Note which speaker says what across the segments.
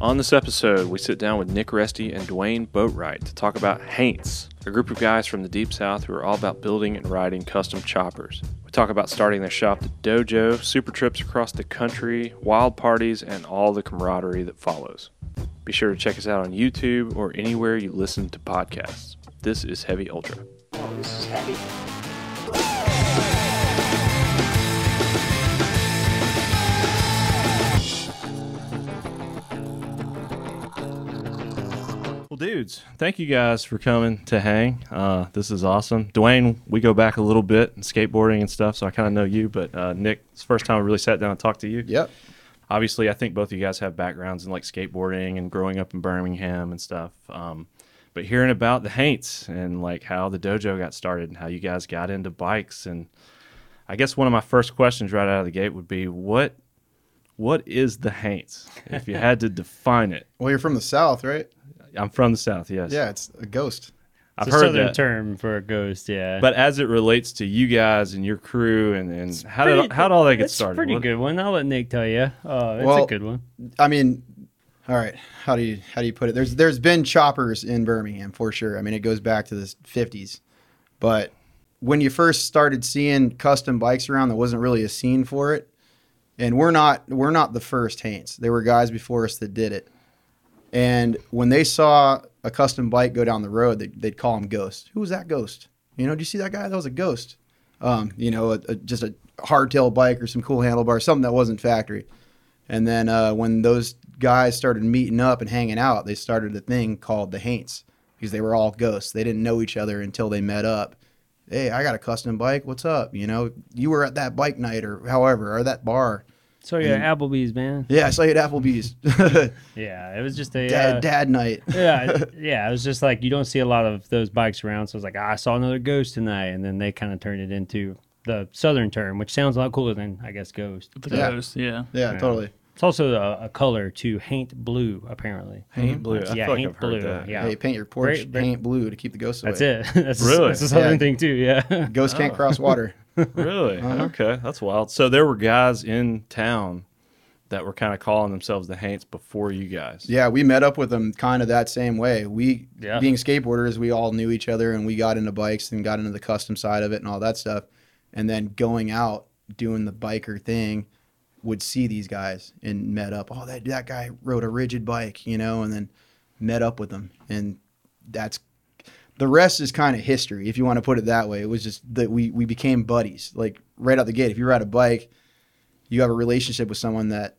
Speaker 1: On this episode, we sit down with Nick Resty and Dwayne Boatwright to talk about Haints, a group of guys from the Deep South who are all about building and riding custom choppers. We talk about starting their shop, the dojo, super trips across the country, wild parties, and all the camaraderie that follows. Be sure to check us out on YouTube or anywhere you listen to podcasts. This is Heavy Ultra.
Speaker 2: Oh, this is heavy.
Speaker 1: Well, dudes, thank you guys for coming to hang. Uh, this is awesome. Dwayne, we go back a little bit in skateboarding and stuff, so I kind of know you, but uh, Nick, it's the first time I really sat down and talked to you.
Speaker 3: Yep.
Speaker 1: Obviously, I think both of you guys have backgrounds in like skateboarding and growing up in Birmingham and stuff. Um, but hearing about the Haints and like how the dojo got started and how you guys got into bikes and I guess one of my first questions right out of the gate would be what what is the Haints? If you had to define it.
Speaker 3: Well, you're from the South, right?
Speaker 1: I'm from the South, yes.
Speaker 3: Yeah, it's a ghost.
Speaker 1: I've
Speaker 4: It's a
Speaker 1: heard
Speaker 4: southern
Speaker 1: that.
Speaker 4: term for a ghost, yeah.
Speaker 1: But as it relates to you guys and your crew, and, and how did
Speaker 4: Pretty-
Speaker 1: how did all that get
Speaker 4: it's
Speaker 1: started?
Speaker 4: a pretty
Speaker 1: What-
Speaker 4: good one. I'll let Nick tell you. Uh, it's
Speaker 3: Well-
Speaker 4: a good one.
Speaker 3: I mean, all right. How do you how do you put it? There's there's been choppers in Birmingham for sure. I mean, it goes back to the 50s. But when you first started seeing custom bikes around, there wasn't really a scene for it. And we're not we're not the first Haints. There were guys before us that did it. And when they saw a custom bike go down the road, they'd, they'd call him Ghost. Who was that Ghost? You know, did you see that guy? That was a Ghost. Um, you know, a, a, just a hardtail bike or some cool handlebar, something that wasn't factory. And then uh, when those guys started meeting up and hanging out, they started a thing called the Haints because they were all ghosts. They didn't know each other until they met up. Hey, I got a custom bike. What's up? You know, you were at that bike night or however, or that bar.
Speaker 4: So yeah, Applebee's, man.
Speaker 3: Yeah, I saw you at Applebee's. dad,
Speaker 4: Yeah, it was just a uh,
Speaker 3: dad night.
Speaker 4: yeah, it- yeah. It was just like you don't see a lot of those bikes around. So I was like, ah, I saw another ghost tonight, and then they kind of turned it into the southern term, which sounds a lot cooler than I guess ghost.
Speaker 5: The
Speaker 3: Yeah.
Speaker 5: ghost, yeah.
Speaker 3: Yeah, totally.
Speaker 4: It's also a, a color to haint blue, apparently.
Speaker 1: Paint blue. I
Speaker 4: yeah,
Speaker 1: feel like
Speaker 4: haint
Speaker 1: I've heard
Speaker 4: blue.
Speaker 1: that.
Speaker 4: Yeah,
Speaker 3: Hey, paint your porch
Speaker 4: Very- very-
Speaker 3: paint blue to keep the ghosts away.
Speaker 4: that's Oh. it. that's
Speaker 1: Really?
Speaker 4: A, that's a southern
Speaker 3: Yeah.
Speaker 4: thing too. Yeah.
Speaker 3: Ghosts can't cross water.
Speaker 1: Really? Okay, that's wild. So there were guys in town that were kind of calling themselves the Haints before you guys.
Speaker 3: Yeah, we met up with them kind of that same way. We,
Speaker 4: Yeah.
Speaker 3: being skateboarders, we all knew each other and we got into bikes and got into the custom side of it and all that stuff. And then going out doing the biker thing, would see these guys and met up. Oh, that that guy rode a rigid bike, you know, and then met up with them. And that's the rest is kind of history, if you want to put it that way. It was just that we we became buddies, like right out the gate. If you ride a bike, you have a relationship with someone that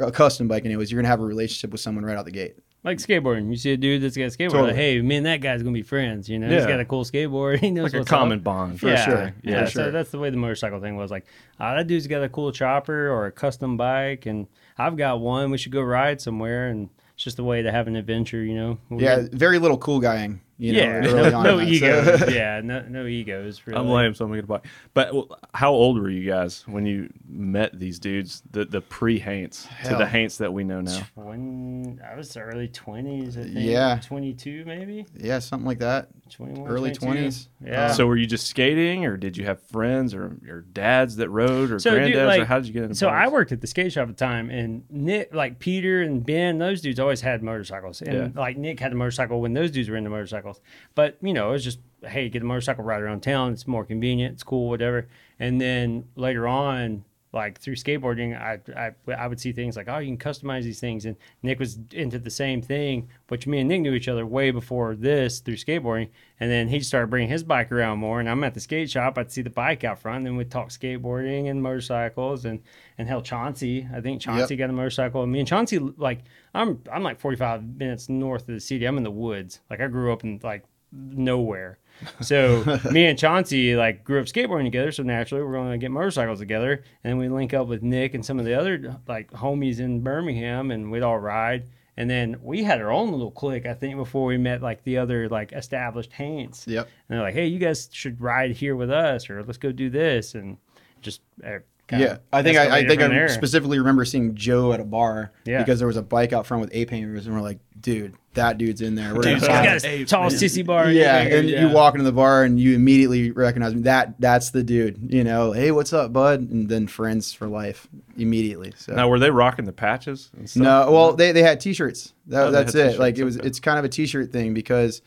Speaker 3: a custom bike, anyways. You're gonna have a relationship with someone right out the gate.
Speaker 4: Like skateboarding, you see a dude that's got a skateboard.
Speaker 3: Totally.
Speaker 4: Like, hey, me and that guy's gonna be friends. You know, he's
Speaker 1: Yeah.
Speaker 4: got a cool skateboard. He knows
Speaker 1: Like a
Speaker 4: what's
Speaker 1: common
Speaker 4: Up.
Speaker 1: bond.
Speaker 3: For
Speaker 4: yeah,
Speaker 3: sure.
Speaker 4: yeah.
Speaker 3: For
Speaker 4: So
Speaker 3: sure.
Speaker 4: that's the way the motorcycle thing was. Like, ah, that dude's got a cool chopper or a custom bike, and I've got one. We should go ride somewhere, and it's just a way to have an adventure. You know. We-
Speaker 3: Yeah, very little cool guying, you know,
Speaker 4: yeah.
Speaker 3: early
Speaker 4: no
Speaker 3: on.
Speaker 4: no
Speaker 3: in that, so-
Speaker 4: egos. yeah. No, no egos. Really.
Speaker 1: I'm lame, so I'm gonna get a bike. But well, how old were you guys when you met these dudes, the the pre Haints to
Speaker 3: Hell.
Speaker 1: the Haints that we know now?
Speaker 4: When I was early twenties, I think.
Speaker 3: Yeah.
Speaker 4: Twenty-two, maybe.
Speaker 3: yeah, something like that.
Speaker 4: 21,
Speaker 3: Early Uh,
Speaker 4: 22.
Speaker 3: 20s.
Speaker 4: Yeah.
Speaker 1: So were you just skating, or did you have friends, or your dads that rode, or
Speaker 4: So,
Speaker 1: granddads,
Speaker 4: dude,
Speaker 1: or
Speaker 4: like-
Speaker 1: how did you get into
Speaker 4: So I
Speaker 1: bikes?
Speaker 4: worked at the skate shop at the time, and Nick, like Peter and Ben, those dudes always had motorcycles, and
Speaker 1: Yeah.
Speaker 4: like Nick had a motorcycle when those dudes were into motorcycles. But you know, it was just hey, get a motorcycle ride around town. It's more convenient. It's cool, whatever. And then later on. Like through skateboarding, I, I I would see things like, oh, you can customize these things, and Nick was into the same thing. Which me and Nick knew each other way before this through skateboarding, and then he started bringing his bike around more. And I'm at the skate shop, I'd see the bike out front, and then we'd talk skateboarding and motorcycles, and and hell, Chauncey, I think Chauncey got a motorcycle. And me and Chauncey, like, I'm I'm like 45 minutes north of the city. I'm in the woods. Like, I grew up in like nowhere. So me and Chauncey like grew up skateboarding together. So naturally, we're going to get motorcycles together, and we link up with Nick and some of the other like homies in Birmingham, and we'd all ride. And then we had our own little clique, I think, before we met like the other like established Haints.
Speaker 3: Yep.
Speaker 4: And they're like, hey, you guys should ride here with us, or let's go do this, and just uh, kinda
Speaker 3: yeah, I think I, I
Speaker 4: escalated
Speaker 3: think I
Speaker 4: from there.
Speaker 3: specifically remember seeing Joe at a bar
Speaker 4: Yeah.
Speaker 3: because there was a bike out front with ape hangers, and we're like, dude, that dude's in there. We're gonna
Speaker 4: Dude, he's
Speaker 3: find him."
Speaker 4: got a
Speaker 1: Ape,
Speaker 4: tall
Speaker 1: man.
Speaker 4: sissy bar. in
Speaker 3: yeah,
Speaker 4: his
Speaker 3: and
Speaker 4: finger.
Speaker 3: you
Speaker 1: yeah.
Speaker 3: walk into the bar and you immediately recognize me. That that's the dude. You know, hey, what's up, bud? And then friends for life immediately. So
Speaker 1: Now, were they rocking the patches? And stuff?
Speaker 3: no, well, they, they had T-shirts. That,
Speaker 1: Oh, they
Speaker 3: that's
Speaker 1: had
Speaker 3: it. Like
Speaker 1: t-shirts,
Speaker 3: it was.
Speaker 1: okay.
Speaker 3: It's kind of a T-shirt thing because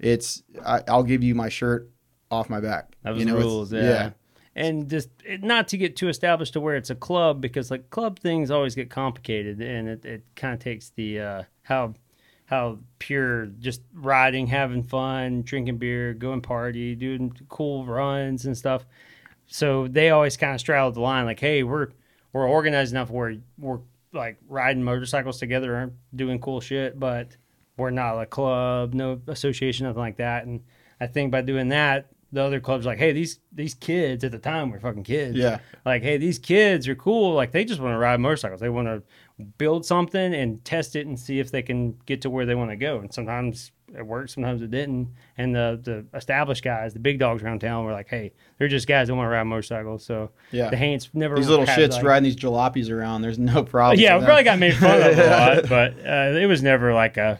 Speaker 3: it's. I, I'll give you my shirt off my back.
Speaker 4: That was
Speaker 3: you know,
Speaker 4: the
Speaker 3: it's-
Speaker 4: rules, yeah. And just it, not to get too established to where it's a club because like club things always get complicated and it, it kind of takes the uh, how how pure just riding, having fun, drinking beer, going party, doing cool runs and stuff. So they always kind of straddled the line like, hey, we're we're organized enough where we're like riding motorcycles together and doing cool shit, but we're not a club, no association, nothing like that. And I think by doing that, the other clubs like, hey, these these kids at the time were fucking kids.
Speaker 3: Yeah.
Speaker 4: Like, hey, these kids are cool. Like they just want to ride motorcycles. They want to build something and test it and see if they can get to where they want to go. And sometimes it worked, sometimes it didn't. And the the established guys, the big dogs around town were like, hey, they're just guys that want to ride motorcycles. So
Speaker 3: Yeah.
Speaker 4: the Haints never
Speaker 3: These little
Speaker 4: had,
Speaker 3: shits
Speaker 4: like-
Speaker 3: riding these jalopies around. There's no problem.
Speaker 4: yeah,
Speaker 3: with them.
Speaker 4: we probably got made fun of a lot, but uh, it was never like a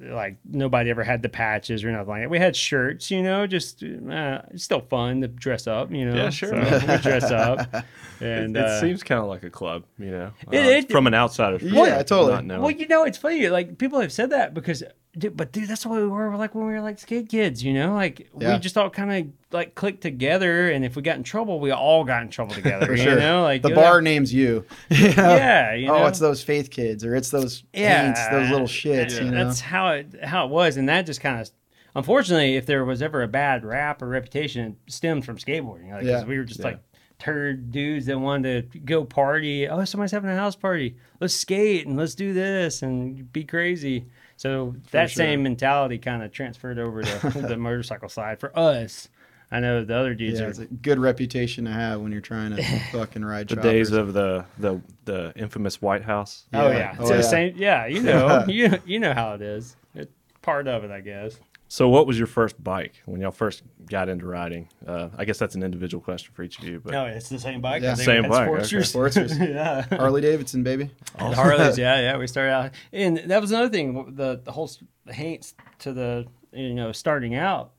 Speaker 4: like nobody ever had the patches or nothing like that. We had shirts, you know, just uh, it's still fun to dress up, you know.
Speaker 1: Yeah, sure.
Speaker 4: So we dress up, and
Speaker 1: It, it
Speaker 4: uh,
Speaker 1: seems kind of like a club, you know,
Speaker 4: It-
Speaker 1: uh,
Speaker 4: it-
Speaker 1: from an outsider's
Speaker 3: Yeah,
Speaker 1: perspective,
Speaker 3: totally.
Speaker 1: Not knowing.
Speaker 4: well, you know, it's funny. Like people have said that because, dude, but dude, that's the way we were. Like when we were like skate kids, you know, like
Speaker 3: Yeah.
Speaker 4: we just all kind of like clicked together, and if we got in trouble, we all got in trouble together.
Speaker 3: For
Speaker 4: you
Speaker 3: sure.
Speaker 4: know, like
Speaker 3: the
Speaker 4: you'll
Speaker 3: bar
Speaker 4: have-
Speaker 3: names you. You know?
Speaker 4: yeah, you
Speaker 3: Oh,
Speaker 4: know?
Speaker 3: it's those faith kids, or it's those
Speaker 4: yeah,
Speaker 3: Haints, those little shits.
Speaker 4: that-
Speaker 3: you know?
Speaker 4: That's how it how it was, and that just kind of, unfortunately, if there was ever a bad rap or reputation, it stemmed from skateboarding. Like, 'cause
Speaker 3: Yeah.
Speaker 4: we were just
Speaker 1: Yeah.
Speaker 4: like turd dudes that wanted to go party. Oh, somebody's having a house party. Let's skate and let's do this and be crazy. So that
Speaker 3: sure.
Speaker 4: same mentality kind of transferred over to the motorcycle side for us. I know the other dudes
Speaker 3: yeah,
Speaker 4: are
Speaker 3: it's a good reputation to have when you're trying to fucking ride.
Speaker 1: the days
Speaker 3: choppers.
Speaker 1: of the, the the infamous White House.
Speaker 4: Oh
Speaker 3: Yeah.
Speaker 4: yeah,
Speaker 3: Oh,
Speaker 4: it's the
Speaker 3: yeah.
Speaker 4: same. Yeah, you know, you you know how it is. It's part of it, I guess.
Speaker 1: So, what was your first bike when y'all first got into riding? Uh, I guess that's an individual question for each of you, but
Speaker 4: No, it's the same bike.
Speaker 3: Yeah.
Speaker 4: They
Speaker 1: Same
Speaker 4: had
Speaker 1: bike,
Speaker 4: Sportsters.
Speaker 3: Sportsters.
Speaker 4: yeah.
Speaker 3: Harley Davidson, baby.
Speaker 4: And Harleys, yeah, yeah. We started out, and that was another thing. The the whole s- Haints to the you know starting out,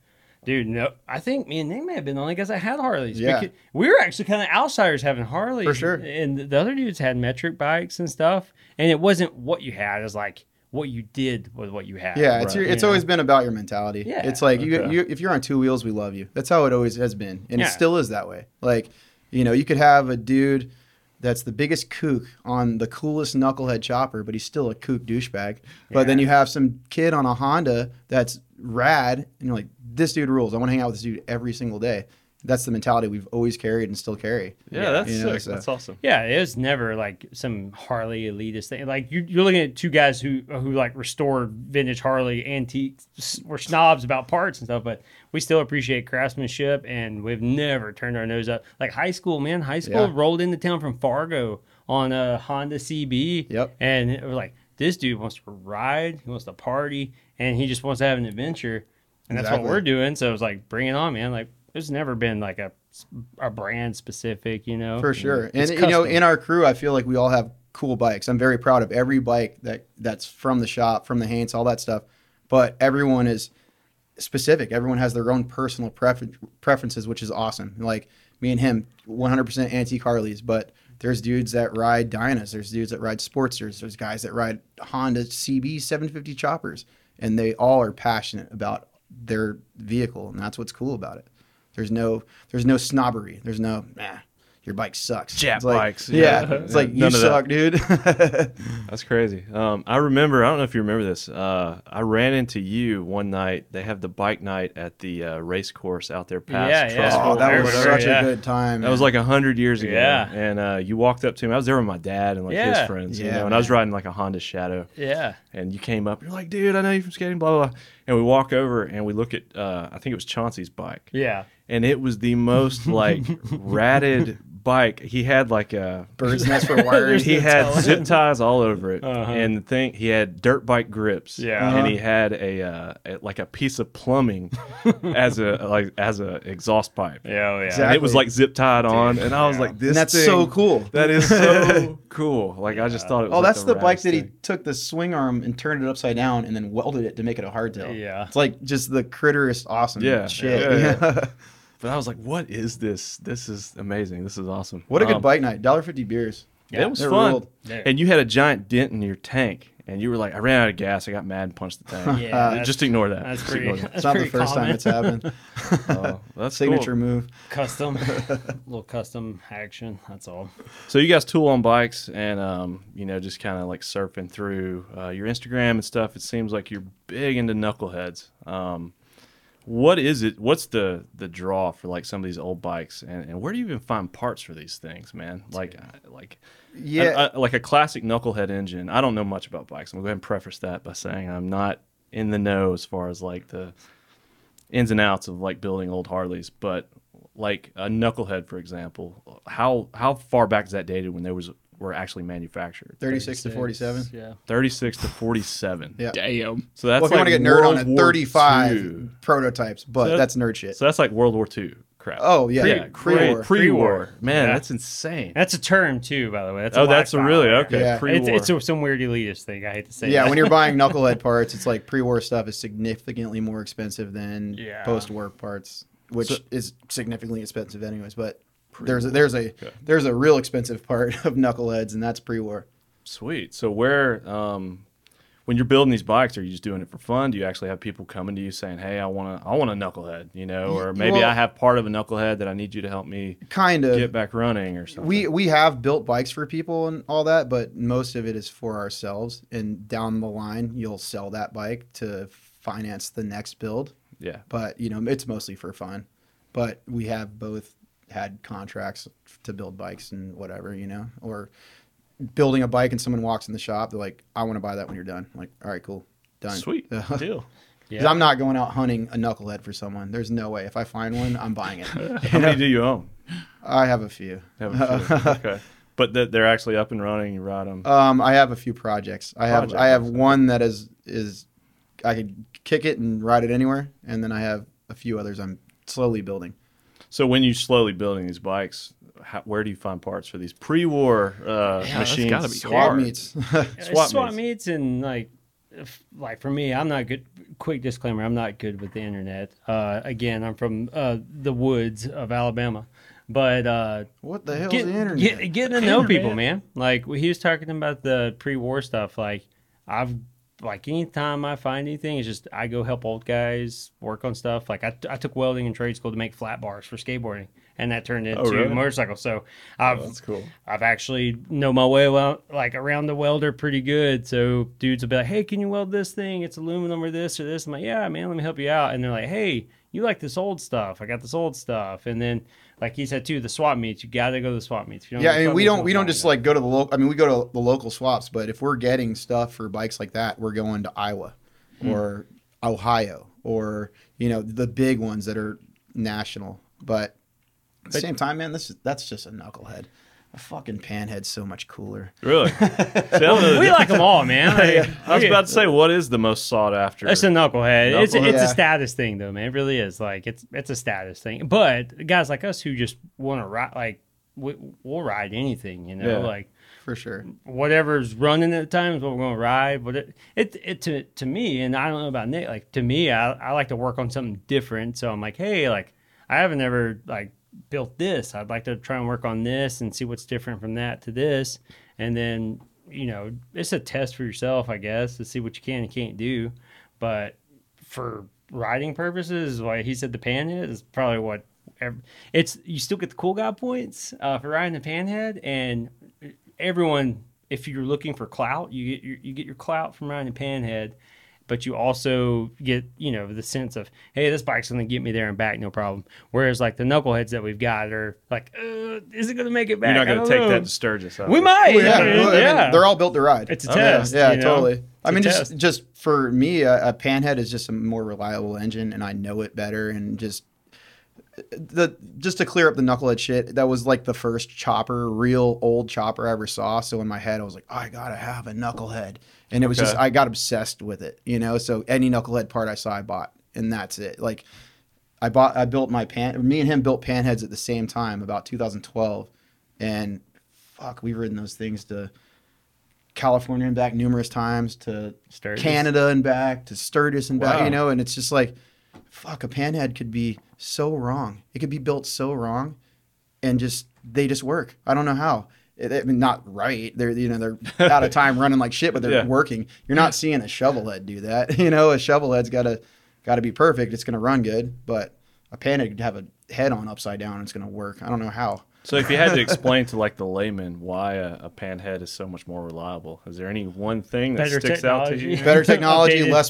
Speaker 4: dude. No, I think me and Nick may have been the only guys that had Harleys.
Speaker 3: Yeah.
Speaker 4: Becau- we were actually kind of outsiders having Harleys
Speaker 3: For sure.
Speaker 4: And the other dudes had metric bikes and stuff, and it wasn't what you had. It was like what you did with what you had.
Speaker 3: Yeah, it's your,
Speaker 4: Right.
Speaker 3: it's
Speaker 4: Yeah.
Speaker 3: always been about your mentality.
Speaker 4: Yeah.
Speaker 3: it's like you,
Speaker 1: Okay.
Speaker 3: you if you're on two wheels, we love you. That's how it always has been, and
Speaker 4: Yeah.
Speaker 3: it still is that way. Like, you know, you could have a dude that's the biggest kook on the coolest knucklehead chopper, but he's still a kook douchebag. But then
Speaker 4: Yeah.
Speaker 3: you have some kid on a Honda that's rad, and you're like, this dude rules. I want to hang out with this dude every single day. That's the mentality we've always carried and still carry.
Speaker 1: yeah, that's
Speaker 3: You know,
Speaker 1: sick.
Speaker 3: so-
Speaker 1: That's awesome.
Speaker 4: Yeah, it was never like some Harley elitist thing. Like you, you're looking at two guys who who like restore vintage Harley antiques. s- We're snobs about parts and stuff, but we still appreciate craftsmanship, and we've never turned our nose up. Like high school, man, high school
Speaker 3: Yeah.
Speaker 4: rolled into town from Fargo on a Honda CB.
Speaker 3: Yep.
Speaker 4: and it was like this dude wants to ride, he wants to party, and he just wants to have an adventure, and that's
Speaker 3: Exactly.
Speaker 4: what we're doing. So it was like, bring it on, man. Like there's never been like a a brand specific, you know,
Speaker 3: for sure.
Speaker 4: It's
Speaker 3: And you know,
Speaker 4: custom.
Speaker 3: in our crew, I feel like we all have cool bikes. I'm very proud of every bike that that's from the shop, from the Haints, all that stuff. But everyone is specific. Everyone has their own personal prefer- preferences, which is awesome. Like me and him, 100% anti Harleys, but there's dudes that ride Dynas, there's dudes that ride Sportsters, there's guys that ride Honda CB 750 choppers, and they all are passionate about their vehicle, and that's what's cool about it. There's no there's no snobbery. There's no nah, your bike sucks.
Speaker 1: Jet
Speaker 3: It's like-
Speaker 1: bikes,
Speaker 3: Yeah.
Speaker 1: yeah.
Speaker 3: It's like you
Speaker 1: None of that.
Speaker 3: suck, dude.
Speaker 1: That's crazy. Um, I remember. I don't know if you remember this. Uh, I ran into you one night. They have the bike night at the uh, race course out there past.
Speaker 4: Yeah, yeah.
Speaker 1: Trustful.
Speaker 3: oh, that was
Speaker 4: Whatever,
Speaker 3: such
Speaker 4: yeah.
Speaker 3: a good time.
Speaker 1: That was like a hundred years ago.
Speaker 4: Yeah.
Speaker 1: And uh, you walked up to me. I was there with my dad and like
Speaker 4: Yeah.
Speaker 1: his friends. you
Speaker 3: Yeah,
Speaker 1: know, and I was riding like a Honda Shadow.
Speaker 4: Yeah.
Speaker 1: And you came up. You're like, dude, I know you from skating. Blah blah. blah. And we walk over and we look at. Uh, I think it was Chauncey's bike.
Speaker 4: Yeah.
Speaker 1: and it was the most like ratted bike, he had like a
Speaker 3: Bird's nest for wires.
Speaker 1: he had zip ties all over it,
Speaker 4: Uh-huh.
Speaker 1: and the thing he had dirt bike grips,
Speaker 4: Yeah.
Speaker 1: and
Speaker 3: Uh-huh.
Speaker 1: he had a, uh, a- like a piece of plumbing as a like as a exhaust pipe.
Speaker 4: Yeah, oh, yeah.
Speaker 1: And
Speaker 3: Exactly.
Speaker 1: it was like zip tied on, and I was
Speaker 4: yeah.
Speaker 1: like, "This
Speaker 3: and that's
Speaker 1: thing-
Speaker 3: so cool.
Speaker 1: That is so cool!" Like I just thought it was.
Speaker 3: Oh,
Speaker 1: like,
Speaker 3: that's the, bike
Speaker 1: raddest
Speaker 3: that he
Speaker 1: thing.
Speaker 3: took the swing arm and turned it upside down and then welded it to make it a hardtail.
Speaker 4: Yeah.
Speaker 3: It's like just the critterest awesome
Speaker 1: Yeah.
Speaker 3: shit.
Speaker 1: Yeah, But I was like, "What is this? This is amazing! This is awesome!"
Speaker 3: What a good
Speaker 1: Um,
Speaker 3: bike night. Dollar fifty beers.
Speaker 4: Yeah,
Speaker 1: it was
Speaker 3: they're
Speaker 1: fun.
Speaker 3: rolled.
Speaker 4: They're-
Speaker 1: And you had a giant dent in your tank, and you were like, "I ran out of gas. I got mad and punched the tank."
Speaker 4: Yeah,
Speaker 1: Uh,
Speaker 4: that's-
Speaker 1: just ignore that.
Speaker 4: That's
Speaker 1: Just
Speaker 4: pretty.
Speaker 1: ignore that.
Speaker 4: That's
Speaker 3: It's not the
Speaker 4: pretty
Speaker 3: first
Speaker 4: common.
Speaker 3: time it's happened.
Speaker 1: Oh, that's
Speaker 3: Signature
Speaker 1: cool.
Speaker 3: move.
Speaker 4: custom, little custom action. That's all.
Speaker 1: So you guys tool on bikes, and um, you know, just kind of like surfing through uh, your Instagram and stuff. It seems like you're big into knuckleheads. Um, what is it? What's the the draw for like some of these old bikes, and, and where do you even find parts for these things, man? Like, I- like
Speaker 3: Yeah.
Speaker 1: a- a- uh, like a classic knucklehead engine. I don't know much about bikes. I'm gonna go ahead and preface that by saying I'm not in the know as far as like the ins and outs of like building old Harleys, but like a knucklehead, for example, how how far back is that dated when they was were actually manufactured?
Speaker 3: 36 to 47.
Speaker 4: Yeah.
Speaker 1: Thirty six to forty seven.
Speaker 3: Yeah.
Speaker 5: Damn.
Speaker 1: So that's like
Speaker 3: well, if you want to get nerd
Speaker 1: World
Speaker 3: on it,
Speaker 1: War
Speaker 3: 35
Speaker 1: II.
Speaker 3: prototypes, but
Speaker 1: So-
Speaker 3: that's nerd shit.
Speaker 1: So that's like World War II crap.
Speaker 3: oh, yeah.
Speaker 1: yeah,
Speaker 3: Pre
Speaker 1: pre
Speaker 3: war.
Speaker 1: pre war. Man,
Speaker 4: Yeah.
Speaker 1: that's insane.
Speaker 4: That's a term too, by the way. That's
Speaker 1: oh, that's a
Speaker 4: lifestyle.
Speaker 1: really okay.
Speaker 3: Yeah.
Speaker 1: Pre
Speaker 4: It's,
Speaker 1: war.
Speaker 4: it's a, some weird elitist thing. I hate to say.
Speaker 3: Yeah,
Speaker 4: that.
Speaker 3: when you're buying knucklehead parts, it's like pre war stuff is significantly more expensive than
Speaker 4: Yeah.
Speaker 3: post war parts, which
Speaker 1: So-
Speaker 3: is significantly expensive, anyways. But there's a, there's a there's a real expensive part of knuckleheads, and that's pre war.
Speaker 1: Sweet. So where um when you're building these bikes, are you just doing it for fun? Do you actually have people coming to you saying, "Hey, I want to I want a knucklehead," you know, or maybe
Speaker 3: well-
Speaker 1: I have part of a knucklehead that I need you to help me
Speaker 3: Kind of.
Speaker 1: get back running or something?
Speaker 3: we we have built bikes for people and all that, but most of it is for ourselves. And down the line, you'll sell that bike to finance the next build.
Speaker 1: yeah.
Speaker 3: But you know, it's mostly for fun. But we have both had contracts to build bikes and whatever, you know, or building a bike and someone walks in the shop, they're like, "I want to buy that when you're done." I'm like, all right, cool, done.
Speaker 1: Sweet. Good
Speaker 3: Because
Speaker 1: deal.
Speaker 4: Yeah.
Speaker 3: I'm not going out hunting a knucklehead for someone. There's no way. If I find one, I'm buying it.
Speaker 1: How many do you own?
Speaker 3: I have a few.
Speaker 1: Have a few. okay. But that they're actually up and running, you ride
Speaker 4: Uh,
Speaker 1: them.
Speaker 3: Um, I have a few projects. I have
Speaker 1: Project
Speaker 3: I have
Speaker 1: bikes,
Speaker 3: one that is is I could kick it and ride it anywhere, and then I have a few others I'm slowly building.
Speaker 1: so when you slowly building these bikes, how, where do you find parts for these pre-war uh,
Speaker 5: Yeah, that's
Speaker 1: machines?
Speaker 5: gotta be
Speaker 3: Quad
Speaker 5: Hard.
Speaker 3: meets.
Speaker 4: Uh,
Speaker 1: swap
Speaker 4: swap,
Speaker 1: meets.
Speaker 4: meets. and like if- like for me i'm not good quick disclaimer i'm not good with the internet uh again i'm from uh the woods of alabama but uh
Speaker 3: what the hell
Speaker 4: get,
Speaker 3: is the internet?
Speaker 4: get, getting to know people man like when he was talking about the pre-war stuff like i've like anytime i find anything it's just i go help old guys work on stuff like i, I took welding in trade school to make flat bars for skateboarding and that turned into
Speaker 1: really?
Speaker 4: motorcycle so i've
Speaker 1: That's cool.
Speaker 4: I've actually know my way well, like around the welder pretty good. So dudes will be like, "Hey, can you weld this thing? It's aluminum or this or this." I'm like, "Yeah, man, let me help you out." And they're like, "Hey, you like this old stuff? I got this old stuff." And then, like he said too, the swap meets. You gotta go to the swap meets. If you don't
Speaker 3: yeah,
Speaker 4: go
Speaker 3: I
Speaker 4: to
Speaker 3: mean
Speaker 4: the swap
Speaker 3: we
Speaker 4: meets,
Speaker 3: don't
Speaker 4: you
Speaker 3: we don't
Speaker 4: find
Speaker 3: just
Speaker 4: it.
Speaker 3: like go to the local. I mean we go to the local swaps, but if we're getting stuff for bikes like that, we're going to Iowa or Ohio or you know the big ones that are national. But at the same time, man, this is that's just a knucklehead. A fucking panhead's so much cooler.
Speaker 1: Really? See, I don't know.
Speaker 4: we like them all, man. Like,
Speaker 1: I was
Speaker 4: we-
Speaker 1: about to say, what is the most sought after?
Speaker 4: It's a knucklehead. It's
Speaker 1: Knucklehead.
Speaker 4: it's
Speaker 3: Yeah.
Speaker 4: a status thing though, man. It really is. Like it's it's a status thing. But guys like us who just want to ride, like we, we'll ride anything, you know,
Speaker 1: Yeah.
Speaker 4: like.
Speaker 3: For sure.
Speaker 4: whatever's running at the time is what we're going to ride. But it, it, it to, to me, and I don't know about Nate, like to me, I, I like to work on something different. So I'm like, hey, like I haven't ever like built this. I'd like to try and work on this and see what's different from that to this. And then, you know, it's a test for yourself, I guess, to see what you can and can't do. But for riding purposes, like he said, the panhead is probably what. ev- It's you still get the cool guy points uh, for riding the panhead, and everyone, if you're looking for clout, you get your, you get your clout from riding the panhead, but you also get you know the sense of hey, this bike's gonna get me there and back, no problem. Whereas like the knuckleheads that we've got are like, uh, is it gonna make it
Speaker 1: You're
Speaker 4: back?
Speaker 1: not
Speaker 4: I
Speaker 1: going
Speaker 4: don't
Speaker 1: to take
Speaker 4: know.
Speaker 1: that to Sturgis. I
Speaker 4: We
Speaker 1: think.
Speaker 4: might.
Speaker 3: yeah,
Speaker 4: I mean,
Speaker 3: well, I mean,
Speaker 4: yeah.
Speaker 3: they're all built to ride.
Speaker 4: It's a
Speaker 1: Oh,
Speaker 3: Yeah,
Speaker 4: test,
Speaker 3: Yeah,
Speaker 4: you know?
Speaker 3: totally. I
Speaker 4: It's a
Speaker 3: mean, just
Speaker 4: test.
Speaker 3: just for me, a, a panhead is just a more reliable engine, and I know it better. And just the just to clear up the knucklehead shit, that was like the first chopper, real old chopper I ever saw. So in my head, I was like, I gotta have a knucklehead, and it was just
Speaker 1: Okay.
Speaker 3: I got obsessed with it, you know. So any knucklehead part I saw, I bought, and that's it. Like I bought, I built my pan. Me and him built panheads at the same time, about 2012, and fuck, we've ridden those things to California and back numerous times to
Speaker 4: Sturgis.
Speaker 3: Canada and back to Sturgis and back,
Speaker 1: Wow.
Speaker 3: you know, and it's just like, fuck, a panhead could be so wrong. It could be built so wrong, and just they just work. I don't know how. It- I mean, not right. They're you know they're out of time running like shit, but they're
Speaker 1: Yeah.
Speaker 3: working. You're not seeing a shovel head do that. You know, a shovel head's got to got to be perfect. It's gonna run good, but a panhead could have a head on upside down. and It's gonna work. I don't know how.
Speaker 1: So if you had to explain to like the layman why a, a panhead is so much more reliable, is there any one thing that
Speaker 4: Better
Speaker 1: sticks out to you?
Speaker 4: technology.
Speaker 3: Better technology,
Speaker 4: Updated.
Speaker 3: less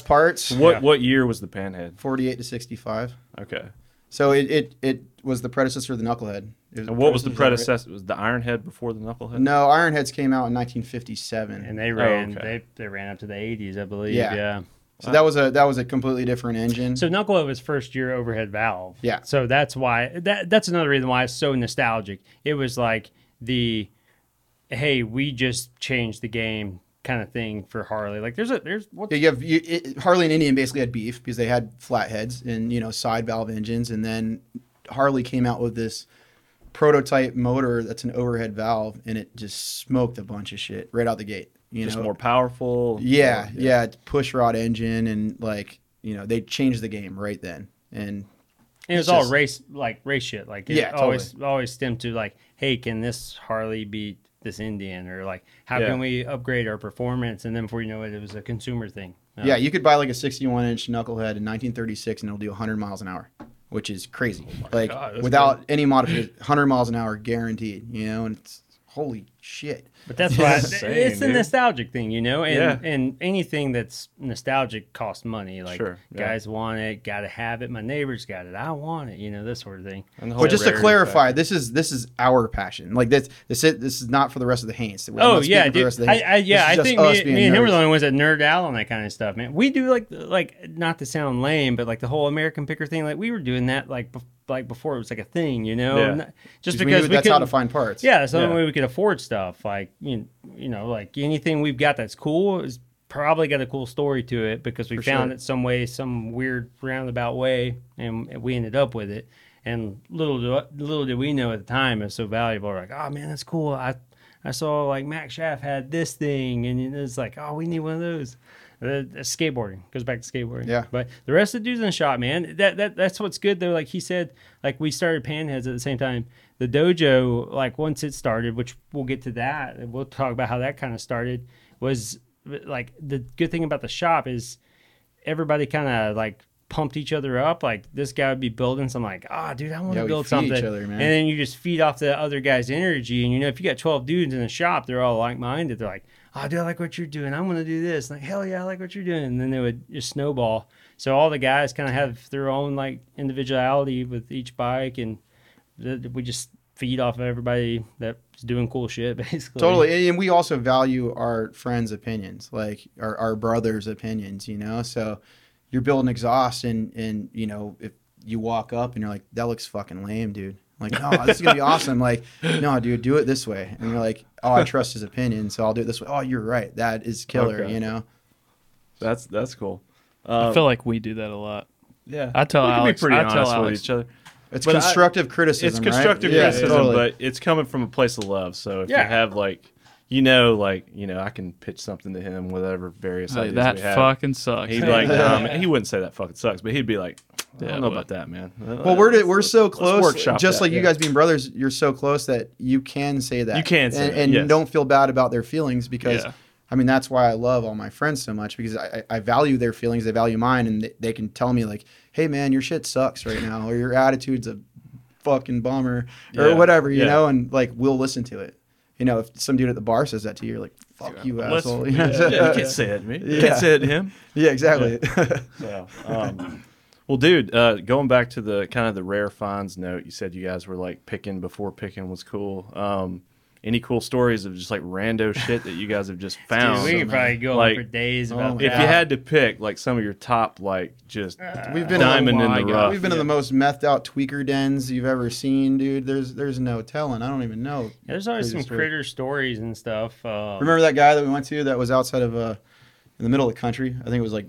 Speaker 3: parts.
Speaker 1: What
Speaker 4: Yeah.
Speaker 1: what year was the panhead?
Speaker 3: Forty-eight to sixty-five.
Speaker 1: Okay.
Speaker 3: So it, it it was the predecessor of the knucklehead. It
Speaker 1: And what was the
Speaker 3: predecessor?
Speaker 1: predecessor? Was the ironhead before the knucklehead?
Speaker 3: No, Ironheads came out in 1957,
Speaker 4: and they ran
Speaker 1: Oh, okay.
Speaker 4: they, they ran up to the 80s, I believe.
Speaker 3: Yeah.
Speaker 4: Yeah.
Speaker 3: so that was a that was a completely different engine.
Speaker 4: So knucklehead was first year overhead valve.
Speaker 3: Yeah.
Speaker 4: So that's why that that's another reason why it's so nostalgic. It was like the hey, we just changed the game kind of thing for Harley. Like there's a there's what
Speaker 3: you have you, it, Harley and Indian basically had beef because they had flatheads and you know side valve engines, and then Harley came out with this prototype motor that's an overhead valve, and it just smoked a bunch of shit right out the gate. You
Speaker 1: Just
Speaker 3: know,
Speaker 1: more powerful.
Speaker 3: yeah, yeah, it's push rod engine, and like you know they changed the game right then. And
Speaker 4: And
Speaker 3: It's
Speaker 4: it's, all
Speaker 3: just-
Speaker 4: race like race shit. Like it
Speaker 3: Yeah,
Speaker 4: always always stemmed to like, hey, can this Harley beat this Indian? Or like how
Speaker 1: Yeah.
Speaker 4: can we upgrade our performance? And then before you know it, it was a consumer thing. Uh,
Speaker 3: yeah, you could buy like a 61 inch knucklehead in 1936 and it'll do 100 miles an hour, which is
Speaker 4: Oh
Speaker 3: crazy. like
Speaker 1: God, that's
Speaker 3: without any modification, 100 miles an hour guaranteed. You know, and it's holy shit.
Speaker 4: But that's why
Speaker 1: That's insane,
Speaker 4: it's the
Speaker 1: dude.
Speaker 4: nostalgic thing, you know, and
Speaker 1: Yeah.
Speaker 4: and anything that's nostalgic costs money. Like
Speaker 1: Sure, yeah.
Speaker 4: guys want it, gotta have it. My neighbors got it, I want it, you know, this sort of thing.
Speaker 1: And the
Speaker 3: But just to
Speaker 1: rarity
Speaker 3: clarify,
Speaker 1: factor.
Speaker 3: this is this is our passion. Like this this is, this is not for the rest of the Haints. We're
Speaker 4: Oh
Speaker 3: not speaking
Speaker 4: yeah,
Speaker 3: for the
Speaker 4: dude.
Speaker 3: rest of the
Speaker 4: I,
Speaker 3: Haints.
Speaker 4: I, yeah,
Speaker 3: This is
Speaker 4: I
Speaker 3: just
Speaker 4: think
Speaker 3: us
Speaker 4: me,
Speaker 3: being
Speaker 4: me and him
Speaker 3: nerds.
Speaker 4: were the only ones that nerd out on that kind of stuff, man. We do like like not to sound lame, but like the whole American picker thing, like we were doing that like bef- like before it was like a thing, you know.
Speaker 1: Yeah.
Speaker 4: Not- Just
Speaker 3: we knew
Speaker 4: because we
Speaker 3: that's how to
Speaker 4: couldn't-
Speaker 3: find parts.
Speaker 4: Yeah, that's the only
Speaker 1: Yeah.
Speaker 4: way we could afford stuff. Like you, you know, like anything we've got that's cool is probably got a cool story to it because we
Speaker 3: For
Speaker 4: found
Speaker 3: sure.
Speaker 4: it some way, some weird roundabout way, and we ended up with it. And little do, little did we know at the time it's so valuable. We're like, oh man, that's cool. I I saw like Mac Schaff had this thing, and it's like, oh, we need one of those. The, the skateboarding goes back to skateboarding.
Speaker 3: Yeah.
Speaker 4: but the rest of the dudes in the shop, man, that, that that's what's good though. Like he said, like we started panheads at the same time. The dojo, like once it started, which we'll get to that, and we'll talk about how that kind of started. Was like the good thing about the shop is everybody kind of like pumped each other up. Like this guy would be building some, like, ah, dude, I want
Speaker 3: Yeah,
Speaker 4: to
Speaker 3: we
Speaker 4: build
Speaker 3: feed
Speaker 4: something.
Speaker 3: each other, man.
Speaker 4: And then you just feed off the other guy's energy. And you know, if you got 12 dudes in the shop, they're all like minded. They're like, oh, dude, I like what you're doing. I'm going to do this. Like, hell yeah, I like what you're doing. And then they would just snowball. So all the guys kind of have their own like individuality with each bike. And th- we just feed off of everybody that's doing cool shit, basically.
Speaker 3: Totally, and we also value our friends' opinions, like our, our brothers' opinions. You know, so you're building exhaust, and and you know if you walk up and you're like, "That looks fucking lame, dude." I'm like, no, this is gonna be awesome. Like, no, dude, do it this way. And you're like, oh, I trust his opinion, so I'll do it this way. Oh, you're right. That is killer.
Speaker 1: Okay.
Speaker 3: You know,
Speaker 1: that's that's cool.
Speaker 5: I feel like we do that a lot.
Speaker 1: Yeah,
Speaker 5: I tell
Speaker 1: we can
Speaker 5: Alex-
Speaker 1: be pretty
Speaker 5: I
Speaker 1: honest
Speaker 5: tell
Speaker 1: with
Speaker 5: Alex-
Speaker 1: each other.
Speaker 3: it's
Speaker 1: But I-
Speaker 3: constructive criticism.
Speaker 1: it's constructive
Speaker 3: right? Yeah,
Speaker 1: criticism,
Speaker 3: totally.
Speaker 1: but it's coming from a place of love. So if
Speaker 4: Yeah.
Speaker 1: you have like, you know, like you know, I can pitch something to him, whatever various
Speaker 5: Like,
Speaker 1: ideas
Speaker 5: that
Speaker 1: we have.
Speaker 5: fucking sucks.
Speaker 1: He'd like, um, he wouldn't say that fucking sucks, but he'd be like, I
Speaker 5: Yeah,
Speaker 1: don't know
Speaker 5: but-
Speaker 1: about that, man. Uh,
Speaker 3: well, we're we're so close.
Speaker 1: workshop
Speaker 3: Just
Speaker 1: that,
Speaker 3: like you
Speaker 1: yeah.
Speaker 3: guys being brothers, you're so close that you can say that.
Speaker 1: You can say
Speaker 3: and,
Speaker 1: that,
Speaker 3: and
Speaker 1: yes.
Speaker 3: don't feel bad about their feelings because,
Speaker 5: Yeah.
Speaker 3: I mean, that's why I love all my friends so much because I, I I value their feelings, they value mine, and they, they can tell me like, "Hey, man, your shit sucks right now," or "Your attitude's a fucking bummer," or
Speaker 1: Yeah.
Speaker 3: whatever, you
Speaker 1: Yeah.
Speaker 3: know, and like we'll listen to it. You know, if some dude at the bar says that to you, you're like, "Fuck you,
Speaker 5: let's-
Speaker 3: asshole."
Speaker 1: Yeah, you can't say it to me. You
Speaker 3: Yeah.
Speaker 1: can't say it to him.
Speaker 3: yeah, exactly.
Speaker 1: So, um, well, dude, uh, going back to the kind of the rare finds note, you said you guys were like picking before picking was cool. Um, any cool stories of just like rando shit that you guys have just found.
Speaker 4: Dude, we
Speaker 3: man.
Speaker 4: could probably go
Speaker 1: Like,
Speaker 4: on for days
Speaker 3: oh
Speaker 4: about
Speaker 3: my
Speaker 1: if
Speaker 4: that.
Speaker 1: you had to pick like some of your top like just
Speaker 3: We've been
Speaker 1: diamond
Speaker 3: in
Speaker 1: in the rough.
Speaker 3: We've been in the most methed out tweaker dens you've ever seen, dude. There's there's no telling. I don't even know.
Speaker 4: There's always
Speaker 3: Crazy
Speaker 4: some
Speaker 3: story.
Speaker 4: critter stories and stuff. Um,
Speaker 3: Remember that guy that we went to that was outside of uh in the middle of the country? I think it was like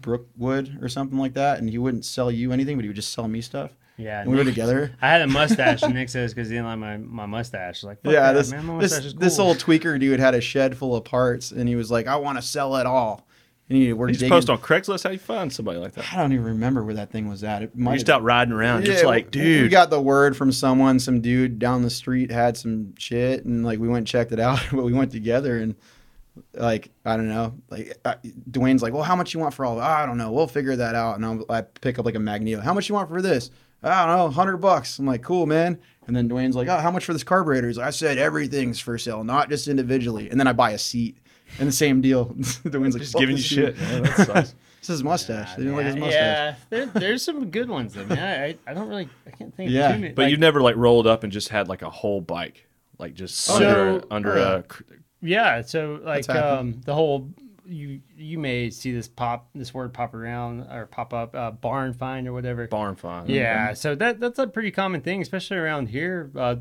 Speaker 3: Brookwood or something like that, and he wouldn't sell you anything, but he would just sell me stuff.
Speaker 4: Yeah.
Speaker 3: And we were
Speaker 4: Nick-
Speaker 3: together.
Speaker 4: I had a mustache, and Nick says because he didn't like my, my mustache. Like, fuck
Speaker 3: yeah,
Speaker 4: that,
Speaker 3: this
Speaker 4: man, my
Speaker 3: this,
Speaker 4: mustache is
Speaker 3: this
Speaker 4: cool.
Speaker 3: old tweaker dude had a shed full of parts, and he was like, "I want to sell it all." And he were
Speaker 1: You just
Speaker 3: digging.
Speaker 1: post on Craigslist how you find somebody like that.
Speaker 3: I don't even remember where that thing was at. It might
Speaker 1: You
Speaker 3: have
Speaker 1: just out riding around, just
Speaker 3: Yeah,
Speaker 1: like,
Speaker 3: w- we
Speaker 1: dude,
Speaker 3: got the word from someone. Some dude down the street had some shit, and like we went and checked it out. But we went together, and like I don't know, like I, Dwayne's like, well, how much you want for all? Of it? I don't know. We'll figure that out. And I'm, I pick up like a magneto. How much you want for this? I don't know, hundred bucks. I'm like, cool, man. And then Dwayne's like, oh, how much for this carburetor? He's like, I said everything's for sale, not just individually. And then I buy a seat. And the same deal. Dwayne's like,
Speaker 1: just
Speaker 3: "Fuck
Speaker 1: giving you
Speaker 3: this
Speaker 1: shit.
Speaker 3: dude."
Speaker 1: Yeah, that sucks.
Speaker 3: It's his mustache. They didn't like his
Speaker 4: Yeah,
Speaker 3: mustache.
Speaker 4: Yeah, there, there's some good ones though, man. I, I, I don't really, I can't think.
Speaker 3: Yeah.
Speaker 4: of too many.
Speaker 1: But
Speaker 4: like,
Speaker 1: you've never like rolled up and just had like a whole bike, like just
Speaker 4: So-
Speaker 1: under a, under
Speaker 4: Uh,
Speaker 3: Oh, yeah.
Speaker 1: a cr-
Speaker 4: yeah. So like,
Speaker 3: happened.
Speaker 4: um, the whole you you may see this pop this word pop around or pop up uh, barn find or whatever.
Speaker 1: barn find.
Speaker 4: Yeah, so that that's a pretty common thing, especially around here. Uh,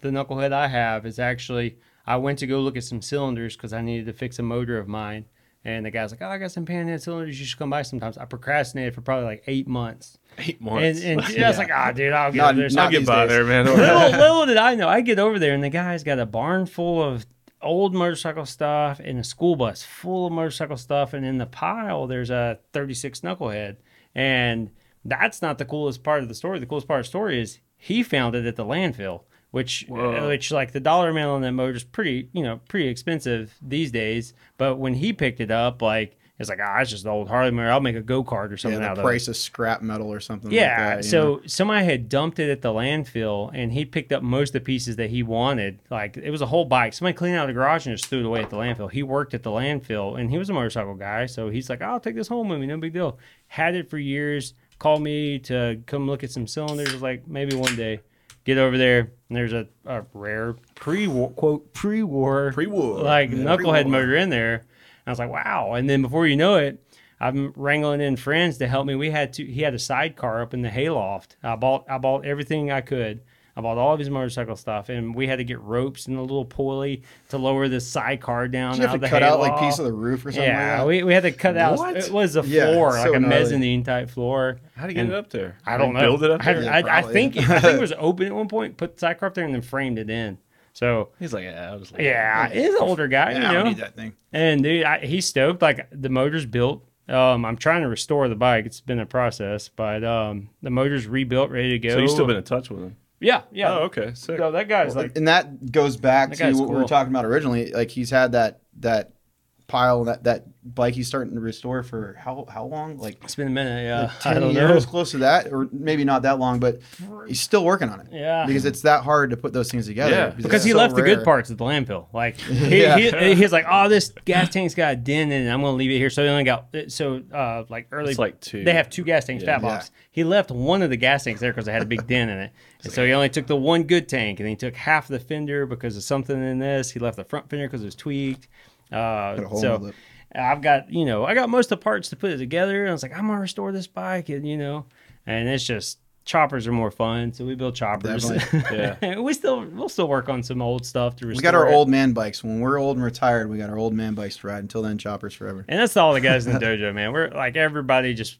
Speaker 4: the knucklehead I have is actually I went to go look at some cylinders because I needed to fix a motor of mine, and the guy's like, "Oh, I got some panhead cylinders. You should come by sometimes." I procrastinated for probably like eight months,
Speaker 1: eight
Speaker 4: and,
Speaker 1: months.
Speaker 4: and I was like, "Ah, dude, I'll get
Speaker 3: Not-
Speaker 4: over there." So
Speaker 3: not
Speaker 4: I
Speaker 1: get
Speaker 3: these
Speaker 1: by
Speaker 3: days.
Speaker 1: there, man. Don't worry.
Speaker 4: little, little did I know, I get over there and the guy's got a barn full of old motorcycle stuff and a school bus full of motorcycle stuff. And in the pile, there's a 36 knucklehead. And that's not the coolest part of the story. The coolest part of the story is he found it at the landfill, which, uh,
Speaker 1: Whoa.
Speaker 4: which like the dollar amount on that motor is pretty, you know, pretty expensive these days. But when he picked it up, like, it's like, ah, it's just an old Harley motor. I'll make a go kart or something
Speaker 3: yeah,
Speaker 4: out
Speaker 3: the
Speaker 4: of it.
Speaker 3: price of scrap metal or something. like that,
Speaker 4: Yeah.
Speaker 3: you
Speaker 4: so
Speaker 3: know?
Speaker 4: somebody had dumped it at the landfill, and he picked up most of the pieces that he wanted. Like it was a whole bike. Somebody cleaned out the garage and just threw it away at the landfill. He worked at the landfill, and he was a motorcycle guy, so he's like, "I'll take this home with me. No big deal." Had it for years. Called me to come look at some cylinders. Was like, maybe one day. Get over there, and there's a, a rare pre war quote pre war
Speaker 3: Pre-war.
Speaker 4: like
Speaker 3: Yeah,
Speaker 4: knucklehead
Speaker 3: pre-war.
Speaker 4: murder in there. And I was like, wow. And then before you know it, I'm wrangling in friends to help me. We had to. He had a sidecar up in the hayloft. I bought. I bought everything I could. I bought all of his motorcycle stuff, and we had to get ropes and a little pulley to lower the sidecar down.
Speaker 3: Did you
Speaker 4: out
Speaker 3: have
Speaker 4: of
Speaker 3: to
Speaker 4: the
Speaker 3: cut out like
Speaker 4: hayloft.
Speaker 3: piece of the roof or something
Speaker 4: Yeah,
Speaker 3: like that?
Speaker 4: we, we had to cut out.
Speaker 1: What?
Speaker 4: It was a
Speaker 3: Yeah,
Speaker 4: floor,
Speaker 3: so
Speaker 4: like a
Speaker 3: gnarly.
Speaker 4: mezzanine type floor.
Speaker 1: How do you get
Speaker 4: And
Speaker 1: it up there?
Speaker 4: I don't
Speaker 1: They
Speaker 4: know.
Speaker 1: Build it up.
Speaker 4: I,
Speaker 1: there?
Speaker 4: I- I
Speaker 3: probably.
Speaker 4: think I think it was open at one point. Put the sidecar up there and then framed it in. So
Speaker 1: He's like, yeah, I was like,
Speaker 4: yeah, he's an older guy.
Speaker 3: Yeah,
Speaker 4: you
Speaker 3: I
Speaker 4: know?
Speaker 3: don't need that thing.
Speaker 4: And dude, I, he's stoked. Like the motor's built. Um, I'm trying to restore the bike. It's been a process, but um, the motor's rebuilt, ready to go.
Speaker 1: So you still been in touch with him?
Speaker 4: yeah, yeah.
Speaker 1: Oh, okay, sick.
Speaker 4: So that guy's
Speaker 3: Well,
Speaker 4: like,
Speaker 3: and that goes back
Speaker 4: That
Speaker 3: to what
Speaker 4: guy's
Speaker 3: we were
Speaker 4: cool.
Speaker 3: talking about originally. Like he's had that that pile that that bike he's starting to restore for how how long? Like
Speaker 4: it's been a minute. Yeah,
Speaker 3: like
Speaker 4: Uh, I
Speaker 3: ten
Speaker 4: don't
Speaker 3: years,
Speaker 4: know.
Speaker 3: close to that, or maybe not that long, but he's still working on it.
Speaker 4: Yeah.
Speaker 3: because it's that hard to put those things together.
Speaker 1: Yeah.
Speaker 3: it's
Speaker 4: Because he
Speaker 3: so
Speaker 4: left the
Speaker 3: rare.
Speaker 4: good parts at the landfill. Like he,
Speaker 3: Yeah.
Speaker 4: he, he's like, oh, this gas tank's got a dent in it. I'm gonna leave it here. So they only got so uh, like early.
Speaker 1: It's like two.
Speaker 4: They have two gas tanks,
Speaker 1: Yeah.
Speaker 4: fat box. He left one of the gas tanks there because it had a big dent in it. And so he only took the one good tank, and he took half the fender because of something in this. He left the front fender because it was tweaked.
Speaker 3: Put a
Speaker 4: Uh,
Speaker 3: hole in the
Speaker 4: so
Speaker 3: lip.
Speaker 4: I've got you know I got most of the parts to put it together. And I was like, I'm gonna restore this bike, and you know, and it's just choppers are more fun. So we build choppers.
Speaker 1: Definitely.
Speaker 4: we still we'll still work on some old stuff to restore.
Speaker 3: We got our
Speaker 4: it.
Speaker 3: old man bikes. When we're old and retired, we got our old man bikes to ride. Until then, choppers forever.
Speaker 4: And that's all the guys in the dojo, man. We're like everybody just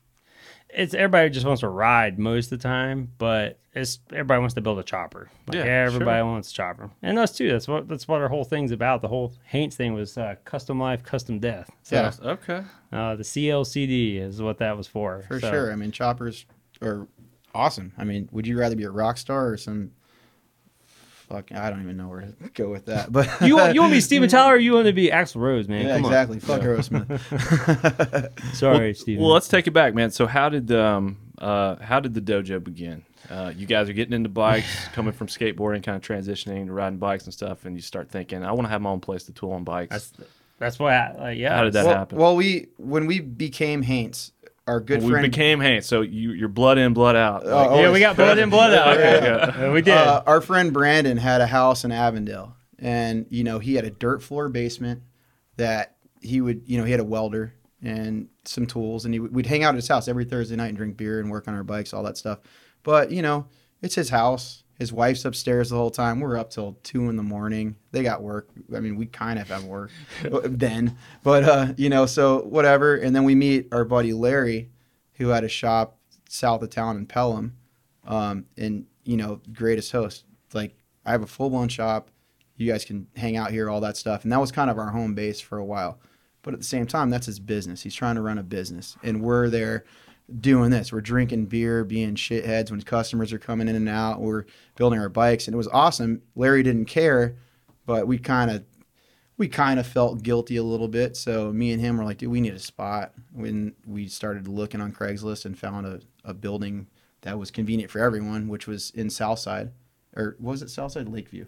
Speaker 4: it's everybody just wants to ride most of the time, but it's everybody wants to build a chopper. Like
Speaker 1: Yeah,
Speaker 4: everybody wants a chopper. And us too. That's what that's what our whole thing's about. The whole Haints thing was uh, custom life, custom death. So
Speaker 3: Yeah,
Speaker 1: Okay.
Speaker 4: uh, the CLCD is what that was for.
Speaker 3: for
Speaker 4: So,
Speaker 3: sure. I mean, choppers are awesome. I mean, would you rather be a rock star or some? Fuck, I don't even know where to go with that. But
Speaker 4: You want you want to be Steven Tyler or you want to be Axel Rose, man.
Speaker 3: yeah,
Speaker 4: Come
Speaker 3: exactly. Fuck Aerosmith.
Speaker 4: on. Sorry, Steven.
Speaker 1: Well, let's take it back, man. So how did um uh how did the dojo begin? Uh, you guys are getting into bikes, coming from skateboarding, kind of transitioning to riding bikes and stuff, and you start thinking, I want to have my own place to tool on bikes.
Speaker 4: that's that's why I like yeah.
Speaker 1: How did that
Speaker 3: well,
Speaker 1: happen?
Speaker 3: well, we when we became Haints, our good
Speaker 1: Well, we
Speaker 3: friend,
Speaker 1: became Hank, so you you're blood in, blood out.
Speaker 3: Oh,
Speaker 1: Like,
Speaker 3: oh,
Speaker 4: Yeah, we got blood in, blood out.
Speaker 1: Okay,
Speaker 4: Yeah, we did.
Speaker 3: uh, our friend Brandon had a house in Avondale, and you know he had a dirt floor basement that he would you know he had a welder and some tools and he, would- we'd hang out at his house every thursday night and drink beer and work on our bikes all that stuff but you know it's his house his wife's upstairs the whole time we're up till two in the morning they got work i mean we kind of have work then but uh you know so whatever and then we meet our buddy larry who had a shop south of town in pelham um and you know greatest host like i have a full-blown shop you guys can hang out here all that stuff and that was kind of our home base for a while but at the same time, that's his business. He's trying to run a business, and we're there doing this. We're drinking beer, being shitheads when customers are coming in and out. We're building our bikes, and it was awesome. Larry didn't care, but we kind of we kind of felt guilty a little bit. So me and him were like, dude, we need a spot. When we started looking on Craigslist and found a, a building that was convenient for everyone, which was in Southside, or was it Southside Lakeview?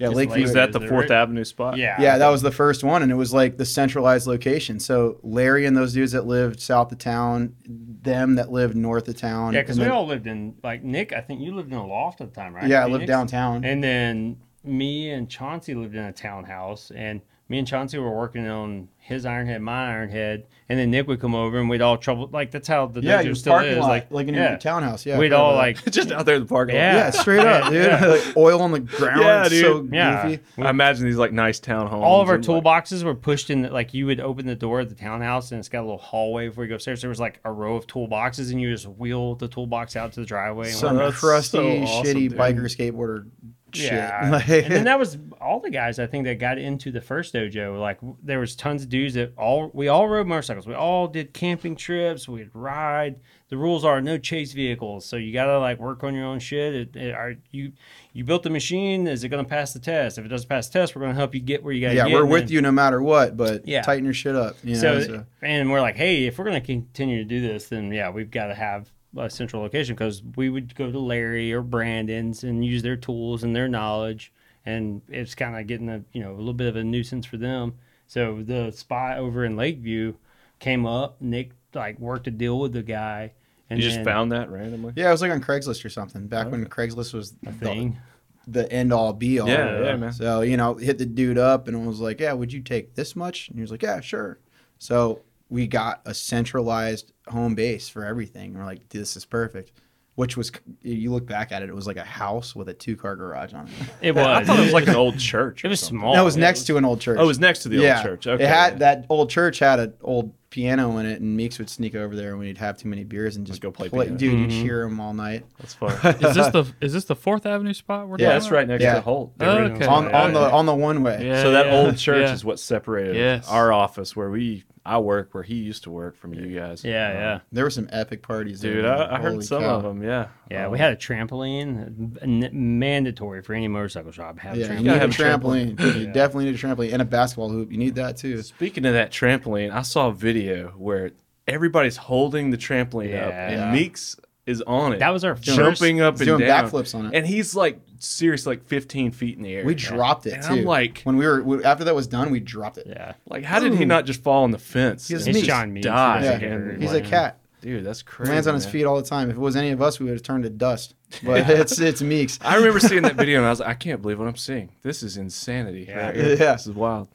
Speaker 3: Yeah,
Speaker 4: Just
Speaker 3: Lakeview.
Speaker 1: Is that
Speaker 4: Is
Speaker 1: the
Speaker 4: it
Speaker 1: Fourth
Speaker 4: right?
Speaker 1: Avenue spot?
Speaker 4: Yeah.
Speaker 3: Yeah, that was the first one, and it was like the centralized location. So Larry and those dudes that lived south of town, them that lived north of town.
Speaker 4: Yeah, because
Speaker 3: and
Speaker 4: we
Speaker 3: then-
Speaker 4: all lived in like Nick. I think you lived in a loft at the time, right?
Speaker 3: yeah, I lived
Speaker 4: Phoenix?
Speaker 3: downtown.
Speaker 4: And then me and Chauncey lived in a townhouse, and me and Chauncey were working on his Ironhead, my Ironhead, and then Nick would come over, and we'd all trouble like that's how the
Speaker 3: yeah,
Speaker 4: dojo
Speaker 3: your
Speaker 4: still
Speaker 3: parking
Speaker 4: is.
Speaker 3: lot,
Speaker 4: Like,
Speaker 3: like, in
Speaker 4: yeah.
Speaker 3: your townhouse. Yeah, I
Speaker 4: we'd
Speaker 3: forgot
Speaker 4: all
Speaker 3: about
Speaker 4: like
Speaker 1: just out there in the parking lot.
Speaker 3: that. yeah, straight up, dude.
Speaker 4: Yeah.
Speaker 3: like oil on the ground.
Speaker 1: Yeah,
Speaker 3: it's So
Speaker 1: dude.
Speaker 4: Yeah.
Speaker 3: goofy.
Speaker 1: I imagine these like nice townhomes.
Speaker 4: all of our
Speaker 1: and, like-
Speaker 4: toolboxes were pushed in. The, like you would open the door of the townhouse, and it's got a little hallway before you go upstairs. There was like a row of toolboxes, and you just wheel the toolbox out to the driveway. and
Speaker 3: Some
Speaker 1: That's
Speaker 3: crusty,
Speaker 1: so awesome,
Speaker 3: shitty
Speaker 1: dude.
Speaker 3: biker skateboarder shit.
Speaker 4: Yeah,
Speaker 3: Like-
Speaker 4: and then that was all the guys I think that got into the first dojo. Like w- there was tons of dudes that all we all rode motorcycles. We all did camping trips. We'd ride. The rules are no chase vehicles, so you gotta like work on your own shit. It, it- are you you built the machine? Is it gonna pass the test? If it doesn't pass the test, we're gonna help you get where you gotta
Speaker 3: yeah,
Speaker 4: get.
Speaker 3: we're
Speaker 4: and
Speaker 3: with
Speaker 4: then-
Speaker 3: you no matter what, but
Speaker 4: Yeah.
Speaker 3: tighten your shit up. You know,
Speaker 4: so,
Speaker 3: so-
Speaker 4: and we're like, hey, if we're going to continue to do this, then yeah, we've got to have a central location because we would go to Larry or Brandon's and use their tools and their knowledge, and it's kind of getting a you know a little bit of a nuisance for them. So the spot over in Lakeview came up. Nick like worked a deal with the guy, and
Speaker 1: You just
Speaker 4: then
Speaker 1: found that randomly.
Speaker 3: yeah, it was like on Craigslist or something back
Speaker 4: Oh,
Speaker 3: when Craigslist was
Speaker 4: a
Speaker 3: the-
Speaker 4: thing.
Speaker 1: Oh.
Speaker 3: the end all be all.
Speaker 1: Yeah, yeah, man.
Speaker 3: So you know, hit the dude up and was like, "Yeah, would you take this much?" And he was like, "Yeah, sure." So we got a centralized home base for everything. We're like, "This is perfect." Which was, you look back at it, it was like a house with a two car garage on it.
Speaker 4: It was.
Speaker 1: I thought it was like Uh, an old church.
Speaker 4: it
Speaker 1: or
Speaker 4: was
Speaker 1: something.
Speaker 4: small.
Speaker 3: that was next to an old church.
Speaker 1: Oh, it was next to the old church. Okay.
Speaker 3: It had that old church had an old piano in it, and Meeks would sneak over there when he'd have too many beers and just
Speaker 1: go play piano.
Speaker 3: Dude, you'd hear him all night.
Speaker 1: That's fun.
Speaker 5: Is this the is this the Fourth Avenue spot? We're
Speaker 1: Yeah,
Speaker 5: talking
Speaker 1: that's
Speaker 5: about?
Speaker 1: right next
Speaker 3: Yeah.
Speaker 1: to Holt.
Speaker 5: Oh,
Speaker 1: original
Speaker 5: okay.
Speaker 1: spot.
Speaker 3: on on the on the one way.
Speaker 5: Yeah,
Speaker 1: so that
Speaker 5: yeah,
Speaker 1: old church
Speaker 5: yeah.
Speaker 1: is what separated
Speaker 5: Yes.
Speaker 1: our office where we I work where he used to work from you guys. Uh,
Speaker 4: Yeah,
Speaker 1: Oh.
Speaker 4: yeah,
Speaker 3: There were some epic parties, there,
Speaker 1: Dude,
Speaker 3: man.
Speaker 1: I, I heard
Speaker 3: Holy
Speaker 1: some
Speaker 3: cow.
Speaker 1: of them. Yeah.
Speaker 4: yeah.
Speaker 1: Um,
Speaker 4: we had a trampoline, n- mandatory for any motorcycle shop. Have
Speaker 3: Yeah,
Speaker 4: a
Speaker 3: you
Speaker 4: trampoline.
Speaker 3: need
Speaker 1: gotta
Speaker 3: a
Speaker 1: have a
Speaker 3: trampoline. You definitely need a trampoline and a basketball hoop. You need that too.
Speaker 1: Speaking of that trampoline, I saw a video where everybody's holding the trampoline up
Speaker 4: Yeah.
Speaker 1: and Meeks is on it.
Speaker 4: That was our first-
Speaker 1: jumping up
Speaker 3: He's
Speaker 1: and
Speaker 3: doing
Speaker 1: down.
Speaker 3: backflips on it.
Speaker 1: And he's like seriously like 15 feet in the air.
Speaker 3: We dropped it
Speaker 1: And
Speaker 3: too.
Speaker 1: I'm like-
Speaker 3: when we were we, after that was done, we dropped it.
Speaker 4: yeah.
Speaker 1: Like how did he not just fall on the fence?
Speaker 3: He's
Speaker 1: and
Speaker 3: Meeks.
Speaker 1: just
Speaker 4: John Meeks.
Speaker 1: Die.
Speaker 3: Yeah,
Speaker 1: And,
Speaker 3: he's
Speaker 1: like,
Speaker 3: a cat.
Speaker 1: dude, that's crazy.
Speaker 3: Lands on his
Speaker 1: man.
Speaker 3: feet all the time. If it was any of us, we would have turned to dust. But it's it's Meeks.
Speaker 1: I remember seeing that video and I was like, I can't believe what I'm seeing. This is insanity. Yeah.
Speaker 3: Yeah.
Speaker 1: This is wild.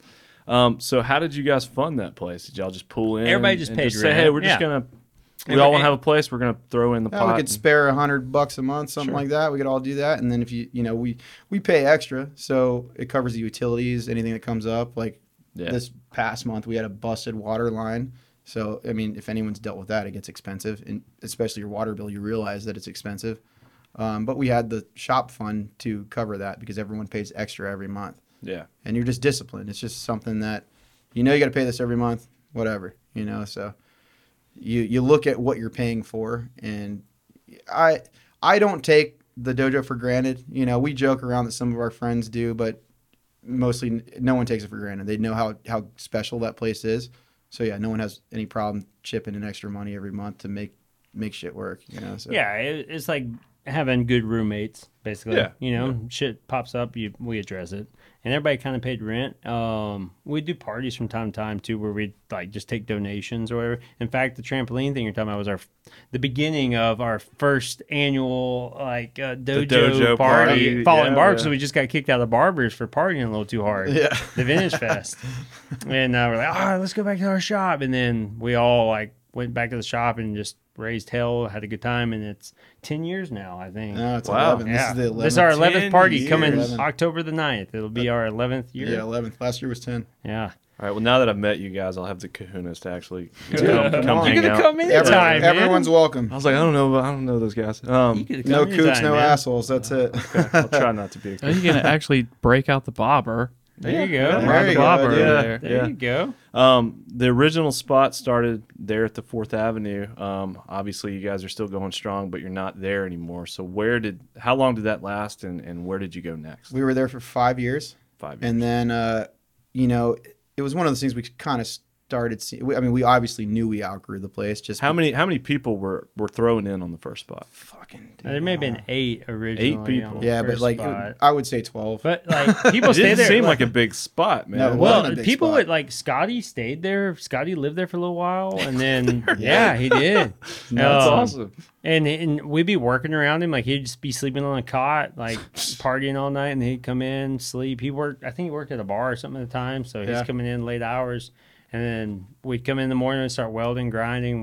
Speaker 1: Um, so how did you guys fund that place? Did y'all just pull in?
Speaker 4: Everybody just
Speaker 1: and
Speaker 4: paid
Speaker 1: say,
Speaker 4: rent.
Speaker 1: hey, we're just
Speaker 4: Yeah.
Speaker 1: gonna we
Speaker 4: And
Speaker 1: all
Speaker 4: we-
Speaker 1: want to have a place. We're gonna throw in the
Speaker 3: Yeah,
Speaker 1: pot.
Speaker 3: we could
Speaker 1: and-
Speaker 3: spare a hundred bucks a month, something like that. We could all do that, and then if you you know we we pay extra, so it covers the utilities, anything that comes up. Like
Speaker 1: Yeah.
Speaker 3: this past month, we had a busted water line. So I mean, if anyone's dealt with that, it gets expensive, and especially your water bill, you realize that it's expensive. Um, but we had the shop fund to cover that because everyone pays extra every month,
Speaker 1: yeah.
Speaker 3: and you're just disciplined. It's just something that you know you got to pay this every month, whatever you know. So you you look at what you're paying for and i i don't take the dojo for granted you know we joke around that some of our friends do but mostly n- no one takes it for granted they know how how special that place is so yeah no one has any problem chipping in extra money every month to make make shit work you know so
Speaker 4: Yeah, it, it's like having good roommates, basically.
Speaker 1: Yeah,
Speaker 4: You know, shit pops up, you we address it. And everybody kind of paid rent. Um, we do parties from time to time too, where we like just take donations or whatever. In fact, the trampoline thing you're talking about was our the beginning of our first annual like uh, dojo,
Speaker 1: dojo
Speaker 4: party,
Speaker 1: party,
Speaker 4: falling
Speaker 1: yeah,
Speaker 4: bar
Speaker 1: yeah.
Speaker 4: because we just got kicked out of the barbers for partying a little too hard.
Speaker 3: Yeah.
Speaker 4: the Vintage Fest, and uh, we're like, all right, let's go back to our shop. And then we all like went back to the shop and just raised hell, had a good time, and it's ten years now, I think.
Speaker 3: No, it's
Speaker 1: Wow.
Speaker 3: 11.
Speaker 4: yeah.
Speaker 3: Uh, This is the 11th.
Speaker 4: This is our 11th
Speaker 1: 10
Speaker 4: party coming
Speaker 3: years. Uh,
Speaker 4: October the 9th. It'll be our 11th year.
Speaker 3: yeah,
Speaker 4: Yeah.
Speaker 3: 11th. Last year was 10.
Speaker 1: All right. Well, now that I've met you guys, I'll have the kahunas to actually
Speaker 5: Dude,
Speaker 1: come,
Speaker 5: come
Speaker 1: come
Speaker 3: on.
Speaker 1: hang
Speaker 4: You're going
Speaker 1: out.
Speaker 4: to come
Speaker 3: Every-
Speaker 4: anytime. man.
Speaker 3: everyone's welcome.
Speaker 1: I was like, I don't know, I don't know those guys. Um,
Speaker 4: You could've come
Speaker 3: No
Speaker 4: anytime,
Speaker 3: coots, no
Speaker 4: man.
Speaker 3: assholes. That's it.
Speaker 1: I'll try not to be. A
Speaker 5: Are you gonna actually break out the bobber?
Speaker 4: There you
Speaker 1: Yeah.
Speaker 4: go.
Speaker 3: There
Speaker 5: Rob
Speaker 3: you
Speaker 5: the
Speaker 3: go,
Speaker 5: bobber
Speaker 3: dude.
Speaker 5: over
Speaker 1: Yeah.
Speaker 5: there.
Speaker 4: There you go.
Speaker 1: Um, the original spot started there at the Fourth Avenue. Um, obviously, you guys are still going strong, but you're not there anymore. So, where did? How long did that last, and and where did you go next?
Speaker 3: we were there for five years.
Speaker 1: Five years.
Speaker 3: And then, uh, you know, it was one of those things we kind of started seeing. I mean, we obviously knew we outgrew the place. Just
Speaker 1: How many? How many people were were thrown in on the first spot?
Speaker 3: fucking. dude.
Speaker 4: There may have been eight originally.
Speaker 1: people.
Speaker 4: on the
Speaker 3: Yeah, but
Speaker 4: first
Speaker 3: like, it-
Speaker 4: spot.
Speaker 3: I would say 12.
Speaker 4: but like, people
Speaker 1: It
Speaker 4: stay
Speaker 1: didn't
Speaker 4: there.
Speaker 1: seem like a big spot, man.
Speaker 3: No, it wasn't.
Speaker 4: well,
Speaker 3: a big
Speaker 4: people
Speaker 3: spot.
Speaker 4: would like Scotty stayed there. Scotty lived there for a little while, and then yeah, he did.
Speaker 1: that's
Speaker 4: Um,
Speaker 1: awesome.
Speaker 4: And and we'd be working around him, like he'd just be sleeping on a cot, like partying all night, and he'd come in, sleep. He worked, I think he worked at a bar or something at the time, so he's
Speaker 3: Yeah.
Speaker 4: coming in late hours. And then we'd come in the morning and start welding, grinding,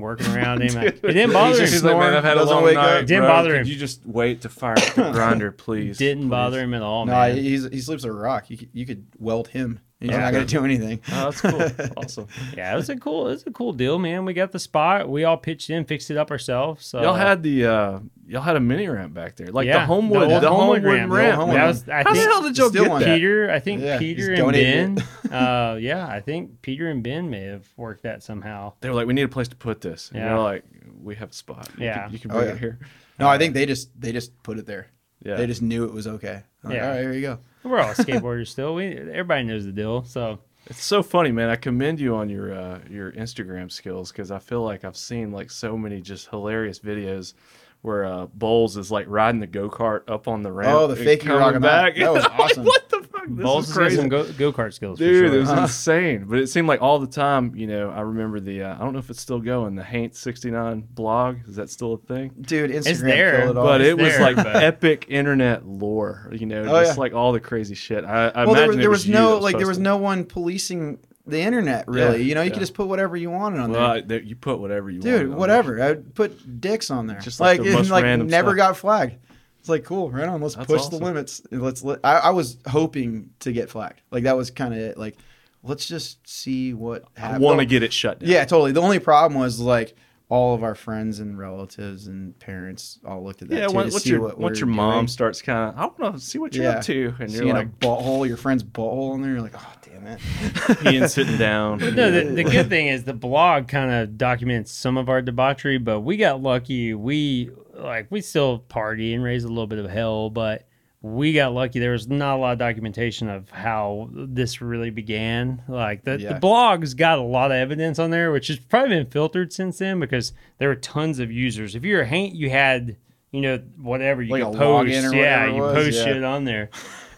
Speaker 4: working around him. it didn't bother him.
Speaker 1: He's just like, man, I've had a
Speaker 3: Doesn't
Speaker 1: long
Speaker 3: wake up.
Speaker 1: night.
Speaker 4: Didn't
Speaker 1: bro.
Speaker 4: bother
Speaker 1: Could
Speaker 4: him.
Speaker 1: You just wait to fire up the grinder, please.
Speaker 4: didn't
Speaker 1: Please.
Speaker 4: bother him at all,
Speaker 3: no,
Speaker 4: man.
Speaker 3: he, he's, he sleeps on a rock. You could, you could weld him. He's
Speaker 4: Yeah.
Speaker 3: not going to do anything.
Speaker 1: Oh, that's cool. awesome.
Speaker 4: yeah, it was a cool, it was a cool deal, man. We got the spot. We all pitched in, fixed it up ourselves. So
Speaker 1: y'all had the uh, y'all had a mini ramp back there, like the
Speaker 4: Yeah,
Speaker 1: Homewood,
Speaker 4: the
Speaker 1: the,
Speaker 4: old Homewood
Speaker 1: Homewood,
Speaker 4: ramp,
Speaker 1: ramp.
Speaker 4: the old Homewood That was- ramp. I
Speaker 1: How the
Speaker 4: think-
Speaker 1: hell did y'all
Speaker 3: Still
Speaker 1: get
Speaker 3: want
Speaker 1: that?
Speaker 4: Peter, I think
Speaker 3: Yeah, he's
Speaker 4: Peter and
Speaker 3: donated
Speaker 4: Ben. uh, yeah, I think Peter and Ben may have worked that somehow.
Speaker 1: They were like, we need a place to put this. And
Speaker 4: Yeah.
Speaker 1: you're like, we have a spot. You
Speaker 4: Yeah.
Speaker 1: can, you can
Speaker 3: Oh,
Speaker 1: bring
Speaker 3: yeah.
Speaker 1: it here.
Speaker 3: No, I think they just they just put it there.
Speaker 1: Yeah,
Speaker 3: They just knew it was okay. I'm like,
Speaker 4: Yeah.
Speaker 3: All right, here you go.
Speaker 4: We're all skateboarders still. We everybody knows the deal. So
Speaker 1: it's so funny, man. I commend you on your uh, your Instagram skills because I feel like I've seen like so many just hilarious videos. Where uh, Bowles is like riding the go kart up on the ramp.
Speaker 3: Oh, the
Speaker 1: and
Speaker 3: fake you
Speaker 1: coming
Speaker 3: rock 'em out.
Speaker 1: back.
Speaker 3: That was
Speaker 1: Like,
Speaker 3: awesome.
Speaker 1: what the fuck? This
Speaker 4: Balls
Speaker 1: is
Speaker 4: has got
Speaker 1: crazy.
Speaker 4: some go kart skills, for
Speaker 1: Dude,
Speaker 4: sure.
Speaker 1: it was insane. But it seemed like all the time, you know, I remember the, uh, I don't know if it's still going, the Haint 69 blog. Is that still a thing?
Speaker 3: Dude, Instagram
Speaker 4: there,
Speaker 3: killed it all.
Speaker 1: but
Speaker 4: it's
Speaker 1: it was
Speaker 4: there,
Speaker 1: like
Speaker 4: but-
Speaker 1: epic internet lore, you know,
Speaker 3: Oh,
Speaker 1: just
Speaker 3: yeah.
Speaker 1: like all the crazy shit. I, I
Speaker 3: well, there,
Speaker 1: imagine
Speaker 3: was-
Speaker 1: it
Speaker 3: there was,
Speaker 1: you
Speaker 3: no
Speaker 1: that
Speaker 3: like there was
Speaker 1: posting.
Speaker 3: no one policing the internet really.
Speaker 1: Yeah,
Speaker 3: you know, you
Speaker 1: yeah.
Speaker 3: could just put whatever you wanted on
Speaker 1: Well,
Speaker 3: there.
Speaker 1: I- there- you put whatever you want.
Speaker 3: Dude, whatever. I would put dicks on there.
Speaker 1: Just,
Speaker 3: Just
Speaker 1: like,
Speaker 3: like,
Speaker 1: the
Speaker 3: and,
Speaker 1: most
Speaker 3: like,
Speaker 1: random
Speaker 3: never
Speaker 1: stuff.
Speaker 3: got flagged. It's like cool, right on. Let's
Speaker 1: That's
Speaker 3: push
Speaker 1: awesome.
Speaker 3: the limits. Let's let, I, I was hoping to get flagged. Like that was kind of it. Like let's just see what
Speaker 1: I
Speaker 3: happens.
Speaker 1: want to get it shut down.
Speaker 3: Yeah, totally. The only problem was like all of our friends and relatives and parents all looked at that
Speaker 1: Yeah,
Speaker 3: too
Speaker 1: what-
Speaker 3: to
Speaker 1: once
Speaker 3: see
Speaker 1: your,
Speaker 3: what
Speaker 1: once
Speaker 3: we're
Speaker 1: your mom
Speaker 3: doing.
Speaker 1: starts kind of, I want to see what you're
Speaker 3: Yeah.
Speaker 1: up to. And you're
Speaker 3: seeing
Speaker 1: like
Speaker 3: a butthole, your friend's butthole in there. You're like, oh damn it.
Speaker 1: peeing, sitting down.
Speaker 4: No, the, the good thing is the blog kind of documents some of our debauchery, but we got lucky. We like we still party and raise a little bit of hell, but we got lucky. There was not a lot of documentation of how this really began. Like the,
Speaker 3: Yeah.
Speaker 4: the blog's got a lot of evidence on there, which has probably been filtered since then because there were tons of users. If you're a haint, you had you know whatever you
Speaker 3: Like
Speaker 4: could
Speaker 3: a
Speaker 4: post,
Speaker 3: login or
Speaker 4: yeah,
Speaker 3: whatever it
Speaker 4: you
Speaker 3: was,
Speaker 4: post
Speaker 3: yeah.
Speaker 4: shit on there.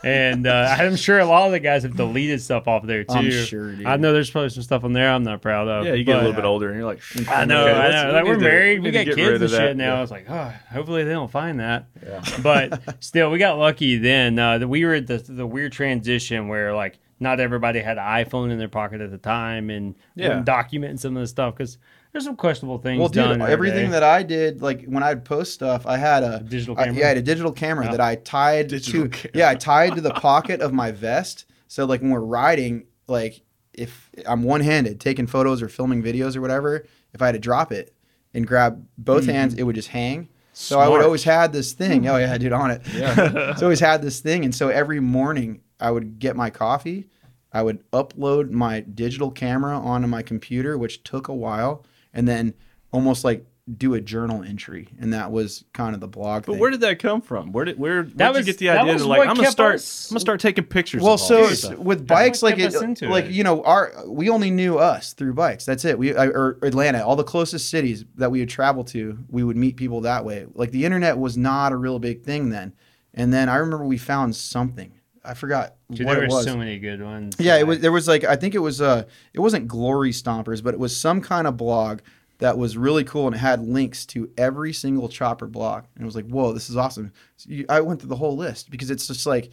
Speaker 4: And uh, I'm sure a lot of the guys have deleted stuff off there too.
Speaker 3: I'm sure, dude.
Speaker 4: I know there's probably some stuff on there I'm not proud of.
Speaker 1: Yeah, you get a
Speaker 4: but-
Speaker 1: little bit older and you're like,
Speaker 4: I know,
Speaker 1: "Okay,
Speaker 4: I
Speaker 1: let's-
Speaker 4: know.
Speaker 1: we
Speaker 4: Like
Speaker 1: need
Speaker 4: we're
Speaker 1: to-
Speaker 4: married, we,
Speaker 1: need to
Speaker 4: got
Speaker 1: get rid
Speaker 4: kids and
Speaker 1: of
Speaker 4: shit
Speaker 1: that."
Speaker 4: now.
Speaker 1: Yeah.
Speaker 4: I was like, oh, hopefully they don't find that. but still, we got lucky then. Uh, that we were at the the weird transition where like not everybody had an iPhone in their pocket at the time and
Speaker 1: Yeah.
Speaker 4: yeah. documenting some of the stuff because there's some questionable things.
Speaker 3: Well,
Speaker 4: done
Speaker 3: dude, everything
Speaker 4: that
Speaker 3: that I did, like when I'd post stuff, I had a
Speaker 4: digital
Speaker 3: I-
Speaker 4: camera?
Speaker 3: yeah, I had a digital camera that I tied
Speaker 1: Digital
Speaker 3: to.
Speaker 1: camera.
Speaker 3: Yeah, I tied to the pocket of my vest. So like when we're riding, like if I'm one-handed taking photos or filming videos or whatever, if I had to drop it and grab both
Speaker 4: Hmm.
Speaker 3: hands, it would just hang. So I would
Speaker 1: Smart.
Speaker 3: always had this thing. Oh yeah, dude, on it. Yeah. so always had this thing, and so every morning I would get my coffee. I would upload my digital camera onto my computer, which took a while, and then almost like do a journal entry, and that was kind of the blog.
Speaker 1: But
Speaker 3: thing.
Speaker 1: where did that come from? Where did where did
Speaker 4: That
Speaker 1: you
Speaker 4: was-
Speaker 1: get the
Speaker 4: that
Speaker 1: idea
Speaker 4: was
Speaker 1: to like
Speaker 4: what
Speaker 1: I'm gonna
Speaker 4: kept
Speaker 1: start
Speaker 4: us-
Speaker 1: I'm gonna start taking pictures?
Speaker 3: well,
Speaker 1: of all
Speaker 3: so
Speaker 1: this
Speaker 3: it's-
Speaker 1: stuff.
Speaker 3: with
Speaker 4: That's what
Speaker 3: bikes, like
Speaker 4: kept us
Speaker 3: it,
Speaker 4: into
Speaker 3: like
Speaker 4: it.
Speaker 3: you know, our we only knew us through bikes. That's it. We I- or Atlanta, all the closest cities that we would travel to, we would meet people that way. Like the internet was not a real big thing then. And then I remember we found something. I forgot
Speaker 4: Dude,
Speaker 3: what
Speaker 4: there
Speaker 3: it
Speaker 4: were
Speaker 3: was.
Speaker 4: so many good ones.
Speaker 3: Yeah, it
Speaker 4: like-
Speaker 3: was. There was like I think it was uh it wasn't Glory Stompers, but it was some kind of blog that was really cool and it had links to every single chopper blog. And it was like, whoa, this is awesome. So you, I went through the whole list because it's just like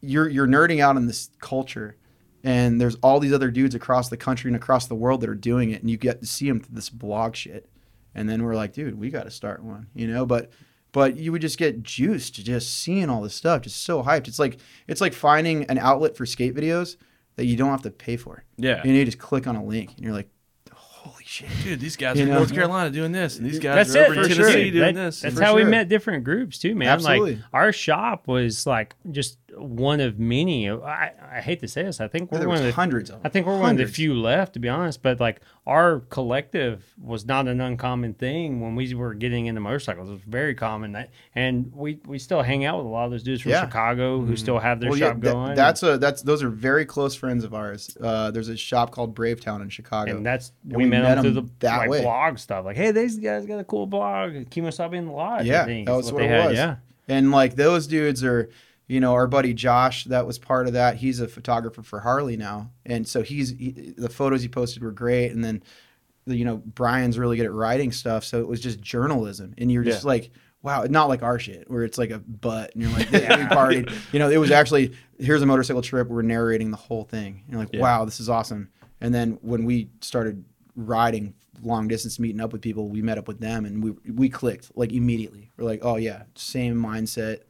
Speaker 3: you're you're nerding out in this culture, and there's all these other dudes across the country and across the world that are doing it, and you get to see them through this blog shit. And then we're like, dude, we got to start one, you know. But but you would just get juiced just seeing all this stuff, just so hyped. It's like it's like finding an outlet for skate videos that you don't have to pay for.
Speaker 1: yeah,
Speaker 3: And you just click on a link, and you're like, holy shit.
Speaker 1: dude, these guys
Speaker 3: You
Speaker 1: are in
Speaker 3: know?
Speaker 1: North Carolina doing this, and these guys are
Speaker 4: That's it
Speaker 1: over
Speaker 4: for
Speaker 1: in
Speaker 4: sure.
Speaker 1: Tennessee doing
Speaker 4: That-
Speaker 1: this.
Speaker 4: That's
Speaker 3: For
Speaker 4: how we
Speaker 3: sure.
Speaker 4: met different groups too, man. Like
Speaker 3: Absolutely.
Speaker 4: our shop was like just one of many. I, I hate to say this. I think we're
Speaker 3: there
Speaker 4: one
Speaker 3: was
Speaker 4: of the
Speaker 3: hundreds of them.
Speaker 4: I think we're one of the
Speaker 3: Hundreds.
Speaker 4: few left, to be honest. But like our collective was not an uncommon thing when we were getting into motorcycles. It was very common, that, and we we still hang out with a lot of those dudes from
Speaker 3: Yeah. Mm-hmm.
Speaker 4: Chicago who still have their
Speaker 3: Well, yeah,
Speaker 4: shop
Speaker 3: tha-
Speaker 4: going.
Speaker 3: that's a that's those are very close friends of ours. Uh, there's a shop called Bravetown in Chicago.
Speaker 4: and that's
Speaker 3: And
Speaker 4: we,
Speaker 3: we
Speaker 4: met,
Speaker 3: met
Speaker 4: them through
Speaker 3: 'em
Speaker 4: the
Speaker 3: that
Speaker 4: like,
Speaker 3: way.
Speaker 4: blog stuff. Like, hey, these guys got a cool blog, Kemosabe in the Lodge. I
Speaker 3: Yeah,
Speaker 4: think
Speaker 3: that
Speaker 4: is
Speaker 3: was what
Speaker 4: they
Speaker 3: it
Speaker 4: had,
Speaker 3: was.
Speaker 4: Yeah,
Speaker 3: And like those dudes are, you know, our buddy Josh that was part of that. He's a photographer for Harley now, and so he's he, the photos he posted were great. And then, you know, Brian's really good at writing stuff, so it was just journalism, and you're just like. Wow, not like our shit where it's like a butt and you're like, yeah, we partied. You know, it was actually here's a motorcycle trip. We're narrating the whole thing. And you're like,
Speaker 1: Yeah.
Speaker 3: wow, this is awesome. And then when we started riding long distance, meeting up with people, we met up with them and we we clicked like immediately. We're like, oh yeah, same mindset.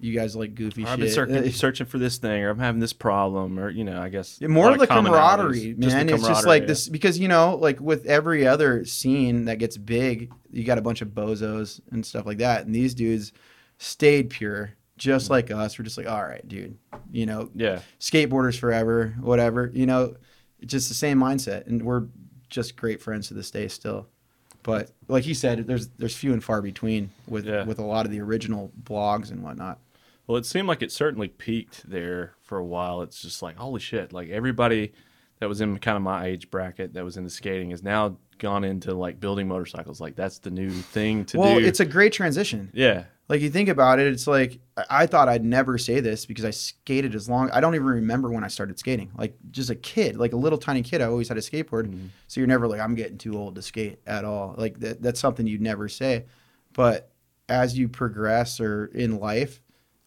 Speaker 3: You guys like goofy
Speaker 1: Or I've been
Speaker 3: shit.
Speaker 1: searching,
Speaker 3: Uh,
Speaker 1: searching for this thing, or I'm having this problem, or you know, I guess
Speaker 3: yeah,
Speaker 1: a
Speaker 3: more
Speaker 1: lot
Speaker 3: of the
Speaker 1: commonalities.
Speaker 3: camaraderie,
Speaker 1: Just the
Speaker 3: man. it's just
Speaker 1: camaraderie,
Speaker 3: like
Speaker 1: yeah.
Speaker 3: this because you know, like with every other scene that gets big, you got a bunch of bozos and stuff like that. And these dudes stayed pure,
Speaker 1: Mm.
Speaker 3: just like us. We're just like, all right, dude, you know,
Speaker 1: Yeah,
Speaker 3: skateboarders forever, whatever. You know, it's just the same mindset, and we're just great friends to this day still. But like he said, there's there's few and far between with
Speaker 1: Yeah.
Speaker 3: with a lot of the original blogs and whatnot.
Speaker 1: Well, it seemed like it certainly peaked there for a while. It's just like holy shit! Like everybody that was in kind of my age bracket that was into skating has now gone into like building motorcycles. Like that's the new thing to
Speaker 3: well,
Speaker 1: do.
Speaker 3: it's a great transition.
Speaker 1: yeah,
Speaker 3: Like you think about it, it's like I- I thought I'd never say this because I skated as long. I don't even remember when I started skating. Like just a kid, like a little tiny kid, I always had a
Speaker 1: Mm-hmm.
Speaker 3: skateboard. So you're never like I'm getting too old to skate at all. Like that, that's something you'd never say. But as you progress or in life,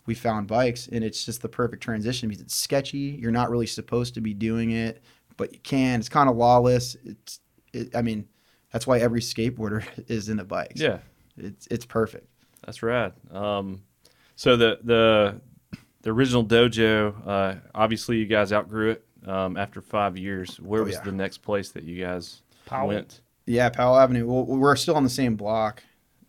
Speaker 3: we found bikes, and it's just the perfect transition because it's sketchy. You're not really supposed to be doing it, but you can. It's kind of lawless. It's, it, I mean, that's why every skateboarder is into bikes.
Speaker 1: yeah,
Speaker 3: it's it's perfect.
Speaker 1: that's rad. Um, so the the the original dojo, uh, obviously you guys outgrew it um, after five years. Where
Speaker 3: Oh,
Speaker 1: was
Speaker 3: yeah.
Speaker 1: the next place that you guys
Speaker 4: Powell.
Speaker 1: went?
Speaker 3: Yeah, Powell Avenue. Well, we're still on the same block.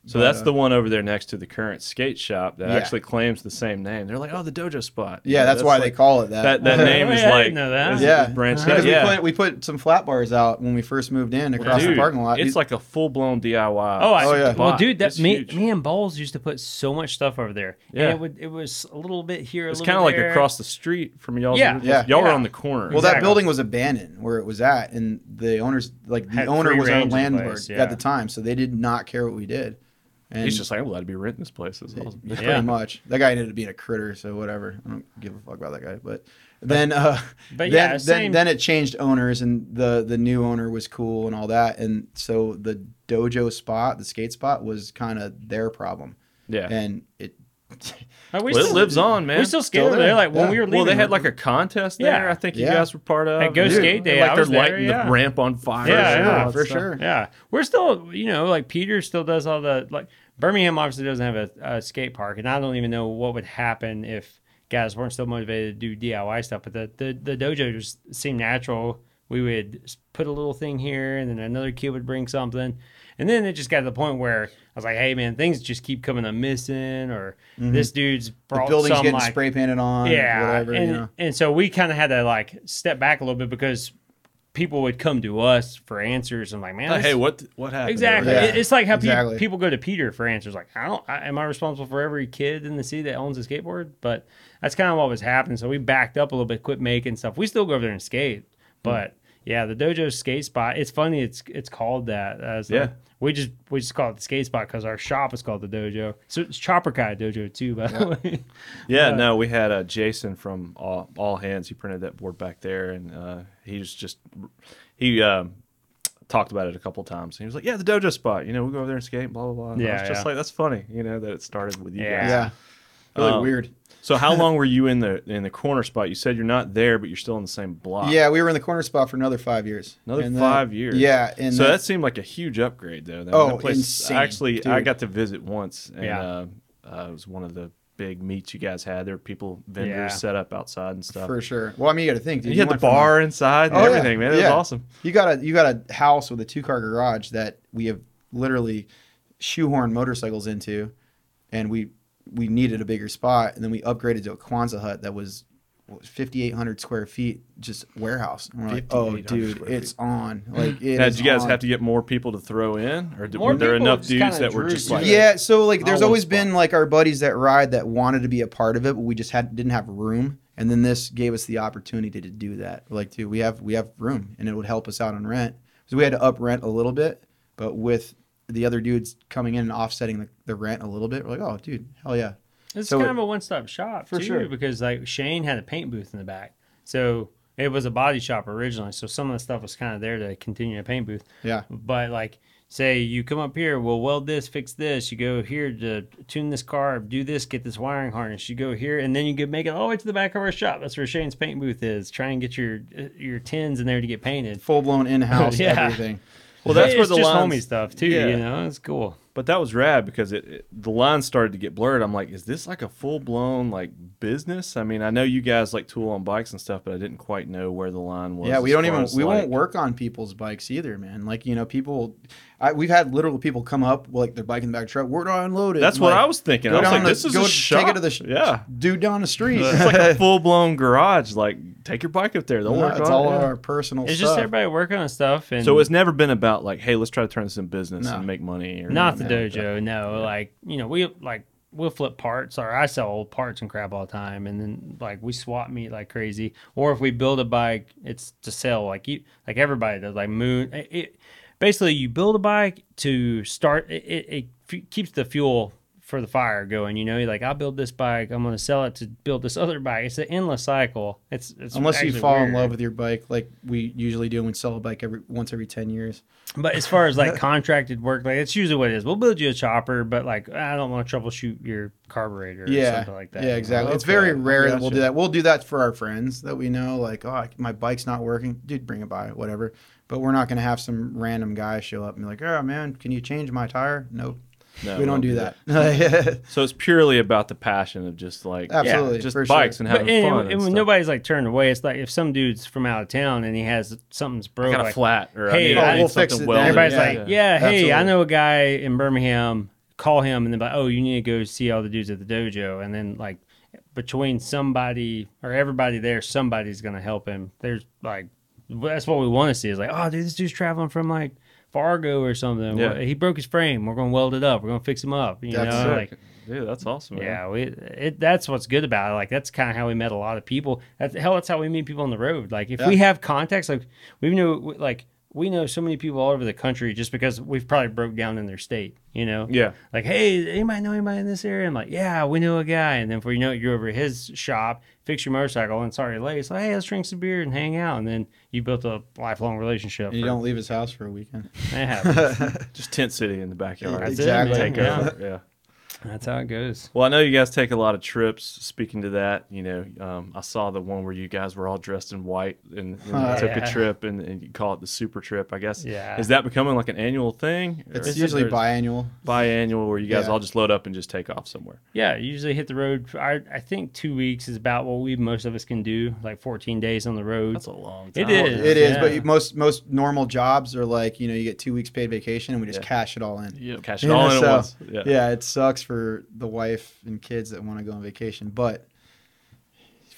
Speaker 1: So
Speaker 3: But,
Speaker 1: that's
Speaker 3: uh,
Speaker 1: the one over there next to the current skate shop that
Speaker 3: Yeah.
Speaker 1: actually claims the same name. They're like, oh, the dojo spot.
Speaker 3: Yeah, that's, why they
Speaker 1: like-
Speaker 3: call it that.
Speaker 1: that that
Speaker 4: Oh,
Speaker 1: name is
Speaker 4: yeah, I
Speaker 1: like
Speaker 4: didn't know that.
Speaker 1: is- is
Speaker 3: yeah,
Speaker 1: branched
Speaker 3: because
Speaker 1: out. Yeah.
Speaker 3: we put we put some flat bars out when we first moved in across
Speaker 1: Dude,
Speaker 3: the parking lot.
Speaker 1: It's like a full blown DIY.
Speaker 4: Oh, I,
Speaker 3: Oh, yeah.
Speaker 4: well,
Speaker 1: spot.
Speaker 4: dude, that
Speaker 1: It's
Speaker 4: me,
Speaker 1: huge.
Speaker 4: me and Bowles used to put so much stuff over there.
Speaker 1: Yeah.
Speaker 4: and it would it was a little bit here. a
Speaker 1: it's
Speaker 4: little
Speaker 1: kind of like
Speaker 4: there.
Speaker 1: across the street from y'all.
Speaker 4: Yeah.
Speaker 3: Yeah.
Speaker 1: y'all were
Speaker 4: Yeah.
Speaker 1: on the corner.
Speaker 3: well, that
Speaker 4: Exactly.
Speaker 3: building was abandoned where it was at, and the owners like the
Speaker 4: Had
Speaker 3: owner
Speaker 4: free
Speaker 3: was our
Speaker 4: range of the
Speaker 3: landlord
Speaker 4: place, yeah.
Speaker 3: at the time, so they did not care what we did. And
Speaker 1: he's just like, I'm glad to be renting this place. It's awesome.
Speaker 3: pretty
Speaker 4: Yeah.
Speaker 3: much that guy ended up being a critter, so whatever. I don't give a fuck about that guy. But then, uh,
Speaker 4: But
Speaker 3: then,
Speaker 4: yeah,
Speaker 3: then,
Speaker 4: same-
Speaker 3: then it changed owners, and the the new owner was cool and all that, and so the dojo spot, the skate spot, was kind of their problem,
Speaker 1: Yeah,
Speaker 3: and it
Speaker 4: Like, we
Speaker 1: well, it
Speaker 4: still-
Speaker 1: lives on, man.
Speaker 4: We still skate over
Speaker 3: there.
Speaker 4: there. Like when
Speaker 3: Yeah.
Speaker 4: we were leaving,
Speaker 1: well, they had like a contest
Speaker 4: Yeah.
Speaker 1: there. I think you
Speaker 3: Yeah.
Speaker 1: guys were part of.
Speaker 4: At Go
Speaker 1: And
Speaker 4: Skate Day,
Speaker 1: like
Speaker 4: I
Speaker 1: they're
Speaker 4: was there,
Speaker 1: lighting
Speaker 4: yeah.
Speaker 1: the ramp on fire.
Speaker 4: Yeah,
Speaker 1: and all
Speaker 4: yeah,
Speaker 1: that
Speaker 3: for
Speaker 1: stuff.
Speaker 3: sure.
Speaker 4: Yeah, we're still, you know, like Peter still does all the like Birmingham obviously doesn't have a, a skate park, and I don't even know what would happen if guys weren't still motivated to do DIY stuff. But the the, the dojo just seemed natural. We would s- put a little thing here, and then another kid would bring something, and then it just got to the point where I was like, "Hey, man, things just keep coming up missing," or this dude's
Speaker 3: Mm-hmm. the
Speaker 4: brought
Speaker 3: building's
Speaker 4: some,
Speaker 3: getting
Speaker 4: like,
Speaker 3: spray painted on, yeah, whatever.
Speaker 4: and,
Speaker 3: you know.
Speaker 4: and so we kind of had to like step back a little bit because people would come to us for answers. I'm like, man,
Speaker 1: Like,
Speaker 4: this-
Speaker 1: hey, what what happened?
Speaker 4: Exactly.
Speaker 3: Yeah.
Speaker 4: It- It's like how pe-
Speaker 3: Exactly.
Speaker 4: people go to Peter for answers. Like, I don't. I, am I responsible for every kid in the city that owns a skateboard? But that's kind of what was happening. So we backed up a little bit, quit making stuff. We still go over there and skate, but yeah, the dojo skate spot. It's funny. It's it's called that. As
Speaker 1: Yeah.
Speaker 4: we just we just call it the skate spot because our shop is called the dojo. So it's Chopper Kai Dojo too, by the way.
Speaker 1: Yeah, no, we had uh, Jason from All, All Hands. He printed that board back there, and uh, he was just he um, talked about it a couple times. He was like, "Yeah, the dojo spot. You know, we go over there and skate, blah blah blah." And I
Speaker 4: Yeah,
Speaker 1: was just
Speaker 4: yeah.
Speaker 1: like that's funfunny. You know that it started with you
Speaker 4: Yeah.
Speaker 1: guys.
Speaker 3: Yeah. Really
Speaker 1: Um,
Speaker 3: weird.
Speaker 1: So how long were you in the in the corner spot? You said you're not there, but you're still in the same block.
Speaker 3: Yeah, we were in the corner spot for another five years.
Speaker 1: Another
Speaker 3: And then-
Speaker 1: five years.
Speaker 3: Yeah, and
Speaker 1: so
Speaker 3: then-
Speaker 1: that seemed like a huge upgrade, though. That,
Speaker 3: Oh,
Speaker 1: that place,
Speaker 3: insane,
Speaker 1: Actually, I
Speaker 3: dude.
Speaker 1: got to visit once, and
Speaker 4: Yeah.
Speaker 1: uh, uh, it was one of the big meets you guys had. There were people vendors
Speaker 4: Yeah.
Speaker 1: set up outside and stuff.
Speaker 3: for sure. Well, I mean, you got to think. Dude,
Speaker 1: And you had the
Speaker 3: went from-
Speaker 1: bar inside and
Speaker 3: Oh, yeah.
Speaker 1: everything, man. It was
Speaker 3: Yeah.
Speaker 1: awesome.
Speaker 3: You got a you got a house with a two car garage that we have literally shoehorned motorcycles into, and we we needed a bigger spot, and then we upgraded to a Kwanzaa hut that was. 5800 square feet just warehouse and we're like oh
Speaker 1: 5,800
Speaker 3: dude
Speaker 1: square
Speaker 3: it's on like it
Speaker 1: Now,
Speaker 3: is
Speaker 1: did you guys
Speaker 3: on.
Speaker 1: have to get more people to throw in, or did,
Speaker 4: More
Speaker 1: were there
Speaker 4: people
Speaker 1: enough
Speaker 4: just
Speaker 1: dudes
Speaker 4: kinda
Speaker 1: that Oh, were
Speaker 4: drew
Speaker 1: just
Speaker 4: to
Speaker 1: like,
Speaker 4: it.
Speaker 3: yeah so like there's
Speaker 1: All
Speaker 3: always
Speaker 1: those
Speaker 3: been like our buddies that ride that wanted to be a part of it but we just had didn't have room and then this gave us the opportunity to do that like dude we have we have room and it would help us out on rent so we had to up rent a little bit but with the other dudes coming in and offsetting the, the rent a little bit we're like oh dude hell yeah
Speaker 4: It's
Speaker 3: So
Speaker 4: kind
Speaker 3: it-
Speaker 4: of a one stop shop
Speaker 3: For
Speaker 4: too,
Speaker 3: sure.
Speaker 4: because like Shane had a paint booth in the back, so it was a body shop originally. So some of the stuff was kind of there to continue a paint booth.
Speaker 3: yeah
Speaker 4: But like, say you come up here, we'll weld this, fix this. You go here to tune this car, do this, get this wiring harness. You go here, and then you could make it all the way to the back of our shop. That's where Shane's paint booth is. Try and get your uh, your tins in there to get painted.
Speaker 3: full-blown in-house
Speaker 4: Yeah.
Speaker 3: everything
Speaker 1: well, that's where
Speaker 4: It's
Speaker 1: the
Speaker 4: just
Speaker 1: lines.
Speaker 4: homie stuff too.
Speaker 1: Yeah.
Speaker 4: You know, it's cool.
Speaker 1: But that was rad because it, it the lines started to get blurred. I'm like, is this like a full blown like business? I mean, I know you guys like tool on bikes and stuff, but I didn't quite know where the line was.
Speaker 3: Yeah, we
Speaker 1: as
Speaker 3: don't
Speaker 1: far
Speaker 3: even
Speaker 1: as,
Speaker 3: we
Speaker 1: like-
Speaker 3: won't work on people's bikes either, man. Like you know, people, I, we've had literal people come up like their bike in the back of the truck. We're gonna unload it.
Speaker 1: That's
Speaker 3: I'm
Speaker 1: what
Speaker 3: like,
Speaker 1: I was thinking. I
Speaker 3: go
Speaker 1: was
Speaker 3: down
Speaker 1: like,
Speaker 3: the-
Speaker 1: this is
Speaker 3: go
Speaker 1: a
Speaker 3: take
Speaker 1: shop.
Speaker 3: it to the sh-
Speaker 1: yeah.
Speaker 3: dude down the street.
Speaker 1: It's like a full blown garage. Like, take your bike up there. They'll
Speaker 3: No,
Speaker 1: work
Speaker 3: it's
Speaker 1: on
Speaker 3: all
Speaker 1: it.
Speaker 3: our personal
Speaker 4: It's
Speaker 3: stuff.
Speaker 4: just everybody working on stuff. And
Speaker 1: So it's never been about like, hey, let's try to turn this in business
Speaker 3: No.
Speaker 1: and make money. Or
Speaker 4: Not the
Speaker 1: anything like that.
Speaker 4: dojo, no. Like you know, we like we'll flip parts, or I sell old parts and crap all the time, and then like we swap meet like crazy. Or if we build a bike, it's to sell. Like you, like everybody does. Like moon, it, it- basically you build a bike to start. It, it, it f- keeps the fuel for the fire going. You know, you're like I'll build this bike, I'm gonna sell it to build this other bike. It's an endless cycle. It's, it's
Speaker 3: Unless you
Speaker 4: actually
Speaker 3: fall in
Speaker 4: weird.
Speaker 3: love with your bike, like we usually do, and we sell a bike every once every ten years.
Speaker 4: But as far as like contracted work, like it's usually what it is. We'll build you a chopper, but like I don't want to troubleshoot your carburetor or
Speaker 3: yeah,
Speaker 4: something like that.
Speaker 3: Yeah, exactly. It's
Speaker 1: Okay,
Speaker 3: very
Speaker 1: I
Speaker 3: rare that we'll
Speaker 1: gotcha.
Speaker 3: do that. We'll do that for our friends that we know, like, oh, I- my bike's not working. Dude, bring it by, whatever. But we're not going to have some random guy show up and be like, oh man, can you change my tire? Nope,
Speaker 1: No,
Speaker 3: we don't
Speaker 1: won't
Speaker 3: do that.
Speaker 1: So it's purely about the passion of just like
Speaker 3: Absolutely,
Speaker 1: yeah, just
Speaker 3: for sure.
Speaker 1: bikes and
Speaker 4: But
Speaker 1: having
Speaker 4: and,
Speaker 1: fun.
Speaker 4: and
Speaker 1: And,
Speaker 4: when
Speaker 1: stuff.
Speaker 4: nobody's like turned away, it's like if some dude's from out of town and he has something's broke,
Speaker 1: kind
Speaker 4: like,
Speaker 1: of flat or
Speaker 4: Hey,
Speaker 1: I need,
Speaker 4: Oh,
Speaker 1: I need
Speaker 3: we'll fix
Speaker 1: something
Speaker 3: it.
Speaker 1: welded.
Speaker 4: everybody's
Speaker 3: Yeah.
Speaker 4: like, yeah, hey,
Speaker 3: Absolutely.
Speaker 4: I know a guy in Birmingham. Call him and then be like, oh, you need to go see all the dudes at the dojo, and then like between somebody or everybody there, somebody's gonna help him. There's like that's what we want to see is like, oh, dude, this dude's traveling from like Fargo or something.
Speaker 1: Yeah.
Speaker 4: He broke his frame. We're gonna weld it up. We're gonna fix him up. You
Speaker 3: That's
Speaker 4: know, like
Speaker 1: Dude, that's awesome. man.
Speaker 4: yeah, we it that's what's good about it. Like that's kind of how we met a lot of people. That's hell. That's how we meet people on the road. Like if we
Speaker 3: Yeah.
Speaker 4: have contacts, like we know, like we know so many people all over the country just because we've probably broke down in their state. You know,
Speaker 1: Yeah.
Speaker 4: Like hey, anybody know anybody in this area? I'm like, yeah, we know a guy. And then before you know it, you're over at his shop, fix your motorcycle, and it's already late. So hey, let's drink some beer and hang out. And then you built a lifelong relationship.
Speaker 3: you
Speaker 4: for-
Speaker 3: don't leave his house for a weekend.
Speaker 4: That happens.
Speaker 1: Just tent city in the backyard.
Speaker 4: That's it,
Speaker 3: Exactly.
Speaker 4: man.
Speaker 1: Take
Speaker 4: Yeah.
Speaker 1: over. Yeah.
Speaker 4: That's how it goes.
Speaker 1: Well, I know you guys take a lot of trips. Speaking to that, you know, um, I saw the one where you guys were all dressed in white and, and
Speaker 3: Oh,
Speaker 1: took
Speaker 4: yeah.
Speaker 1: a trip, and, and you call it the super trip. I guess.
Speaker 4: Yeah.
Speaker 1: Is that becoming like an annual thing? Or
Speaker 3: It's
Speaker 1: is it-
Speaker 3: usually
Speaker 1: or is it
Speaker 3: biannual.
Speaker 1: biannual where you guys
Speaker 3: Yeah.
Speaker 1: all just load up and just take off somewhere.
Speaker 4: Yeah, usually hit the road. For, I, I think two weeks is about what we most of us can do, like 14 days on the road.
Speaker 1: a long
Speaker 4: It is.
Speaker 3: It is, but
Speaker 4: yeah.
Speaker 3: you- most most normal jobs are like you know you get two weeks paid vacation and we just
Speaker 1: Yeah.
Speaker 3: cash it all in.
Speaker 1: Cash it
Speaker 3: You know,
Speaker 1: all in at
Speaker 3: so-
Speaker 1: once.
Speaker 3: Yeah. it sucks for the wife and kids that want to go on vacation, but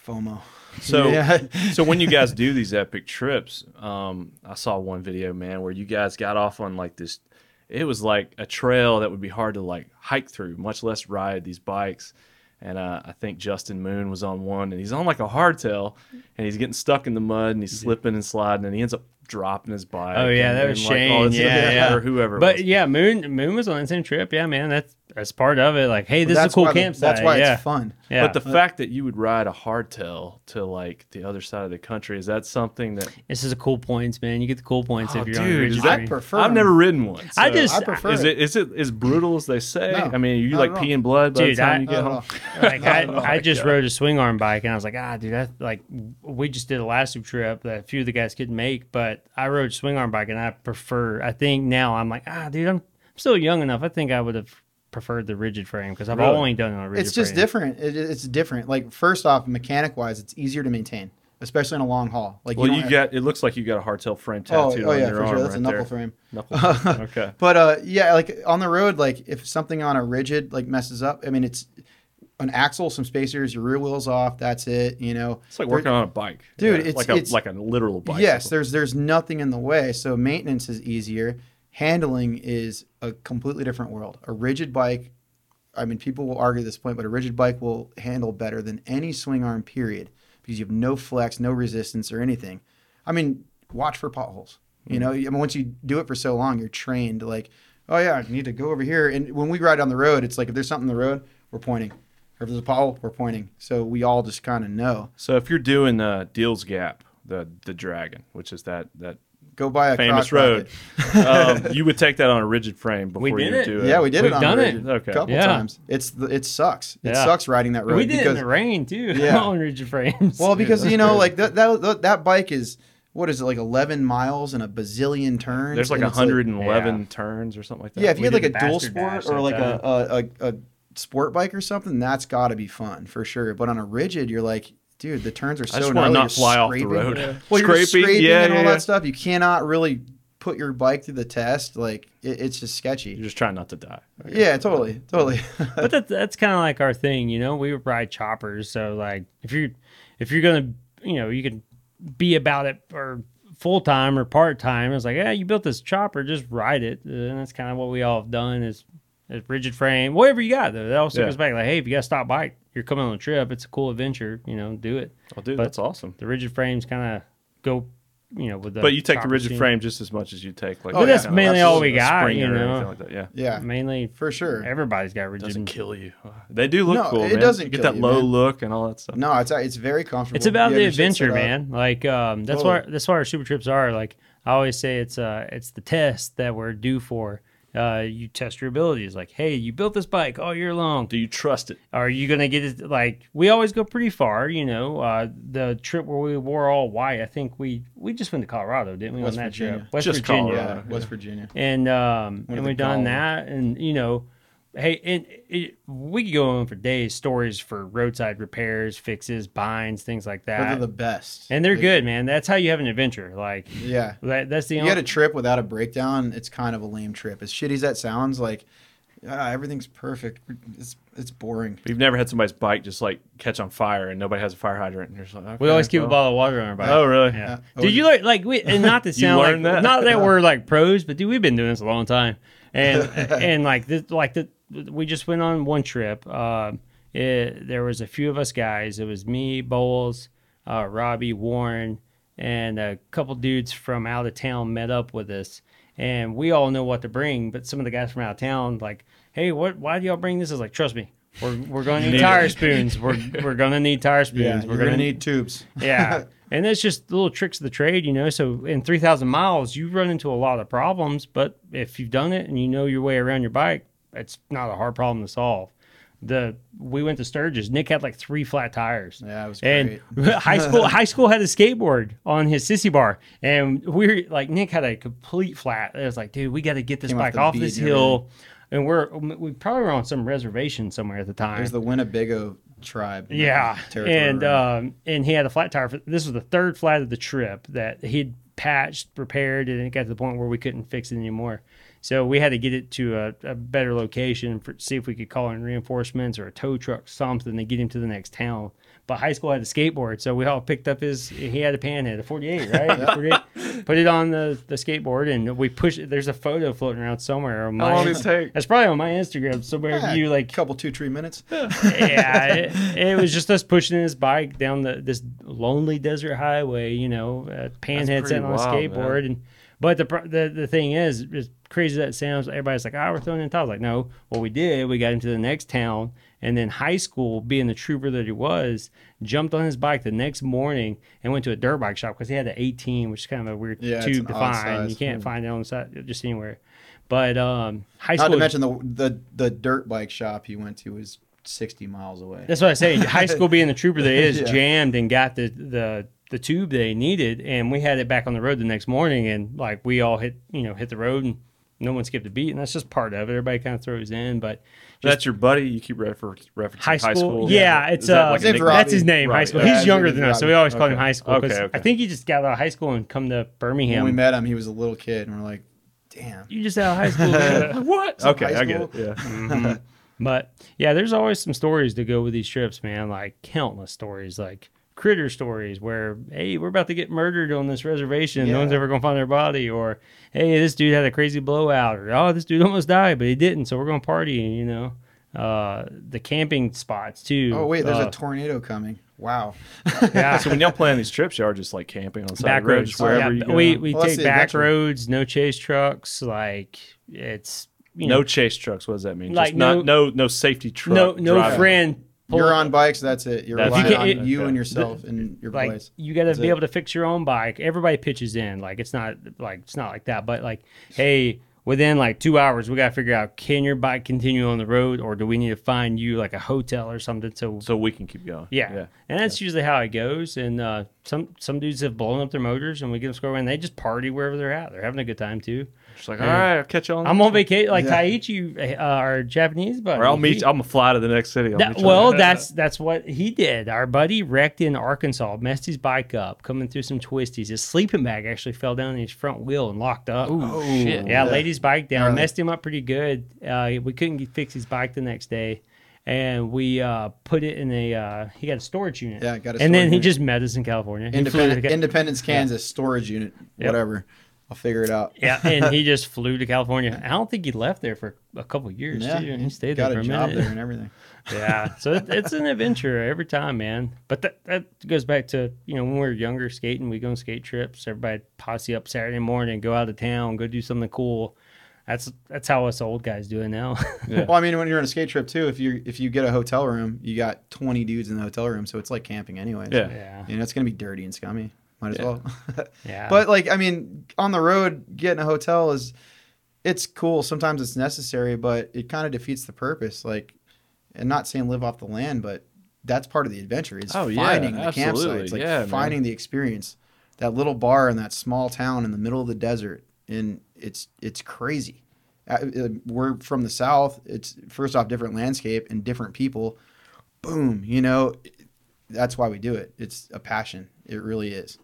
Speaker 3: FOMO.
Speaker 1: So,
Speaker 3: Yeah.
Speaker 1: so when you guys do these epic trips, um, I saw one video, man, where you guys got off on like this. It was like a trail that would be hard to like hike through, much less ride these bikes. And uh, I think Justin Moon was on one, and he's on like a hardtail, and he's getting stuck in the mud, and he's slipping and sliding, and he ends up dropping his bike.
Speaker 4: Mm-hmm. Oh yeah,
Speaker 1: and-
Speaker 4: that was
Speaker 1: and, like, all
Speaker 4: Shane.
Speaker 1: this-
Speaker 4: yeah, yeah,
Speaker 1: or whoever. it
Speaker 4: But
Speaker 1: was.
Speaker 4: yeah, Moon Moon was on the same trip. Yeah, man, that's that's part of it. Like, hey, this is a
Speaker 3: That's
Speaker 4: cool
Speaker 3: why the-
Speaker 4: campsite.
Speaker 3: That's why
Speaker 4: yeah.
Speaker 3: it's fun.
Speaker 4: Yeah.
Speaker 1: But the fact that you would ride a hardtail to like the other side of the country is that something that
Speaker 4: this is a cool points, man. You get the cool points
Speaker 1: Oh,
Speaker 4: if you're
Speaker 1: dude,
Speaker 4: on
Speaker 1: is
Speaker 4: Ridge
Speaker 1: that
Speaker 4: Street.
Speaker 3: per- prefer
Speaker 1: I've
Speaker 3: them.
Speaker 1: never ridden one.
Speaker 4: I
Speaker 1: so-
Speaker 4: just
Speaker 3: I prefer
Speaker 1: is it
Speaker 3: it.
Speaker 1: is it as brutal as they say?
Speaker 3: No,
Speaker 1: I mean, are you
Speaker 3: not
Speaker 1: like
Speaker 3: at all. Uh-huh.
Speaker 1: peeing blood by
Speaker 4: Dude,
Speaker 1: the time
Speaker 4: I-
Speaker 1: you
Speaker 3: Not
Speaker 1: get
Speaker 3: at
Speaker 1: home?
Speaker 3: all.
Speaker 4: like
Speaker 3: Not
Speaker 4: I,
Speaker 3: at all.
Speaker 4: I just rode a swing arm bike and I was like, ah, dude, that's like we just did a last loop trip that a few of the guys couldn't make, but I rode a swing arm bike and I prefer. I think now I'm like, ah, dude, I'm, I'm still young enough. I think I would have preferred the rigid frame because I've
Speaker 1: Really?
Speaker 4: only done it on a rigid.
Speaker 3: It's just
Speaker 4: frame.
Speaker 3: different. It, it's different. Like first off, mechanic wise, it's easier to maintain, especially in a long haul. Like
Speaker 1: Well, you,
Speaker 3: don't-
Speaker 1: got it looks like you got a hardtail frame
Speaker 3: oh,
Speaker 1: tattoo
Speaker 3: oh
Speaker 1: on
Speaker 3: yeah,
Speaker 1: your
Speaker 3: for
Speaker 1: arm
Speaker 3: sure. That's
Speaker 1: right
Speaker 3: a knuckle
Speaker 1: there.
Speaker 3: frame.
Speaker 1: Knuckle. okay.
Speaker 3: But uh, yeah, like on the road, like if something on a rigid like messes up, I mean, it's an axle, some spacers, your rear wheels off. That's it. You know,
Speaker 1: It's like working on a bike.
Speaker 3: Dude,
Speaker 1: Yeah,
Speaker 3: it's-
Speaker 1: like a
Speaker 3: it's-
Speaker 1: like a literal bike.
Speaker 3: Yes, there's there's nothing in the way, so maintenance is easier. Handling is a completely different world. A rigid bike, I mean, people will argue this point, but a rigid bike will handle better than any swing arm period because you have no flex, no resistance, or anything. I mean, watch for potholes. You
Speaker 1: Mm-hmm.
Speaker 3: know, I mean, once you do it for so long, you're trained. Like, oh yeah, I need to go over here. And when we ride on the road, it's like if there's something in the road, we're pointing. Or if there's a pothole, we're pointing. So we all just kind of know.
Speaker 1: So if you're doing uh, Deals Gap, the the Dragon, which is that that
Speaker 3: Go by a
Speaker 1: famous
Speaker 3: Croc rocket.
Speaker 1: road, um, you would take that on a rigid frame before
Speaker 4: We did
Speaker 1: you
Speaker 4: it.
Speaker 1: do it.
Speaker 3: Yeah, we did
Speaker 4: We've
Speaker 3: it on
Speaker 4: done
Speaker 3: the
Speaker 4: it.
Speaker 3: rigid
Speaker 1: Okay.
Speaker 3: a couple
Speaker 4: Yeah.
Speaker 3: times. It's the- it sucks. It
Speaker 4: Yeah.
Speaker 3: sucks riding that road
Speaker 4: We did
Speaker 3: because
Speaker 4: it in the rain too
Speaker 3: Yeah.
Speaker 4: on rigid frames.
Speaker 3: well because
Speaker 1: that's
Speaker 3: you know
Speaker 1: crazy.
Speaker 3: like that, that that that bike is what is it like 11 miles and a bazillion turns.
Speaker 1: There's like
Speaker 3: and it's
Speaker 1: 111 turns or something like that.
Speaker 3: yeah, if you
Speaker 4: We
Speaker 3: had like a
Speaker 4: did the
Speaker 3: dual
Speaker 4: bastard
Speaker 3: sport
Speaker 4: dash
Speaker 3: or
Speaker 4: that
Speaker 3: like a a, a a sport bike or something, that's got to be fun for sure. But on a rigid, you're like. Dude, the turns are so
Speaker 1: I just want to
Speaker 3: gnarly,
Speaker 1: not
Speaker 3: you're
Speaker 1: fly off the
Speaker 3: scraping.
Speaker 1: road.
Speaker 3: Well, you're just scraping
Speaker 1: yeah,
Speaker 3: and all
Speaker 1: yeah, yeah.
Speaker 3: that stuff. You cannot really put your bike through the test. Like it, it's just
Speaker 1: You're
Speaker 3: sketchy.
Speaker 1: just trying not to die.
Speaker 3: Yeah, totally, totally.
Speaker 4: but that, that's kind of like our thing, you know. We ride choppers, so like if you're if you're gonna, you know, you can be about it or full time or part time. It's like, yeah, you built this chopper, just ride it, and that's kind of what we all have done is, is rigid frame, whatever you got. Though that also
Speaker 1: Yeah.
Speaker 4: goes back like, hey, if you got to stop bike, you're coming on a trip, it's a cool adventure, you know, do it.
Speaker 1: Well, Oh, dude,
Speaker 4: But-
Speaker 1: that's awesome.
Speaker 4: The rigid frames kind of go, you know, with the Oh,
Speaker 1: But you take the
Speaker 4: chopper
Speaker 1: rigid
Speaker 4: scene.
Speaker 1: frame just as much as you take like.
Speaker 3: But that's
Speaker 1: kinda
Speaker 3: mainly
Speaker 1: like
Speaker 3: all
Speaker 1: a
Speaker 4: we got,
Speaker 1: Springer
Speaker 4: you
Speaker 1: or
Speaker 4: know.
Speaker 1: anything like that, Yeah,
Speaker 3: yeah,
Speaker 4: mainly.
Speaker 3: for sure.
Speaker 4: Everybody's got rigid.
Speaker 1: doesn't kill you. They do look
Speaker 3: No,
Speaker 1: cool.
Speaker 3: it
Speaker 1: man.
Speaker 3: doesn't
Speaker 1: You get
Speaker 3: kill
Speaker 1: that
Speaker 3: you,
Speaker 1: low
Speaker 3: man.
Speaker 1: look and all that stuff.
Speaker 3: No, it's it's very comfortable.
Speaker 4: It's about
Speaker 3: You
Speaker 4: the
Speaker 3: have your shit set
Speaker 4: adventure,
Speaker 3: up.
Speaker 4: man. Like um, that's why
Speaker 3: Totally.
Speaker 4: that's why our super trips are. Like I always say, it's uh, it's the test that we're due for. Uh, you test your abilities. Like, hey, you built this bike all year long.
Speaker 1: Do you trust it?
Speaker 4: Are you gonna get it? Like, we always go pretty far. You know, uh, the trip where we wore all white. I think we we just went to Colorado, didn't we?
Speaker 3: West
Speaker 4: on that
Speaker 3: Virginia.
Speaker 4: trip, West
Speaker 1: Just
Speaker 4: Virginia
Speaker 1: Colorado.
Speaker 3: Yeah, West Virginia.
Speaker 4: and um
Speaker 3: One of
Speaker 4: and
Speaker 3: the
Speaker 4: we've done
Speaker 3: golems.
Speaker 4: that and you know hey and it, we could go on for days stories for roadside repairs fixes binds things like
Speaker 3: But they're
Speaker 4: that
Speaker 3: the best.
Speaker 4: and they're
Speaker 3: They-
Speaker 4: good man that's how you have an adventure like
Speaker 3: Yeah.
Speaker 4: that, that's the
Speaker 3: You
Speaker 4: only
Speaker 3: get a trip without a breakdown, it's kind of a lame trip. As shitty as that sounds, like ah, everything's perfect. It's it's boring.
Speaker 1: You've never had somebody's bike just like catch on fire and nobody has a fire hydrant and you're just like,
Speaker 4: we
Speaker 1: okay,
Speaker 4: always keep a
Speaker 1: well.
Speaker 4: bottle of water on our bike
Speaker 1: Oh, really?
Speaker 4: yeah.
Speaker 3: Yeah.
Speaker 4: Dude, you like like we and not to
Speaker 1: You
Speaker 4: sound like
Speaker 1: learned that?
Speaker 4: not that we're like pros, but dude, we've been doing this a long time, and and like this like the we just went on one trip. Um, it, there was a few of us guys. It was me, Bowles, uh, Robbie, Warren, and a couple dudes from out of town met up with us, and we all know what to bring. But some of the guys from out of town like, hey, what? Why do y'all bring this? Is like, trust me. We're, we're going to need
Speaker 1: Need
Speaker 4: tire
Speaker 1: it.
Speaker 4: spoons. We're, we're going to need tire spoons.
Speaker 3: Yeah,
Speaker 4: we're
Speaker 3: you're
Speaker 4: gonna
Speaker 3: gonna need tubes.
Speaker 4: yeah. And that's just the little tricks of the trade, you know. So in 3,000 miles, you run into a lot of problems, but if you've done it and you know your way around your bike, it's not a hard problem to solve. The we went to Sturgis. Nick had like three flat tires.
Speaker 3: Yeah, it was
Speaker 4: And high school, high school had a skateboard on his sissy bar, and we were like, Nick had a complete flat. It was like, dude, we got to get this
Speaker 3: Came off
Speaker 4: bike
Speaker 3: the
Speaker 4: off,
Speaker 3: bead
Speaker 4: this
Speaker 3: and
Speaker 4: hill, and we're we probably were on some reservation somewhere at the time.
Speaker 3: There's the Winnebago tribe. in that
Speaker 4: Yeah,
Speaker 3: territory
Speaker 4: and
Speaker 3: around.
Speaker 4: um, and he had a flat tire. For, this was the third flat of the trip that he'd patched, repaired, and it got to the point where we couldn't fix it anymore. So we had to get it to a, a better location for see if we could call in reinforcements or a tow truck, something to get him to the next town. But high school had a skateboard, so we all picked up his. He had a panhead, a 48, right? A 48. Put it on the, the skateboard, and we pushed. it. There's a photo floating around somewhere. On my,
Speaker 1: long did it take?
Speaker 4: That's probably on my Instagram somewhere.
Speaker 3: Yeah, a
Speaker 4: you like
Speaker 3: couple two three minutes.
Speaker 4: yeah, it, it was just us pushing his bike down the this lonely desert highway, you know, uh, panhead
Speaker 1: pretty
Speaker 4: sitting on a
Speaker 1: wild, man.
Speaker 4: skateboard. And but the, pro- the the thing is, as crazy that sounds, everybody's like, "Oh, we're throwing in towels." Like, no, what we did, we got into the next town, and then high school, being the trooper that he was, jumped on his bike the next morning and went to a dirt bike shop because he had an 18, which is kind of a weird
Speaker 3: Yeah, it's
Speaker 4: tube
Speaker 3: an
Speaker 4: to
Speaker 3: odd
Speaker 4: find. You
Speaker 3: size. Hmm.
Speaker 4: can't find it on the side just anywhere. But um, high
Speaker 3: Not
Speaker 4: school
Speaker 3: to mention the the the dirt bike shop he went to was sixty miles away.
Speaker 4: That's what I say. High school being the trooper that is
Speaker 3: Yeah.
Speaker 4: jammed and got the, the the tube they needed, and we had it back on the road the next morning, and like we all hit you know hit the road, and no one skipped a beat, and that's just part of it. Everybody kind of throws in, but
Speaker 1: That's your buddy. You keep refer- referencing
Speaker 4: high school, yeah, it's
Speaker 1: Is that
Speaker 4: uh,
Speaker 1: like a
Speaker 3: His name's
Speaker 1: nickname?
Speaker 4: that's his name. High
Speaker 1: Robbie.
Speaker 4: school.
Speaker 3: Yeah,
Speaker 4: He's
Speaker 3: his
Speaker 4: younger
Speaker 3: name
Speaker 4: than
Speaker 3: is
Speaker 4: us, so
Speaker 3: Robbie.
Speaker 4: we always called him
Speaker 1: Okay.
Speaker 4: high school. 'cause
Speaker 1: Okay, okay.
Speaker 4: I think he just got out of high school and come to Birmingham.
Speaker 3: When we met him, he was a little kid, and we're like, "Damn,
Speaker 4: you just out of high school. man.
Speaker 1: What? Okay,
Speaker 3: high
Speaker 1: I get it.
Speaker 3: school?
Speaker 1: Yeah.
Speaker 3: Mm-hmm.
Speaker 4: But yeah, there's always some stories to go with these trips, man. Like countless stories, like critter stories where, hey, we're about to get murdered on this reservation. No one's
Speaker 3: Yeah.
Speaker 4: ever going to find their body. Or, hey, this dude had a crazy blowout. Or, oh, this dude almost died, but he didn't. So we're going to party, you know. Uh, the camping spots, too.
Speaker 3: oh wait, there's
Speaker 4: uh,
Speaker 3: a tornado coming." Wow.
Speaker 4: yeah.
Speaker 1: so when y'all plan these trips, y'all are just like camping on the side
Speaker 4: back
Speaker 1: of the road,
Speaker 4: roads
Speaker 1: just wherever
Speaker 4: yeah,
Speaker 1: you go.
Speaker 4: We, we
Speaker 3: Well, that's
Speaker 4: take
Speaker 3: the
Speaker 4: back
Speaker 3: adventure.
Speaker 4: roads, no chase trucks. Like, it's, you know,
Speaker 1: no chase trucks. What does that mean?
Speaker 4: Like,
Speaker 1: just not, no, no safety truck.
Speaker 4: no, no,
Speaker 1: driving.
Speaker 4: friend.
Speaker 3: You're on bikes. That's it. You're
Speaker 1: That's
Speaker 3: relying
Speaker 4: it.
Speaker 3: on
Speaker 4: You can't-
Speaker 3: you
Speaker 1: okay.
Speaker 3: and yourself and your
Speaker 4: like
Speaker 3: place.
Speaker 4: you got to
Speaker 3: That's
Speaker 4: be
Speaker 3: it.
Speaker 4: able to fix your own bike. Everybody pitches in. Like it's not like it's not like that, but like hey, within like 2 hours we got to figure out can your bike continue on the road or do we need to find you like a hotel or something so
Speaker 1: So we can keep going.
Speaker 4: yeah. And that's usually how it goes and uh some some dudes have blown up their motors and we get them square away and they just party wherever they're at. They're having a good time too.
Speaker 1: Just like, all right, I'll catch y'all.
Speaker 4: I'm on vacation like
Speaker 3: Yeah.
Speaker 4: Taiichi uh, our Japanese buddy.
Speaker 1: Or I'll meet.
Speaker 4: he-
Speaker 1: you- I'm gonna fly to the next city. I'll
Speaker 4: that-
Speaker 1: meet y'all
Speaker 4: well,
Speaker 1: there.
Speaker 4: that's that's what he did. Our buddy wrecked in Arkansas, messed his bike up, coming through some twisties. His sleeping bag actually fell down in his front wheel and locked up.
Speaker 5: Ooh, shit.
Speaker 4: yeah, laid his bike down,
Speaker 3: Gnarly.
Speaker 4: messed him up pretty good. Uh, we couldn't get- fix his bike the next day, and we uh, put it in a. Uh, he got a storage unit.
Speaker 3: Yeah, got a
Speaker 4: And
Speaker 3: storage
Speaker 4: then he
Speaker 3: unit.
Speaker 4: just met us in California. He flew to
Speaker 3: Independent,
Speaker 4: Ca-
Speaker 3: Independence, Kansas storage unit, whatever. I'll figure it out.
Speaker 4: yeah, and he just flew to California. I don't think he left there for a couple of years.
Speaker 3: Yeah,
Speaker 4: too. He stayed
Speaker 3: got
Speaker 4: there for
Speaker 3: a
Speaker 4: a
Speaker 3: job
Speaker 4: minute.
Speaker 3: there and everything.
Speaker 4: yeah so it, it's an adventure every time man but that, that goes back to you know when we were younger skating we go on skate trips everybody posse up saturday morning go out of town go do something cool that's that's how us old guys do it now
Speaker 3: Well, I mean, when you're on a skate trip too, if you if you get a hotel room, you got 20 dudes in the hotel room, so it's like camping anyways.
Speaker 1: Yeah.
Speaker 4: yeah
Speaker 3: You know, it's gonna be dirty and scummy. Might as well.
Speaker 4: yeah
Speaker 3: but like, I mean, on the road, getting a hotel is, it's cool. Sometimes it's necessary, but it kind of defeats the purpose. Like, and not saying live off the land, but that's part of the adventure. Is
Speaker 1: Oh, yeah,
Speaker 3: finding the
Speaker 1: absolutely.
Speaker 3: campsites, like
Speaker 1: Yeah, man.
Speaker 3: finding the experience. That little bar in that small town in the middle of the desert, and it's it's crazy. Uh, uh, We're from the south. It's first off different landscape and different people. Boom, you know, that's why we do it. It's a passion. It really is.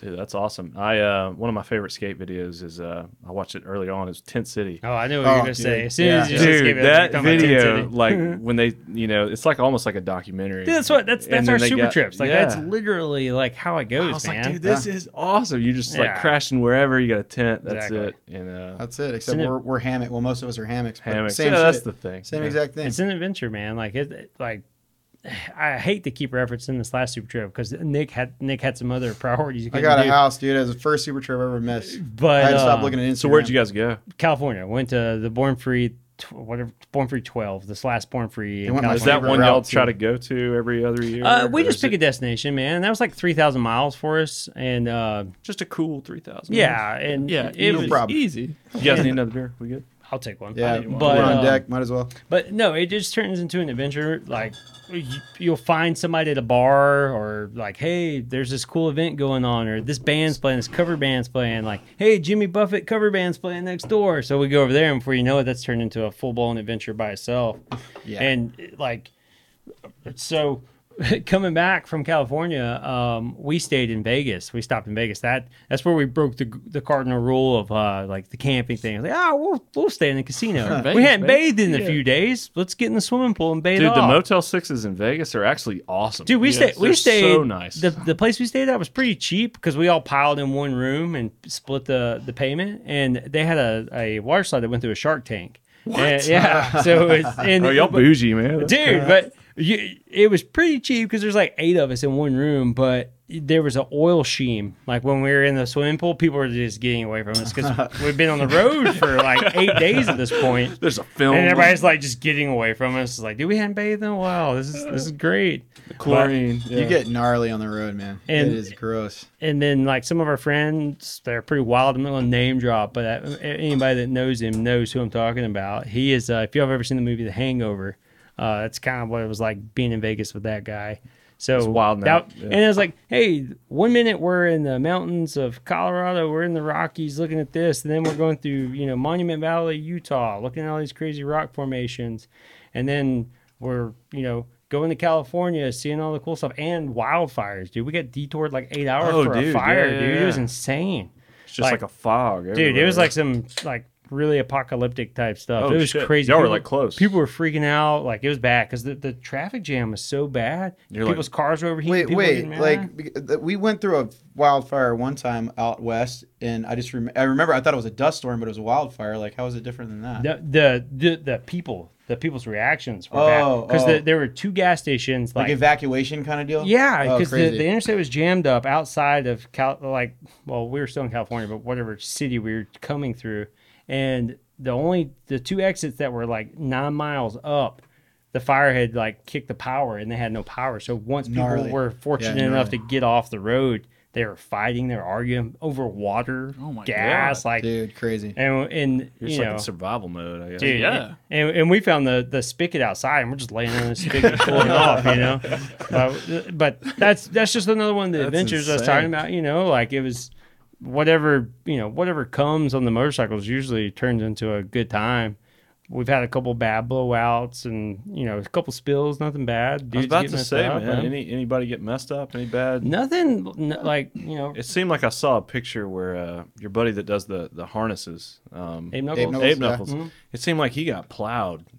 Speaker 1: Dude, that's awesome. I uh, one of my favorite skate videos is uh, I watched it early on. It's Tent City.
Speaker 4: oh i knew what you were
Speaker 3: Oh,
Speaker 4: gonna say
Speaker 3: dude.
Speaker 4: as soon as you
Speaker 3: Yeah.
Speaker 4: just gave
Speaker 1: Dude,
Speaker 4: it
Speaker 1: that
Speaker 4: you're talking about Tin City.
Speaker 1: video, like when they, you know, it's like almost like a documentary.
Speaker 4: Dude, that's what that's
Speaker 1: And
Speaker 4: that's
Speaker 1: then
Speaker 4: our
Speaker 1: they
Speaker 4: super
Speaker 1: got-
Speaker 4: trips like
Speaker 1: yeah.
Speaker 4: that's literally like how it goes
Speaker 1: I was
Speaker 4: man
Speaker 1: like, dude, this is awesome. You just like
Speaker 4: Yeah.
Speaker 1: crashing wherever you got a tent. That's
Speaker 4: Exactly.
Speaker 1: it. And uh,
Speaker 3: That's it. Except
Speaker 4: Isn't it-
Speaker 3: we're, we're hammock. Well, most of us are hammocks. but
Speaker 1: hammocks.
Speaker 3: Same
Speaker 1: yeah, that's
Speaker 3: shit.
Speaker 1: the thing.
Speaker 3: Same
Speaker 1: Yeah.
Speaker 3: exact thing.
Speaker 4: It's an adventure, man. Like it, it- like I hate to keep referencing this last super trip because Nick had Nick had some other priorities. he
Speaker 3: I
Speaker 4: couldn't
Speaker 3: got a
Speaker 4: do.
Speaker 3: house, dude. That was the first super trip I ever missed.
Speaker 4: but
Speaker 3: I had to stop
Speaker 4: uh,
Speaker 3: looking at Instagram.
Speaker 1: So where'd you guys go?
Speaker 4: California. Went to the Born Free, tw- whatever Born Free twelve. This last Born Free. in
Speaker 3: went my
Speaker 1: Is that
Speaker 3: favorite
Speaker 1: one y'all
Speaker 3: route
Speaker 1: try
Speaker 3: to-
Speaker 1: to go to every other year?
Speaker 4: Uh, we
Speaker 1: Or
Speaker 4: just
Speaker 1: is
Speaker 4: pick
Speaker 1: it
Speaker 4: a destination, man. That was like three thousand miles for us, and uh,
Speaker 1: just a cool three thousand.
Speaker 4: yeah, and
Speaker 5: Yeah,
Speaker 4: it
Speaker 3: no
Speaker 4: was,
Speaker 3: problem.
Speaker 5: Easy.
Speaker 1: You guys need another beer? We good?
Speaker 4: I'll take one.
Speaker 3: Yeah,
Speaker 4: but
Speaker 3: we're on
Speaker 4: uh,
Speaker 3: deck. Might as well.
Speaker 4: But no, it just turns into an adventure. Like you, you'll find somebody at a bar, or like, hey, there's this cool event going on, or this band's playing, this cover band's playing. Like, hey, Jimmy Buffett cover band's playing next door. So we go over there, and before you know it, that's turned into a full blown adventure by itself.
Speaker 3: Yeah.
Speaker 4: And like, so coming back from California, um, we stayed in Vegas. We stopped in Vegas. That that's where we broke the the cardinal rule of uh, like the camping thing. Like, ah, we'll we'll stay in the casino. we
Speaker 5: Vegas,
Speaker 4: hadn't
Speaker 5: baby.
Speaker 4: bathed in a few days. Let's get in the swimming pool and bathe.
Speaker 1: Dude, the
Speaker 4: off.
Speaker 1: Motel Sixes in Vegas are actually awesome.
Speaker 4: Dude, we
Speaker 1: Yes,
Speaker 4: stayed. We
Speaker 1: they're
Speaker 4: stayed.
Speaker 1: so nice.
Speaker 4: The, the place we stayed at was pretty cheap because we all piled in one room and split the the payment. And they had a, a water slide that went through a shark tank. What? yeah. So it's and
Speaker 1: oh, y'all bougie, man.
Speaker 4: dude. But you, it was pretty cheap because there's like eight of us in one room, but there was an oil sheen. Like when we were in the swimming pool, people were just getting away from us because we've been on the road for like eight days at this point.
Speaker 1: There's a film.
Speaker 4: And everybody's like just getting away from us. It's like, dude, we hadn't bathed in a while. This is this is great.
Speaker 1: chlorine. yeah.
Speaker 3: You get gnarly on the road, man.
Speaker 4: And-
Speaker 3: it is gross.
Speaker 4: and then like some of our friends, they're pretty wild. I'm not gonna name drop, but uh, anybody that knows him knows who I'm talking about. He is. Uh, if y'all have ever seen the movie The Hangover, uh, that's kind of what it was like being in Vegas with that guy. So
Speaker 1: wild now,
Speaker 4: that-
Speaker 1: yeah.
Speaker 4: And I was like, hey, one minute we're in the mountains of Colorado, we're in the Rockies looking at this, and then we're going through you know Monument Valley, Utah, looking at all these crazy rock formations, and then we're you know. Going to California, seeing all the cool stuff and wildfires, dude. We got detoured like eight hours
Speaker 1: Oh,
Speaker 4: for a
Speaker 1: dude,
Speaker 4: fire,
Speaker 1: yeah,
Speaker 4: dude. It
Speaker 1: yeah,
Speaker 4: was
Speaker 1: yeah.
Speaker 4: insane,
Speaker 1: It's just like,
Speaker 4: like-
Speaker 1: a fog.
Speaker 4: dude. It was
Speaker 1: everywhere.
Speaker 4: like some like really apocalyptic type stuff.
Speaker 1: Oh,
Speaker 4: it was
Speaker 1: shit.
Speaker 4: crazy.
Speaker 1: Y'all were,
Speaker 4: People-
Speaker 1: like, close.
Speaker 4: People were freaking out. Like it was bad because the, the traffic jam was so bad.
Speaker 1: You're like-
Speaker 4: People's cars were overheating.
Speaker 3: Wait,
Speaker 4: people were
Speaker 3: wait.
Speaker 4: getting mad.
Speaker 3: Like bec- th- we went through a wildfire one time out west, and I just rem- I remember I thought it was a dust storm, but it was a wildfire. Like how is it different than that?
Speaker 4: the, the the the people, the people's reactions were
Speaker 3: Oh,
Speaker 4: bad because
Speaker 3: oh.
Speaker 4: there were two gas stations.
Speaker 3: Like
Speaker 4: Like,
Speaker 3: evacuation kind of deal.
Speaker 4: yeah,
Speaker 3: Oh,
Speaker 4: because the,
Speaker 3: crazy.
Speaker 4: the interstate was jammed up outside of Cal. Like, well, we were still in California, but whatever city we were coming through, and the only the two exits that were like nine miles up. The fire had like kicked the power, and they had no power. So once people
Speaker 3: Gnarly.
Speaker 4: were fortunate
Speaker 3: Yeah,
Speaker 4: enough to get off the road, they were fighting, they were arguing over water,
Speaker 5: Oh my
Speaker 4: gas, like,
Speaker 3: dude, crazy.
Speaker 4: and and
Speaker 1: You're just
Speaker 4: you
Speaker 1: like
Speaker 4: know,
Speaker 1: in survival mode. I guess.
Speaker 4: Dude,
Speaker 5: Yeah.
Speaker 4: And, and we found the, the spigot outside, and we're just laying on the spigot cooling off, you know. But, but that's that's just another one of the
Speaker 1: That's
Speaker 4: adventures I was
Speaker 1: insane.
Speaker 4: talking about. You know, like it was whatever you know whatever comes on the motorcycles usually turns into a good time. We've had a couple bad blowouts and you know a couple spills, nothing bad.
Speaker 1: I was
Speaker 4: Dudes
Speaker 1: about
Speaker 4: get
Speaker 1: to
Speaker 4: messed
Speaker 1: say,
Speaker 4: up,
Speaker 1: man.
Speaker 4: and-
Speaker 1: Any anybody get messed up? Any bad?
Speaker 4: nothing n- like you know.
Speaker 1: It seemed like I saw a picture where uh, your buddy that does the the harnesses, um,
Speaker 4: Abe Knuckles. Mm-hmm.
Speaker 3: Abe Knuckles,
Speaker 1: Abe
Speaker 3: yeah.
Speaker 1: Knuckles. It seemed like he got plowed. at-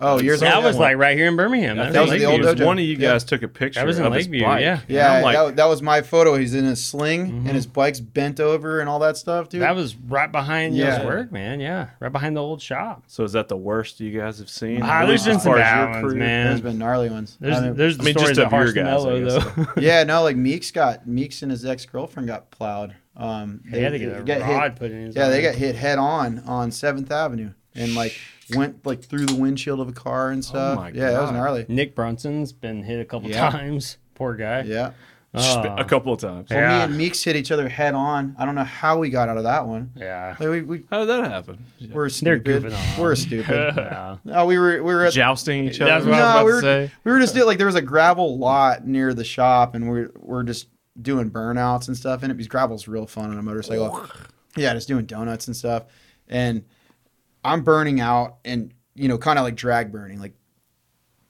Speaker 3: Oh,
Speaker 1: at
Speaker 3: years
Speaker 1: some
Speaker 3: old?
Speaker 4: That
Speaker 1: point.
Speaker 4: was like right here in Birmingham.
Speaker 1: I
Speaker 4: That
Speaker 1: think
Speaker 3: was the old
Speaker 1: it was
Speaker 3: dojo.
Speaker 1: One of you
Speaker 3: Yeah.
Speaker 1: guys took a picture.
Speaker 4: That was in
Speaker 1: of his
Speaker 4: Lakeview,
Speaker 1: bike,
Speaker 4: yeah.
Speaker 1: and
Speaker 3: Yeah,
Speaker 1: I'm like, Mm-hmm.
Speaker 3: that, that was my photo. He's in his sling and his bike's bent over and all that stuff, dude.
Speaker 4: That was right behind
Speaker 3: Yeah.
Speaker 4: his work, man. Yeah, right behind the old shop.
Speaker 1: so is that the worst you guys have seen?
Speaker 4: Ah,
Speaker 1: At least
Speaker 4: there's been
Speaker 1: as
Speaker 4: some
Speaker 1: far as your
Speaker 4: bad ones,
Speaker 1: crew?
Speaker 3: There's
Speaker 4: man.
Speaker 3: been gnarly ones. I
Speaker 4: There's
Speaker 3: don't-
Speaker 4: there's the
Speaker 1: I mean,
Speaker 4: stories
Speaker 1: just
Speaker 4: of
Speaker 1: of your
Speaker 4: Harsh
Speaker 1: guys. I
Speaker 4: Mello
Speaker 1: guess.
Speaker 4: though.
Speaker 3: yeah, no, like Meeks got Meeks and his ex girlfriend got plowed. Um,
Speaker 4: He had to get a
Speaker 3: got hit-
Speaker 4: rod put in his
Speaker 3: Yeah, they
Speaker 4: arm.
Speaker 3: got hit head on on Seventh Avenue and like went like through the windshield of a car
Speaker 4: Oh
Speaker 3: and stuff.
Speaker 1: my
Speaker 3: yeah, that was
Speaker 1: God.
Speaker 3: gnarly.
Speaker 4: Nick Brunson's been hit a couple
Speaker 3: Yeah.
Speaker 4: times. Poor guy.
Speaker 3: Yeah.
Speaker 4: Ah.
Speaker 1: a couple of times.
Speaker 3: Well, me
Speaker 4: Yeah.
Speaker 3: and Meeks hit each other head on. I don't know how we got out of that one.
Speaker 4: Yeah.
Speaker 3: Like we, we
Speaker 1: How did that happen?
Speaker 3: we're
Speaker 4: They're
Speaker 3: stupid.
Speaker 4: goofing on.
Speaker 3: We're stupid.
Speaker 4: Yeah.
Speaker 3: no, we were we were at
Speaker 1: Jousting each
Speaker 4: That's
Speaker 1: other.
Speaker 4: what I
Speaker 3: No, we
Speaker 4: was
Speaker 3: were,
Speaker 4: about to say.
Speaker 3: we were just doing like there was a gravel lot near the shop, and we're we're just doing burnouts and stuff in it because gravel's real fun on a motorcycle. yeah, just doing donuts and stuff, and I'm burning out and you know kind of like drag burning, like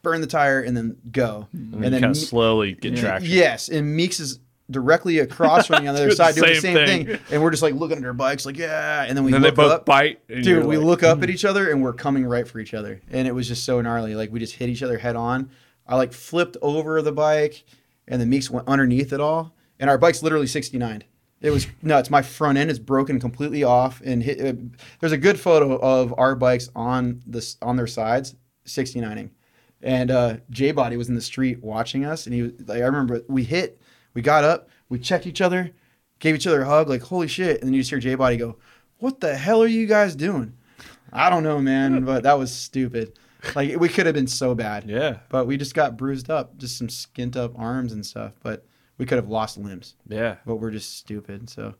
Speaker 3: burn the tire and then go,
Speaker 1: And, then kind of
Speaker 3: Me-
Speaker 1: slowly get traction.
Speaker 3: Yes, and Meeks is directly across from me on the other
Speaker 1: Doing
Speaker 3: side
Speaker 1: the
Speaker 3: doing the
Speaker 1: same
Speaker 3: same thing. and we're just like looking at our bikes, like yeah, and then we
Speaker 1: And then they
Speaker 3: look
Speaker 1: both
Speaker 3: up.
Speaker 1: bite. and
Speaker 3: Dude,
Speaker 1: you're
Speaker 3: we
Speaker 1: like- "Hmm."
Speaker 3: look up at each other and we're coming right for each other. And it was just so gnarly. Like we just hit each other head on. I like flipped over the bike and the Meeks went underneath it all. And our bike's literally 69. It was nuts. My front end is broken completely off and hit. It, there's a good photo of our bikes on this on their sides 69ing. And uh, J Body was in the street watching us and he was like I remember we hit, we got up, we checked each other, gave each other a hug, like holy shit, and then you just hear J Body go, "What the hell are you guys doing?" I don't know, man, but that was stupid. Like we could have been so bad.
Speaker 1: Yeah.
Speaker 3: But we just got bruised up, just some skint up arms and stuff. But we could have lost limbs.
Speaker 1: Yeah.
Speaker 3: But we're just stupid. So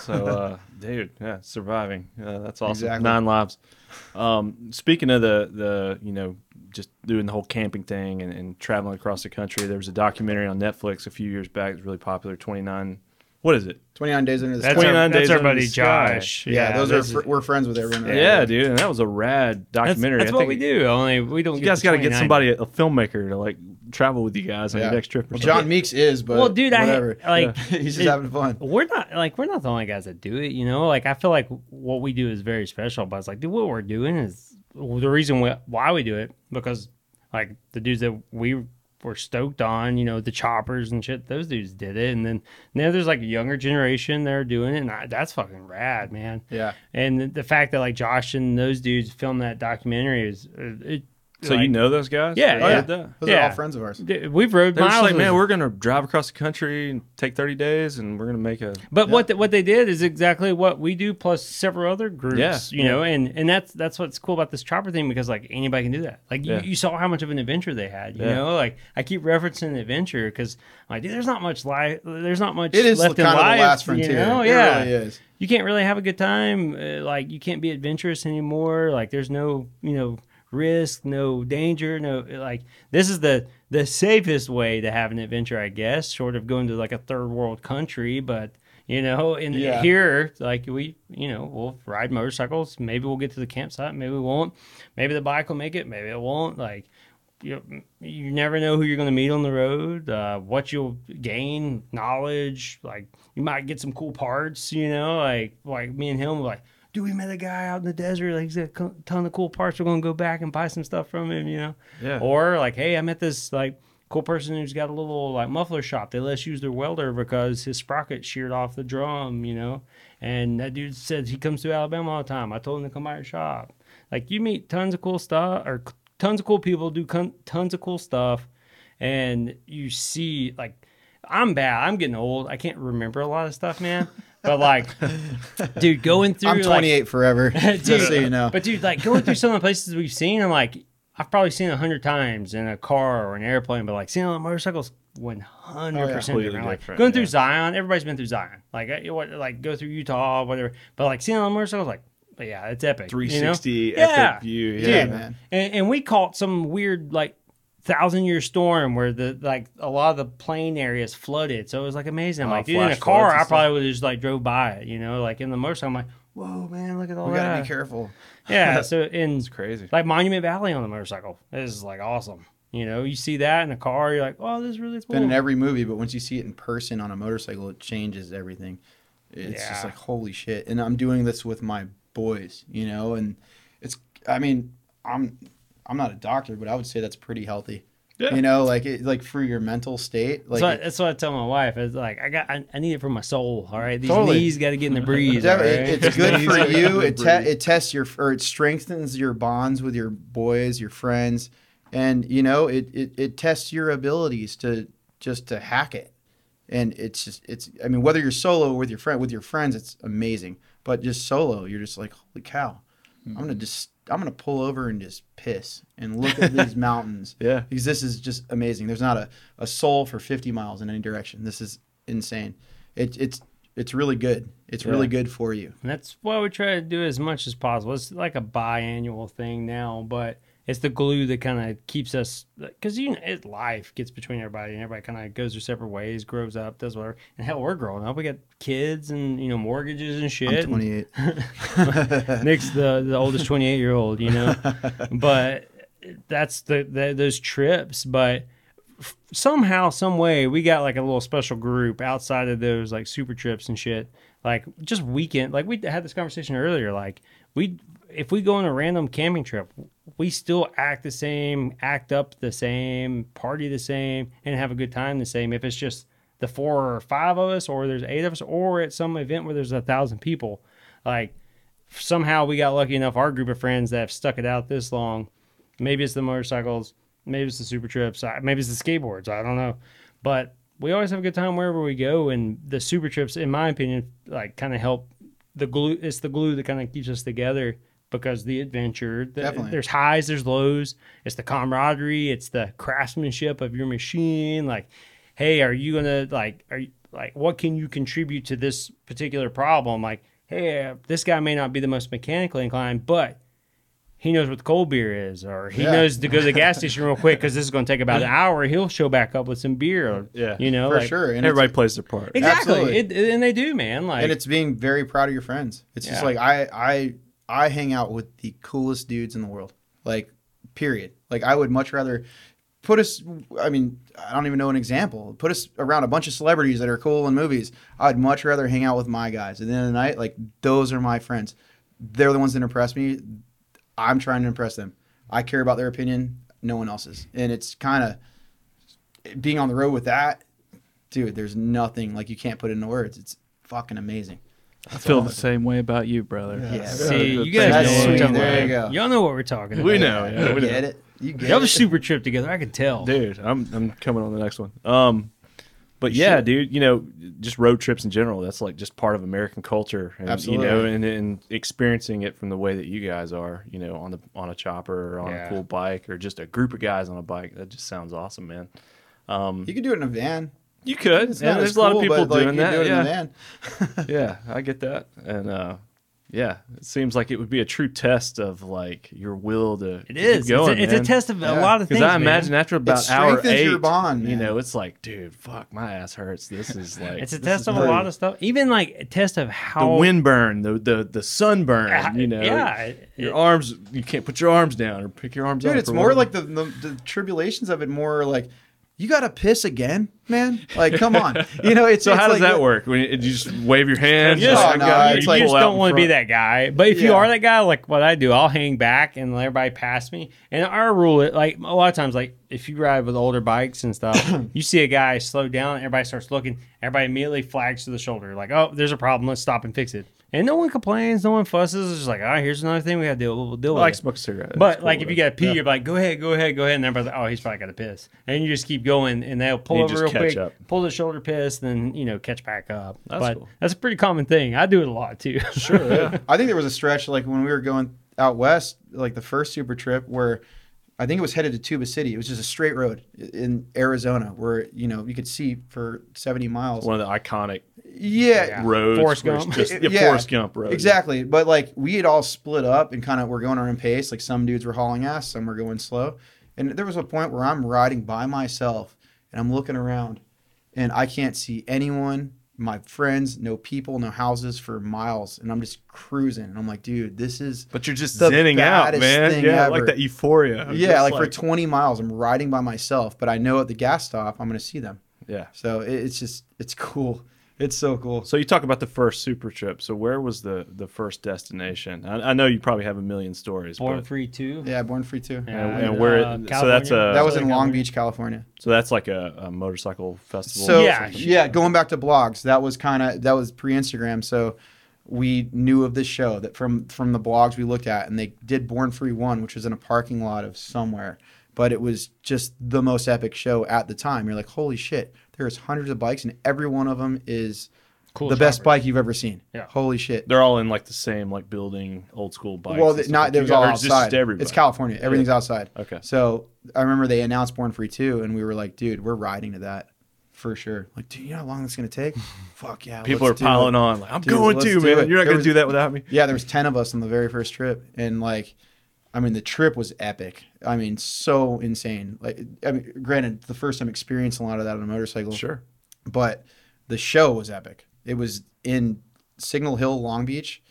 Speaker 1: So, uh, dude, yeah, surviving. Uh, that's awesome.
Speaker 3: Exactly.
Speaker 1: Nine lives. Um, speaking of the the you know just doing the whole camping thing and, and traveling across the country, there was a documentary on Netflix a few years back. It's really popular. Twenty nine. What is it?
Speaker 3: 29 days under the
Speaker 4: That's,
Speaker 3: sky.
Speaker 4: our,
Speaker 1: 29
Speaker 4: that's
Speaker 1: days
Speaker 4: our
Speaker 1: under the
Speaker 4: buddy
Speaker 1: sky.
Speaker 4: Josh.
Speaker 3: yeah, those
Speaker 4: that's-
Speaker 3: are fr- we're friends with everyone.
Speaker 1: Yeah,
Speaker 3: right?
Speaker 1: dude, and that was a rad
Speaker 4: That's,
Speaker 1: documentary.
Speaker 4: that's
Speaker 1: I
Speaker 4: what
Speaker 1: think
Speaker 4: we do. Only we don't.
Speaker 1: You guys got to get somebody, a filmmaker, to like travel with you guys on
Speaker 3: Yeah.
Speaker 1: your next trip. Or
Speaker 3: Well,
Speaker 1: something.
Speaker 3: John Meeks is, but
Speaker 4: well, dude,
Speaker 3: whatever.
Speaker 4: I like
Speaker 3: he's just
Speaker 4: it-
Speaker 3: having fun.
Speaker 4: we're not like we're not the only guys that do it, you know. Like I feel like what we do is very special, but it's like, dude, what we're doing is well, the reason wh- why we do it because like the dudes that we were stoked on, you know, the choppers and shit, those dudes did it, and then now there's like a younger generation that are doing it, and I, that's fucking rad, man.
Speaker 3: Yeah,
Speaker 4: And the, the fact that like Josh and those dudes filmed that documentary is, it,
Speaker 1: so you
Speaker 4: like,
Speaker 1: know those guys?
Speaker 4: Yeah,
Speaker 1: that
Speaker 4: oh,
Speaker 1: did that?
Speaker 3: those are
Speaker 4: Yeah.
Speaker 3: all friends of ours.
Speaker 4: d- we've rode
Speaker 1: They're just
Speaker 4: miles
Speaker 1: like,
Speaker 4: with-
Speaker 1: man, we're gonna drive across the country and take 30 days, and we're gonna make a.
Speaker 4: But what the, what they did is exactly what we do, plus several other groups.
Speaker 1: Yeah.
Speaker 4: you know, and and that's that's what's cool about this chopper thing because like anybody can do that. Like
Speaker 1: Yeah.
Speaker 4: you, you saw how much of an adventure they had. You
Speaker 1: Yeah.
Speaker 4: know, like I keep referencing adventure because like dude, there's not much life. There's not much.
Speaker 3: It is
Speaker 4: left
Speaker 3: kind of the
Speaker 4: in life,
Speaker 3: last frontier.
Speaker 4: You know?
Speaker 3: It
Speaker 4: yeah,
Speaker 3: really is.
Speaker 4: you can't really have a good time. Uh, like you can't be adventurous anymore. Like there's no you know risk, no danger, no like this is the the safest way to have an adventure, I guess, short of going to like a third world country, but. You know, in
Speaker 3: Yeah.
Speaker 4: here, like we, you know, we'll ride motorcycles. Maybe we'll get to the campsite. Maybe we won't. Maybe the bike will make it. Maybe it won't. Like, you, you never know who you're going to meet on the road, uh, what you'll gain, knowledge. Like you might get some cool parts, you know. Like like me and him, were like, dude, we met a guy out in the desert. Like he's got a co- ton of cool parts. We're going to go back and buy some stuff from him, you know.
Speaker 1: Yeah.
Speaker 4: Or like, hey, I met this like cool person who's got a little like muffler shop. They let us use their welder because his sprocket sheared off the drum, you know. And that dude said he comes to Alabama all the time. I told him to come by your shop. Like you meet tons of cool stuff or c- tons of cool people, do con- tons of cool stuff, and you see like I'm bad. I'm getting old. I can't remember a lot of stuff, man. But like, dude, going through
Speaker 3: I'm
Speaker 4: like,
Speaker 3: 28 forever.
Speaker 4: Dude,
Speaker 3: just so you know.
Speaker 4: But dude, like going through some of the places we've seen, I'm like, I've probably seen a hundred times in a car or an airplane, but like seeing on motorcycles, one hundred percent
Speaker 1: Completely
Speaker 4: different. Like
Speaker 1: different,
Speaker 4: going through
Speaker 1: Oh, yeah.
Speaker 4: Zion, everybody's been through Zion. Like I- what, like go through Utah, whatever. But like seeing on motorcycles, like yeah, it's epic. you know?
Speaker 1: 360
Speaker 4: Yeah.
Speaker 1: epic view. Yeah,
Speaker 3: yeah, man.
Speaker 4: and, and we caught some weird like thousand year storm where the like a lot of the plain areas flooded so it was like amazing I'm
Speaker 1: Oh,
Speaker 4: like dude, in a
Speaker 1: flash
Speaker 4: car
Speaker 1: floods and
Speaker 4: i
Speaker 1: stuff.
Speaker 4: probably would have just like drove by it you know like in the motorcycle i'm like whoa man look at all
Speaker 3: We
Speaker 4: that
Speaker 3: gotta be careful.
Speaker 4: yeah so in
Speaker 1: It's crazy.
Speaker 4: like monument valley on the motorcycle is like awesome you know you see that in a car you're like oh this is really cool
Speaker 3: Been in every movie, but once you see it in person on a motorcycle, it changes everything. It's
Speaker 4: Yeah.
Speaker 3: just like holy shit. And I'm doing this with my boys, you know, and it's I mean, I'm I'm not a doctor, but I would say that's pretty healthy.
Speaker 1: Yeah.
Speaker 3: You know, like it like for your mental state. Like
Speaker 4: that's, what, that's what I tell my wife. It's like I got, I, I need it for my soul. All right, these
Speaker 3: Totally.
Speaker 4: knees got to get in the breeze. all
Speaker 3: Exactly.
Speaker 4: right?
Speaker 3: It- It's good for
Speaker 1: Amazing.
Speaker 3: you. It, te-
Speaker 1: Breathe.
Speaker 3: it tests your or it strengthens your bonds with your boys, your friends, and you know it, it it tests your abilities to just to hack it. And it's just it's I mean whether you're solo or with your friend with your friends it's amazing, but just solo you're just like holy cow, I'm gonna just I'm gonna pull over and just piss and look at these mountains
Speaker 1: Yeah.
Speaker 3: because this is just amazing. There's not a, a soul for 50 miles in any direction. This is insane. It, it's it's really good. It's really good for you.
Speaker 4: And that's what we try to do as much as possible. It's like a biannual thing now, but it's the glue that kind of keeps us because you know, it, life gets between everybody and everybody kind of goes their separate ways, grows up, does whatever. And hell, we're growing up. We got kids and you know mortgages and shit.
Speaker 3: I'm
Speaker 4: and-
Speaker 3: 28.
Speaker 4: Nick's the the oldest 28 year old, you know. but that's the, the those trips. But f- somehow, some way, we got like a little special group outside of those like super trips and shit. Like just weekend. Like we had this conversation earlier. Like we if we go on a random camping trip, we still act the same, act up the same, party the same, and have a good time the same. If it's just the four or five of us, or there's eight of us, or at some event where there's a thousand people, like somehow we got lucky enough our group of friends that have stuck it out this long maybe it's the motorcycles maybe it's the super trips I- maybe it's the skateboards i don't know but we always have a good time wherever we go and the super trips in my opinion like kind of help the glue it's the glue that kind of keeps us together because the adventure the,
Speaker 3: Definitely.
Speaker 4: there's highs there's lows it's the camaraderie it's the craftsmanship of your machine like hey are you gonna like are you like what can you contribute to this particular problem like hey uh, this guy may not be the most mechanically inclined but he knows what the cold beer is or he
Speaker 3: Yeah.
Speaker 4: knows to go to the gas station real quick because this is going to take about an hour he'll show back up with some beer or,
Speaker 1: Yeah,
Speaker 4: you know
Speaker 3: for
Speaker 4: like-
Speaker 3: sure. And
Speaker 1: Everybody
Speaker 3: it's,
Speaker 1: plays their part.
Speaker 4: exactly
Speaker 3: Absolutely.
Speaker 4: it, it- and they do man like
Speaker 3: and it's being very proud of your friends. It's just
Speaker 4: Yeah.
Speaker 3: like I I I hang out with the coolest dudes in the world. Like period. Like I would much rather put us. I mean, I don't even know an example. Put us around a bunch of celebrities that are cool in movies. I'd much rather hang out with my guys. At the end of the night, like those are my friends. They're the ones that impress me. I'm trying to impress them. I care about their opinion. No one else's. And it's kind of being on the road with that, dude. There's nothing like you can't put into words. It's fucking amazing.
Speaker 5: I feel the same way about you, brother.
Speaker 3: Yeah,
Speaker 4: See,
Speaker 1: Yeah,
Speaker 4: you guys
Speaker 1: that's
Speaker 4: know what we're
Speaker 1: sweet.
Speaker 4: talking
Speaker 1: There
Speaker 4: about.
Speaker 3: you go.
Speaker 4: Y'all know what we're talking about.
Speaker 1: We know. Oh, Yeah,
Speaker 3: you
Speaker 1: we know.
Speaker 3: get it. You get
Speaker 4: Y'all have a
Speaker 3: it.
Speaker 4: super trip together. I can tell.
Speaker 1: dude i'm i'm coming on the next one um but yeah dude you know just road trips in general that's like just part of american culture and
Speaker 3: Absolutely.
Speaker 1: you know and, and experiencing it from the way that you guys are you know on the on a chopper or on
Speaker 4: Yeah.
Speaker 1: a cool bike or just a group of guys on a bike that just sounds awesome man
Speaker 3: You could do it in a van.
Speaker 1: you could
Speaker 3: It's not
Speaker 1: and
Speaker 3: as
Speaker 1: there's a lot of
Speaker 3: cool,
Speaker 1: people
Speaker 3: but, like,
Speaker 1: doing
Speaker 3: you
Speaker 1: that
Speaker 3: do it in a
Speaker 1: yeah.
Speaker 3: van.
Speaker 1: yeah i get that and uh yeah, it seems like it would be a true test of like your will to.
Speaker 4: It is. It's a- it's, a, test of a
Speaker 3: Yeah.
Speaker 4: lot of things.
Speaker 1: Because I
Speaker 4: man.
Speaker 1: imagine after about hour
Speaker 3: strengthens
Speaker 1: eight,
Speaker 3: your bond,
Speaker 1: you
Speaker 3: man.
Speaker 1: know, it's like, dude, fuck, my ass hurts. This is like,
Speaker 4: it's a
Speaker 1: this
Speaker 4: test
Speaker 1: is
Speaker 4: of a
Speaker 1: hurting.
Speaker 4: lot of stuff. Even like a test of
Speaker 1: the
Speaker 4: how
Speaker 1: wind burn, the the the sunburn.
Speaker 4: Uh,
Speaker 1: you know,
Speaker 4: yeah, it-
Speaker 1: your
Speaker 4: it-
Speaker 1: arms, you can't put your arms down or pick your arms up.
Speaker 3: Dude, it's
Speaker 1: or
Speaker 3: more
Speaker 1: whatever.
Speaker 3: like the, the the tribulations of it. More like you got to piss again, man. Like, come on. You know, it's
Speaker 1: So
Speaker 3: it's
Speaker 1: how does
Speaker 3: like-
Speaker 1: that work? When you, you just wave your hand,
Speaker 4: Yes.
Speaker 1: like,
Speaker 3: Oh, no,
Speaker 1: got-
Speaker 3: it's
Speaker 4: you
Speaker 3: like-
Speaker 4: just
Speaker 1: pull out
Speaker 4: don't
Speaker 1: in
Speaker 4: want to be
Speaker 1: front.
Speaker 4: that guy. But if you
Speaker 3: Yeah.
Speaker 4: are that guy, like what I do, I'll hang back and let everybody pass me. And our rule, it like a lot of times, like if you ride with older bikes and stuff, you see a guy slow down, everybody starts looking, everybody immediately flags to the shoulder, like, oh, there's a problem, let's stop and fix it. And no one complains, no one fusses. It's just like, all right, here's another thing we got to deal. We'll deal
Speaker 1: I
Speaker 4: with.
Speaker 1: like
Speaker 4: it."
Speaker 1: smoke a cigarette.
Speaker 4: But
Speaker 1: It's cool,
Speaker 4: like if you
Speaker 1: whatever.
Speaker 4: got to pee, you're like, go ahead, go ahead, go ahead, and everybody's like, oh, he's probably got to piss, and you just keep going, and they'll pull
Speaker 1: You
Speaker 4: over
Speaker 1: just
Speaker 4: real
Speaker 1: catch
Speaker 4: quick,
Speaker 1: up.
Speaker 4: pull the shoulder piss, then you know catch back up.
Speaker 1: That's
Speaker 4: but
Speaker 1: cool.
Speaker 4: that's a pretty common thing. I do it a lot too. Sure.
Speaker 3: I think there was a stretch like when we were going out west, like the first super trip where I think it was headed to Tuba City. It was just a straight road in Arizona where you know you could see for seventy miles.
Speaker 1: one of the iconic
Speaker 3: yeah,
Speaker 1: roads,
Speaker 4: Forrest
Speaker 1: where it's
Speaker 4: Gump.
Speaker 1: just yeah,
Speaker 3: Yeah.
Speaker 1: Forrest Gump road,
Speaker 3: Exactly. But like we had all split up and kind of were going our own pace. Like some dudes were hauling ass, some were going slow. And there was a point where I'm riding by myself and I'm looking around and I can't see anyone, my friends, no people, no houses for miles. And I'm just cruising. And I'm like, dude, this is.
Speaker 1: But you're just
Speaker 3: The
Speaker 1: zenning out,
Speaker 3: baddest
Speaker 1: man.
Speaker 3: thing
Speaker 1: Yeah, like
Speaker 3: ever.
Speaker 1: that euphoria. of
Speaker 3: Yeah,
Speaker 1: just,
Speaker 3: like, for 20 miles, I'm riding by myself, but I know at the gas stop, I'm going to see them.
Speaker 1: yeah.
Speaker 3: So it, it's just, it's cool. It's so cool.
Speaker 1: So you talk about the first super trip. So where was the the first destination? I, I know you probably have a million stories,
Speaker 4: Born
Speaker 1: but
Speaker 4: free too.
Speaker 3: Yeah, Born Free too.
Speaker 1: and, and where?
Speaker 4: Uh,
Speaker 1: so that's
Speaker 4: California.
Speaker 1: a
Speaker 3: That was in
Speaker 4: Southern
Speaker 3: Long
Speaker 4: California.
Speaker 3: Beach, California.
Speaker 1: so that's like a, a motorcycle festival.
Speaker 3: So
Speaker 1: or
Speaker 3: yeah,
Speaker 4: Yeah.
Speaker 1: something.
Speaker 3: yeah, going back to blogs, that was kind of that was pre-Instagram, so we knew of this show that from from the blogs we looked at and they did Born Free 1, which was in a parking lot of somewhere, but it was just the most epic show at the time. You're like, "Holy shit, there's hundreds of bikes and every one of them is
Speaker 4: Cool
Speaker 3: the best
Speaker 4: chopper.
Speaker 3: bike you've ever seen."
Speaker 4: Yeah.
Speaker 3: Holy shit.
Speaker 1: they're all in like the same like building, old school bikes.
Speaker 3: Well,
Speaker 1: and
Speaker 3: th-
Speaker 1: stuff
Speaker 3: not
Speaker 1: like you
Speaker 3: it was
Speaker 1: got-
Speaker 3: all
Speaker 1: or just
Speaker 3: outside.
Speaker 1: everybody.
Speaker 3: It's California. Everything's outside.
Speaker 1: Okay.
Speaker 3: So I remember they announced Born Free 2, and we were like, "Dude, we're riding to that for sure." Like, do you know how long that's gonna take? Fuck yeah.
Speaker 1: People
Speaker 3: let's
Speaker 1: are
Speaker 3: do it.
Speaker 1: piling on. Like, I'm
Speaker 3: Dude,
Speaker 1: going
Speaker 3: let's
Speaker 1: to
Speaker 3: do
Speaker 1: man.
Speaker 3: it.
Speaker 1: You're not
Speaker 3: There
Speaker 1: going to
Speaker 3: was-
Speaker 1: do that without me.
Speaker 3: Yeah, there was ten of us on the very first trip, and like, I mean, the trip was epic. I mean, so insane. Like, I mean, granted, the first time experiencing a lot of that on a motorcycle,
Speaker 1: Sure.
Speaker 3: but the show was epic. It was in Signal Hill, Long Beach,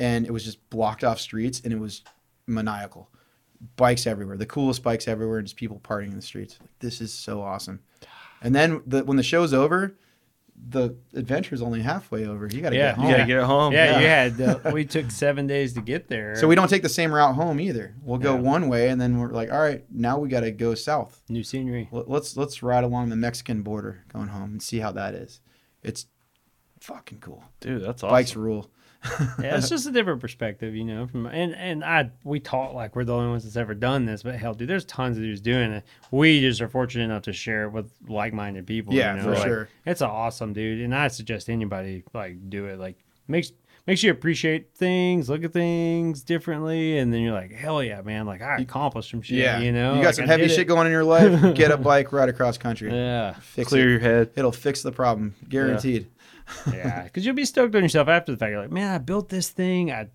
Speaker 3: and it was just blocked off streets, and it was maniacal. Bikes everywhere, the coolest bikes everywhere, and just people partying in the streets. Like, this is so awesome. And then the, when the show's over, the adventure's only halfway over. You got to
Speaker 4: Yeah,
Speaker 3: get
Speaker 4: you
Speaker 1: You
Speaker 3: home.
Speaker 1: got to get home.
Speaker 4: Yeah, you had. Uh, we took seven days to get there.
Speaker 3: So we don't take the same route home either. We'll go
Speaker 1: Yeah.
Speaker 3: one way, and then we're like, all right, now we got to go south.
Speaker 4: new scenery.
Speaker 3: Let- Let's let's ride along the Mexican border going home and see how that is. It's fucking cool.
Speaker 1: Dude, that's awesome.
Speaker 3: Bikes rule.
Speaker 4: Yeah, it's just a different perspective, you know. From and and I we talk like we're the only ones that's ever done this, but hell, dude, there's tons of dudes doing it. We just are fortunate enough to share it with like-minded people. you
Speaker 3: Yeah,
Speaker 4: know,
Speaker 3: for
Speaker 4: like,
Speaker 3: sure.
Speaker 4: It's awesome, dude, and I suggest anybody like do it. Like makes makes you appreciate things, look at things differently, and then you're like, hell yeah, man! Like I accomplished some shit. you know,
Speaker 3: you got
Speaker 4: Like,
Speaker 3: some
Speaker 4: I
Speaker 3: heavy
Speaker 4: did
Speaker 3: shit
Speaker 4: it.
Speaker 3: going on in your life. Get a bike, ride across country.
Speaker 4: Yeah,
Speaker 3: Fix
Speaker 1: Clear
Speaker 3: it.
Speaker 1: your head.
Speaker 3: It'll fix the problem, guaranteed.
Speaker 4: yeah, because you'll be stoked on yourself after the fact. You're like, man, I built this thing. I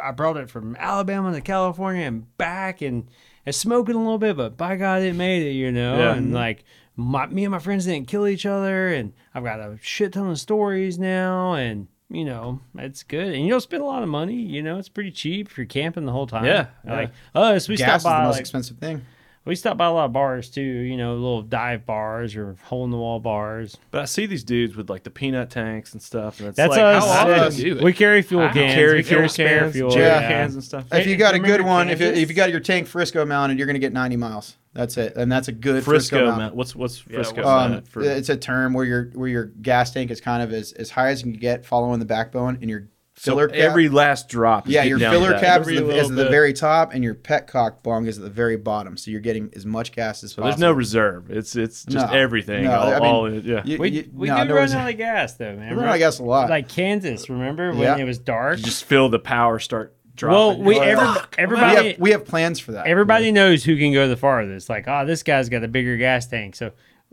Speaker 4: I brought it from Alabama to California and back, and it's smoking a little bit, but by God, it made it. You know,
Speaker 1: Yeah.
Speaker 4: and like my me and my friends didn't kill each other, and I've got a shit ton of stories now, and you know, it's good. And you don't spend a lot of money. You know, it's pretty cheap if you're camping the whole time.
Speaker 1: Yeah,
Speaker 4: like oh, so we
Speaker 3: Gas
Speaker 4: stopped
Speaker 3: is the
Speaker 4: by.
Speaker 3: most
Speaker 4: like,
Speaker 3: expensive thing.
Speaker 4: We stopped by a lot of bars too, you know, little dive bars or hole in the wall bars.
Speaker 1: But I see these dudes with like the peanut tanks and stuff, and it's
Speaker 4: That's
Speaker 1: like
Speaker 4: us.
Speaker 1: how often
Speaker 4: uh,
Speaker 5: often do you do it?
Speaker 4: we carry fuel
Speaker 5: How?
Speaker 4: cans.
Speaker 1: carry
Speaker 4: we
Speaker 1: fuel
Speaker 4: carry
Speaker 1: cans,
Speaker 4: spare fuel.
Speaker 1: jerry
Speaker 3: yeah.
Speaker 1: cans and stuff.
Speaker 3: If you got a good
Speaker 4: Remember
Speaker 3: one, if, you-
Speaker 4: Kansas?
Speaker 3: if you got your tank Frisco mounted, you're going to get 90 miles. That's it, and that's a good Frisco,
Speaker 1: Frisco,
Speaker 3: mount.
Speaker 1: man. What's what's Frisco?
Speaker 5: what's
Speaker 1: mount
Speaker 3: Um,
Speaker 1: for-
Speaker 3: it's a term where your where your gas tank is kind of as, as high as you can get, following the backbone, and your
Speaker 1: so
Speaker 3: filler cap.
Speaker 1: every last drop. is
Speaker 3: yeah,
Speaker 1: getting
Speaker 3: your
Speaker 1: down to
Speaker 3: filler
Speaker 1: that.
Speaker 3: cap is,
Speaker 4: Every
Speaker 3: the, is
Speaker 4: little
Speaker 3: at the
Speaker 4: bit.
Speaker 3: very top, and your petcock bong is at the very bottom. So you're getting as much gas as
Speaker 1: So
Speaker 3: possible.
Speaker 1: there's no reserve. It's it's just
Speaker 3: No.
Speaker 1: everything.
Speaker 3: No,
Speaker 1: all,
Speaker 3: I mean,
Speaker 1: all in- yeah.
Speaker 3: You-
Speaker 4: We,
Speaker 3: you-
Speaker 4: we
Speaker 3: no,
Speaker 4: did
Speaker 3: no
Speaker 4: run
Speaker 3: reserve.
Speaker 4: out of gas though, man.
Speaker 3: We run out of gas a lot.
Speaker 4: Like Kansas, remember when
Speaker 3: Yeah.
Speaker 4: it was dark?
Speaker 1: You just feel the power start
Speaker 4: well,
Speaker 1: dropping.
Speaker 4: we
Speaker 1: You're like,
Speaker 4: every,
Speaker 1: "Fuck."
Speaker 4: everybody
Speaker 3: we have we have plans for that.
Speaker 4: Everybody knows who can go the farthest. Like, oh, this guy's got a bigger gas tank. So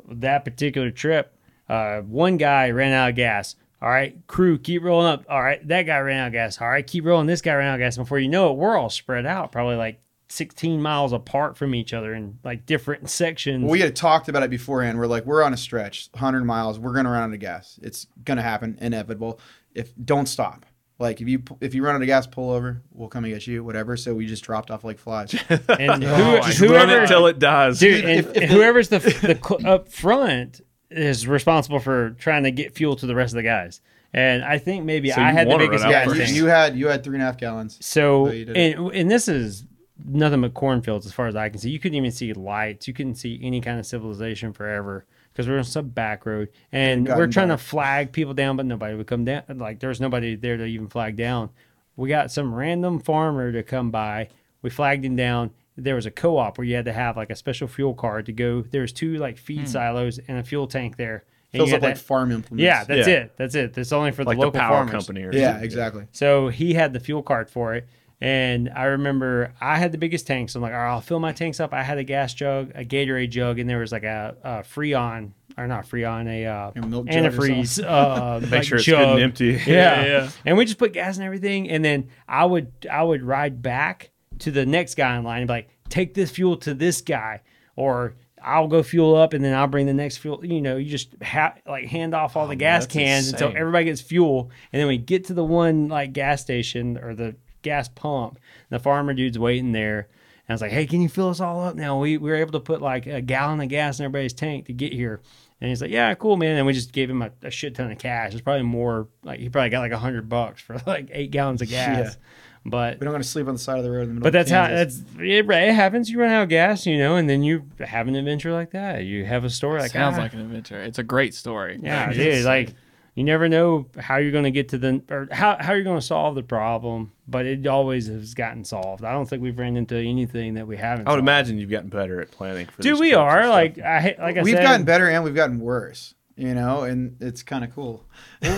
Speaker 4: that particular trip, uh, one guy ran out of gas. All right, crew, keep rolling up. All right, that guy ran out of gas. All right, keep rolling. This guy ran out of gas. Before you know it, we're all spread out, probably like 16 miles apart from each other in like different sections.
Speaker 3: Well, we had talked about it beforehand. We're like, we're on a stretch, 100 miles. We're gonna run out of gas. It's gonna happen, inevitable. If don't stop, like if you if you run out of gas, pull over. We'll come and get you, whatever. So we just dropped off like flies.
Speaker 4: and who,
Speaker 1: just
Speaker 4: whoever,
Speaker 1: run Oh, it till it dies.
Speaker 4: dude, and
Speaker 3: If- if-
Speaker 4: whoever's the, the cl- up front is responsible for trying to get fuel to the rest of the guys. And I think maybe
Speaker 1: So
Speaker 4: I
Speaker 1: you
Speaker 4: had the
Speaker 1: wanna run
Speaker 4: biggest
Speaker 1: out
Speaker 3: yeah,
Speaker 4: gas
Speaker 3: you,
Speaker 1: first.
Speaker 4: tank.
Speaker 3: you had you had three and a half gallons.
Speaker 4: So
Speaker 3: So Oh, you did it.
Speaker 4: and and this is nothing but cornfields as far as I can see. You couldn't even see lights. You couldn't see any kind of civilization forever because we're on some back road and
Speaker 3: gotten
Speaker 4: we're trying
Speaker 3: back.
Speaker 4: to flag people down, but nobody would come down. Like there's nobody there to even flag down. We got some random farmer to come by. We flagged him down. There was a co-op where you had to have like a special fuel card to go. There's two like feed silos and a fuel tank there. And
Speaker 3: Fills
Speaker 4: you
Speaker 3: up
Speaker 4: had
Speaker 3: like
Speaker 4: that-
Speaker 3: farm implements.
Speaker 4: yeah, that's
Speaker 1: Yeah.
Speaker 4: it. That's it. That's only for
Speaker 1: like
Speaker 4: the
Speaker 1: the
Speaker 4: local
Speaker 1: power
Speaker 4: farmers.
Speaker 1: company or
Speaker 3: yeah,
Speaker 1: something.
Speaker 3: exactly.
Speaker 4: So he had the fuel card for it. And I remember I had the biggest tanks. I'm like, all right, I'll fill my tanks up. I had a gas jug, a Gatorade jug, and there was like a, a Freon, or not Freon, a uh,
Speaker 3: A milk jug or
Speaker 4: antifreeze. Uh,
Speaker 1: Make sure it's good and empty.
Speaker 4: Yeah. And we just put gas and everything. And then I would I would ride back to the next guy in line and be like, take this fuel to this guy. Or I'll go fuel up and then I'll bring the next fuel. You know, you just ha- like hand off all the gas
Speaker 1: Oh, that's
Speaker 4: cans until
Speaker 1: insane.
Speaker 4: everybody gets fuel. And then we get to the one like gas station or the gas pump. And the farmer dude's waiting there. And I was like, hey, can you fill us all up now? We, we were able to put like a gallon of gas in everybody's tank to get here. And he's like, yeah, cool, man. And we just gave him a, a shit ton of cash. It's probably more like he probably got like a hundred bucks for like eight gallons of gas. But
Speaker 3: We don't want to sleep on the side of the road in the middle.
Speaker 4: but
Speaker 3: of
Speaker 4: that's how
Speaker 3: Kansas.
Speaker 4: that's it, it happens. You run out of gas, you know, and then you have an adventure like that. You have a story like
Speaker 5: Sounds
Speaker 4: ah,
Speaker 5: like an adventure. It's a great story.
Speaker 4: yeah,
Speaker 5: It's
Speaker 4: dude.
Speaker 5: insane.
Speaker 4: Like you never know how you're going to get to the or how how you're going to solve the problem, but it always has gotten solved. I don't think we've ran into anything that we haven't.
Speaker 1: I would
Speaker 4: solved.
Speaker 1: imagine you've gotten better at planning for.
Speaker 4: Dude,
Speaker 1: these
Speaker 4: we
Speaker 1: trips and
Speaker 4: are
Speaker 1: stuff.
Speaker 4: like I like I
Speaker 3: we've
Speaker 4: said,
Speaker 3: gotten better and we've gotten worse. You know, and it's kind of cool.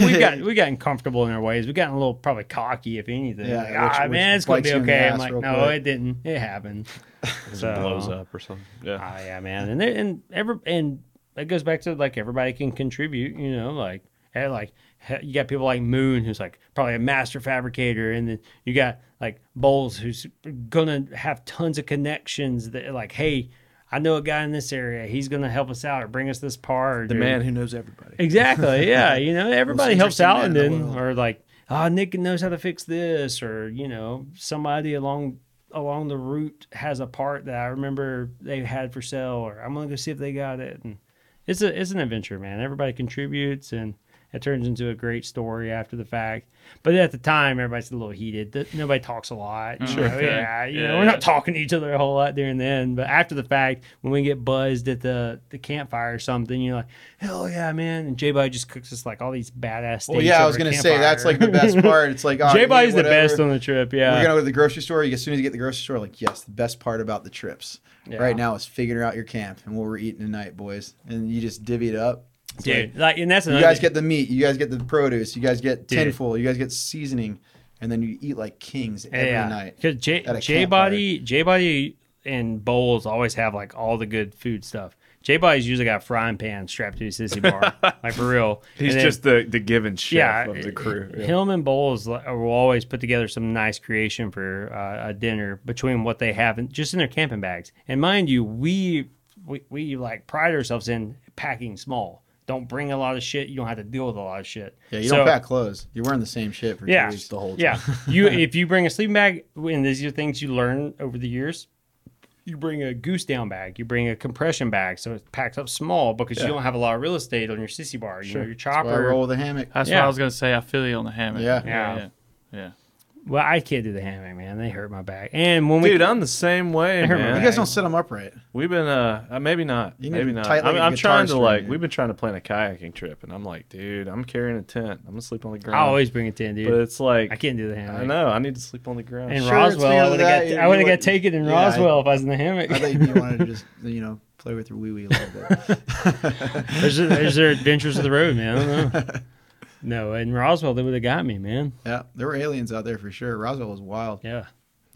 Speaker 4: we got we gotten comfortable in our ways. We gotten a little probably cocky, if anything.
Speaker 3: Yeah,
Speaker 4: like,
Speaker 3: which-
Speaker 4: ah,
Speaker 3: which
Speaker 4: man, it's gonna
Speaker 3: bites
Speaker 4: be
Speaker 3: you in the
Speaker 4: okay. I'm
Speaker 3: ass
Speaker 4: like,
Speaker 3: real
Speaker 4: no,
Speaker 3: quick.
Speaker 4: it didn't. It happened. so,
Speaker 1: it blows up or something. Yeah.
Speaker 4: Oh yeah, man. And there, and every and it goes back to like everybody can contribute. You know, like eh, like he- you got people like Moon who's like probably a master fabricator, and then you got like Bowles who's gonna have tons of connections that like, hey, I know a guy in this area. He's gonna help us out or bring us this part.
Speaker 1: The
Speaker 4: or-
Speaker 1: man who knows everybody.
Speaker 4: Exactly. Yeah. You know, everybody helps
Speaker 3: interesting
Speaker 4: out,
Speaker 3: man
Speaker 4: and
Speaker 3: in the
Speaker 4: then
Speaker 3: world.
Speaker 4: or like, ah, Nick knows how to fix this, or you know, somebody along along the route has a part that I remember they had for sale, or I'm gonna go see if they got it. And it's a it's an adventure, man. Everybody contributes, and it turns into a great story after the fact. But at the time, everybody's a little heated. Th- Nobody talks a lot. Sure.
Speaker 5: okay.
Speaker 4: Yeah. You know,
Speaker 5: Yeah,
Speaker 4: we're
Speaker 5: yeah.
Speaker 4: not talking to each other a whole lot during then. But after the fact, when we get buzzed at the, the campfire or something, you're like, hell yeah, man. And J Bud just cooks us like all these badass things.
Speaker 3: Well, yeah, I was gonna say that's like the best part. It's like oh,
Speaker 4: J
Speaker 3: I eat
Speaker 4: Bud's the
Speaker 3: whatever.
Speaker 4: best on the trip. Yeah.
Speaker 3: We're gonna go to the grocery store. As soon as you get to the grocery store, like yes, the best part about the trips
Speaker 4: Yeah.
Speaker 3: right now is figuring out your camp and what we're eating tonight, boys. And you just divvy it up. It's like,
Speaker 4: Dude, like, and that's another
Speaker 3: you guys
Speaker 4: thing.
Speaker 3: get the meat. You guys get the produce. You guys get
Speaker 4: Dude.
Speaker 3: tinfoil. You guys get seasoning, and then you eat like kings every night.
Speaker 4: Because J
Speaker 3: at a
Speaker 4: J Body J Body and Bowls always have like all the good food stuff. J Body's usually got a frying pan strapped to his sissy bar, like for real.
Speaker 1: He's
Speaker 4: And then-
Speaker 1: just the the given chef
Speaker 4: yeah, eh,
Speaker 1: of the crew. Yeah.
Speaker 4: Hillman Bowles li- will always put together some nice creation for uh, a dinner between what they have and just in their camping bags. And mind you, we we, we like pride ourselves in packing small. Don't bring a lot of shit. You don't have to deal with a lot of shit.
Speaker 3: Yeah, you
Speaker 4: So-
Speaker 3: don't pack clothes. You're wearing the same shit for
Speaker 4: yeah.
Speaker 3: two weeks the whole time.
Speaker 4: Yeah. you if you bring a sleeping bag, and these are things you learn over the years, you bring a goose down bag, you bring a compression bag, so it packs up small because you don't have a lot of real estate on your sissy bar. You know, your
Speaker 3: Why
Speaker 4: chopper.
Speaker 3: roll with a hammock?
Speaker 5: That's
Speaker 4: Yeah.
Speaker 5: what I was gonna say. I feel you on the hammock.
Speaker 3: Yeah.
Speaker 4: Yeah.
Speaker 5: yeah, yeah.
Speaker 4: well, I can't do the hammock, man. They hurt my back. And when we
Speaker 1: Dude, I'm the same way,
Speaker 4: heard my
Speaker 1: man.
Speaker 4: back.
Speaker 3: You guys don't sit them upright.
Speaker 1: We've been uh uh, maybe not
Speaker 3: You need
Speaker 1: maybe
Speaker 3: to
Speaker 1: not.
Speaker 3: tighten
Speaker 1: I'm,
Speaker 3: your
Speaker 1: I'm
Speaker 3: guitar
Speaker 1: trying to
Speaker 3: string,
Speaker 1: like
Speaker 3: yeah.
Speaker 1: we've been trying to plan a kayaking trip and I'm like, dude, I'm carrying a tent. I'm gonna sleep
Speaker 5: Oh,
Speaker 1: on the
Speaker 4: I
Speaker 1: ground.
Speaker 4: always bring it in, dude.
Speaker 1: but it's like
Speaker 4: I can't do the hammock.
Speaker 1: I know I need to sleep on the ground.
Speaker 4: And
Speaker 3: Sure, it's
Speaker 4: Roswell, I
Speaker 3: because of
Speaker 4: would
Speaker 3: that,
Speaker 4: have
Speaker 3: you-
Speaker 4: got I would
Speaker 3: you
Speaker 4: have got
Speaker 3: would-
Speaker 4: taken in
Speaker 3: yeah, I-
Speaker 4: Roswell if I was in the hammock.
Speaker 3: I think you wanted to just you know play with your wee wee a little bit.
Speaker 4: there's, there's their adventures of the road, man. I don't know. No, in Roswell they would have got me, man.
Speaker 3: yeah, there were aliens out there for sure. Roswell was wild.
Speaker 4: Yeah.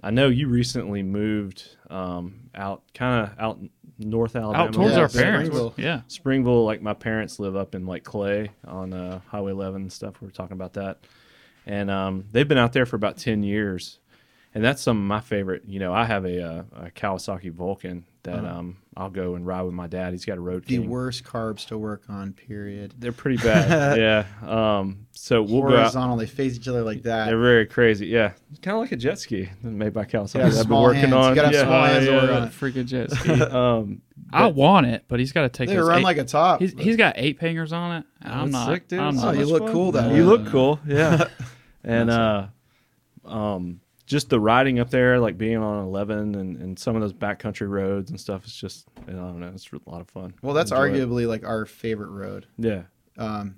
Speaker 1: I know you recently moved um out kind of out north Alabama.
Speaker 5: Out towards
Speaker 3: Yeah,
Speaker 5: our
Speaker 3: it's
Speaker 5: parents.
Speaker 3: Springville.
Speaker 5: Yeah,
Speaker 1: Springville, like my parents live up in like Clay on uh, Highway 11 and stuff. We were talking about that, and um, they've been out there for about 10 years, and that's some of my favorite. You know, I have a, uh a Kawasaki Vulcan that um, I'll go and ride with my dad. He's got a Road
Speaker 3: Uh-huh. The
Speaker 1: King.
Speaker 3: worst carbs to work on. Period.
Speaker 1: They're pretty bad, yeah. Um, so we'll go out.
Speaker 3: Horizontal. They face each other like that.
Speaker 1: They're very crazy, yeah. Kind of like a jet ski made by Kawasaki.
Speaker 3: Yeah,
Speaker 1: that I've been
Speaker 3: small
Speaker 1: working
Speaker 3: hands. You
Speaker 1: on.
Speaker 3: gotta have
Speaker 1: yeah,
Speaker 3: small uh, hands
Speaker 1: yeah,
Speaker 3: or,
Speaker 1: yeah.
Speaker 3: uh,
Speaker 5: freaking jet
Speaker 1: um,
Speaker 5: I want it, but he's got to take.
Speaker 3: They
Speaker 5: those
Speaker 3: run
Speaker 5: eight-
Speaker 3: like a Oh, top.
Speaker 5: he's, he's got eight hangers on it. and I'm
Speaker 1: That's
Speaker 5: not.
Speaker 1: sick, dude.
Speaker 5: I'm
Speaker 1: That's
Speaker 3: Oh,
Speaker 5: not
Speaker 1: so
Speaker 3: you
Speaker 1: much
Speaker 3: look
Speaker 1: fun.
Speaker 3: cool, though.
Speaker 1: You
Speaker 3: Yeah.
Speaker 1: look cool. Yeah. and uh, um, just the riding up there, like being on 11 and, and some of those backcountry roads and stuff, it's just I don't know, it's a lot of fun.
Speaker 3: well, that's
Speaker 1: Enjoy it.
Speaker 3: arguably like our favorite road.
Speaker 1: Yeah.
Speaker 3: Um,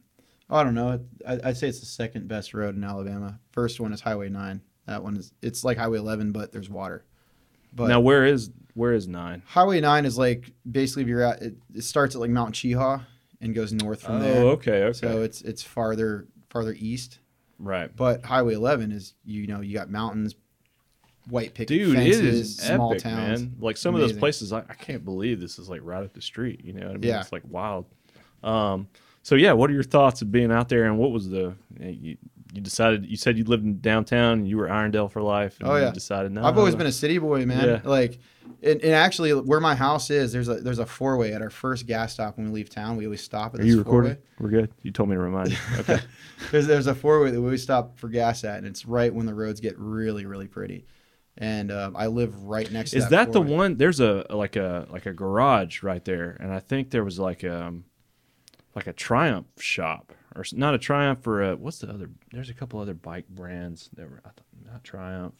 Speaker 3: I don't know. I, I'd say it's the second best road in Alabama. First one is Highway Nine. That one is it's like Highway Eleven, but there's water. But
Speaker 1: now where is where is nine?
Speaker 3: Highway Nine is like basically if you're at it, it starts at like Mount Cheehaw and goes north from
Speaker 1: oh,
Speaker 3: there.
Speaker 1: okay, okay,
Speaker 3: So it's it's farther farther east.
Speaker 1: right.
Speaker 3: But Highway 11 is you know you got mountains, white picket
Speaker 1: Dude,
Speaker 3: fences,
Speaker 1: it is
Speaker 3: small
Speaker 1: epic,
Speaker 3: towns.
Speaker 1: man. Like some of those
Speaker 3: Amazing.
Speaker 1: places, I, I can't believe this is like right up the street. You know, what I mean,
Speaker 3: Yeah.
Speaker 1: it's like wild. Um, so yeah, what are your thoughts of being out there? And what was the eh, you, you decided? You said you lived in downtown. and You were Irondale for life. And
Speaker 3: Oh, yeah.
Speaker 1: you decided no.
Speaker 3: I've always been a city boy, man.
Speaker 1: Yeah.
Speaker 3: Like, and, and actually, where my house is, there's a there's a four way at our first gas stop when we leave town. We always stop at
Speaker 1: Are
Speaker 3: this
Speaker 1: you recording?
Speaker 3: four-way.
Speaker 1: We're good. You told me to remind you. Okay.
Speaker 3: There's there's a four way that we always stop for gas at, and it's right when the roads get really really pretty. And um, I live right next. to
Speaker 1: Is that the
Speaker 3: four-way.
Speaker 1: one? There's a like a like a garage right there, and I think there was like um like a Triumph shop or s- not a Triumph or a what's the other? There's a couple other bike brands that were I thought- not Triumph.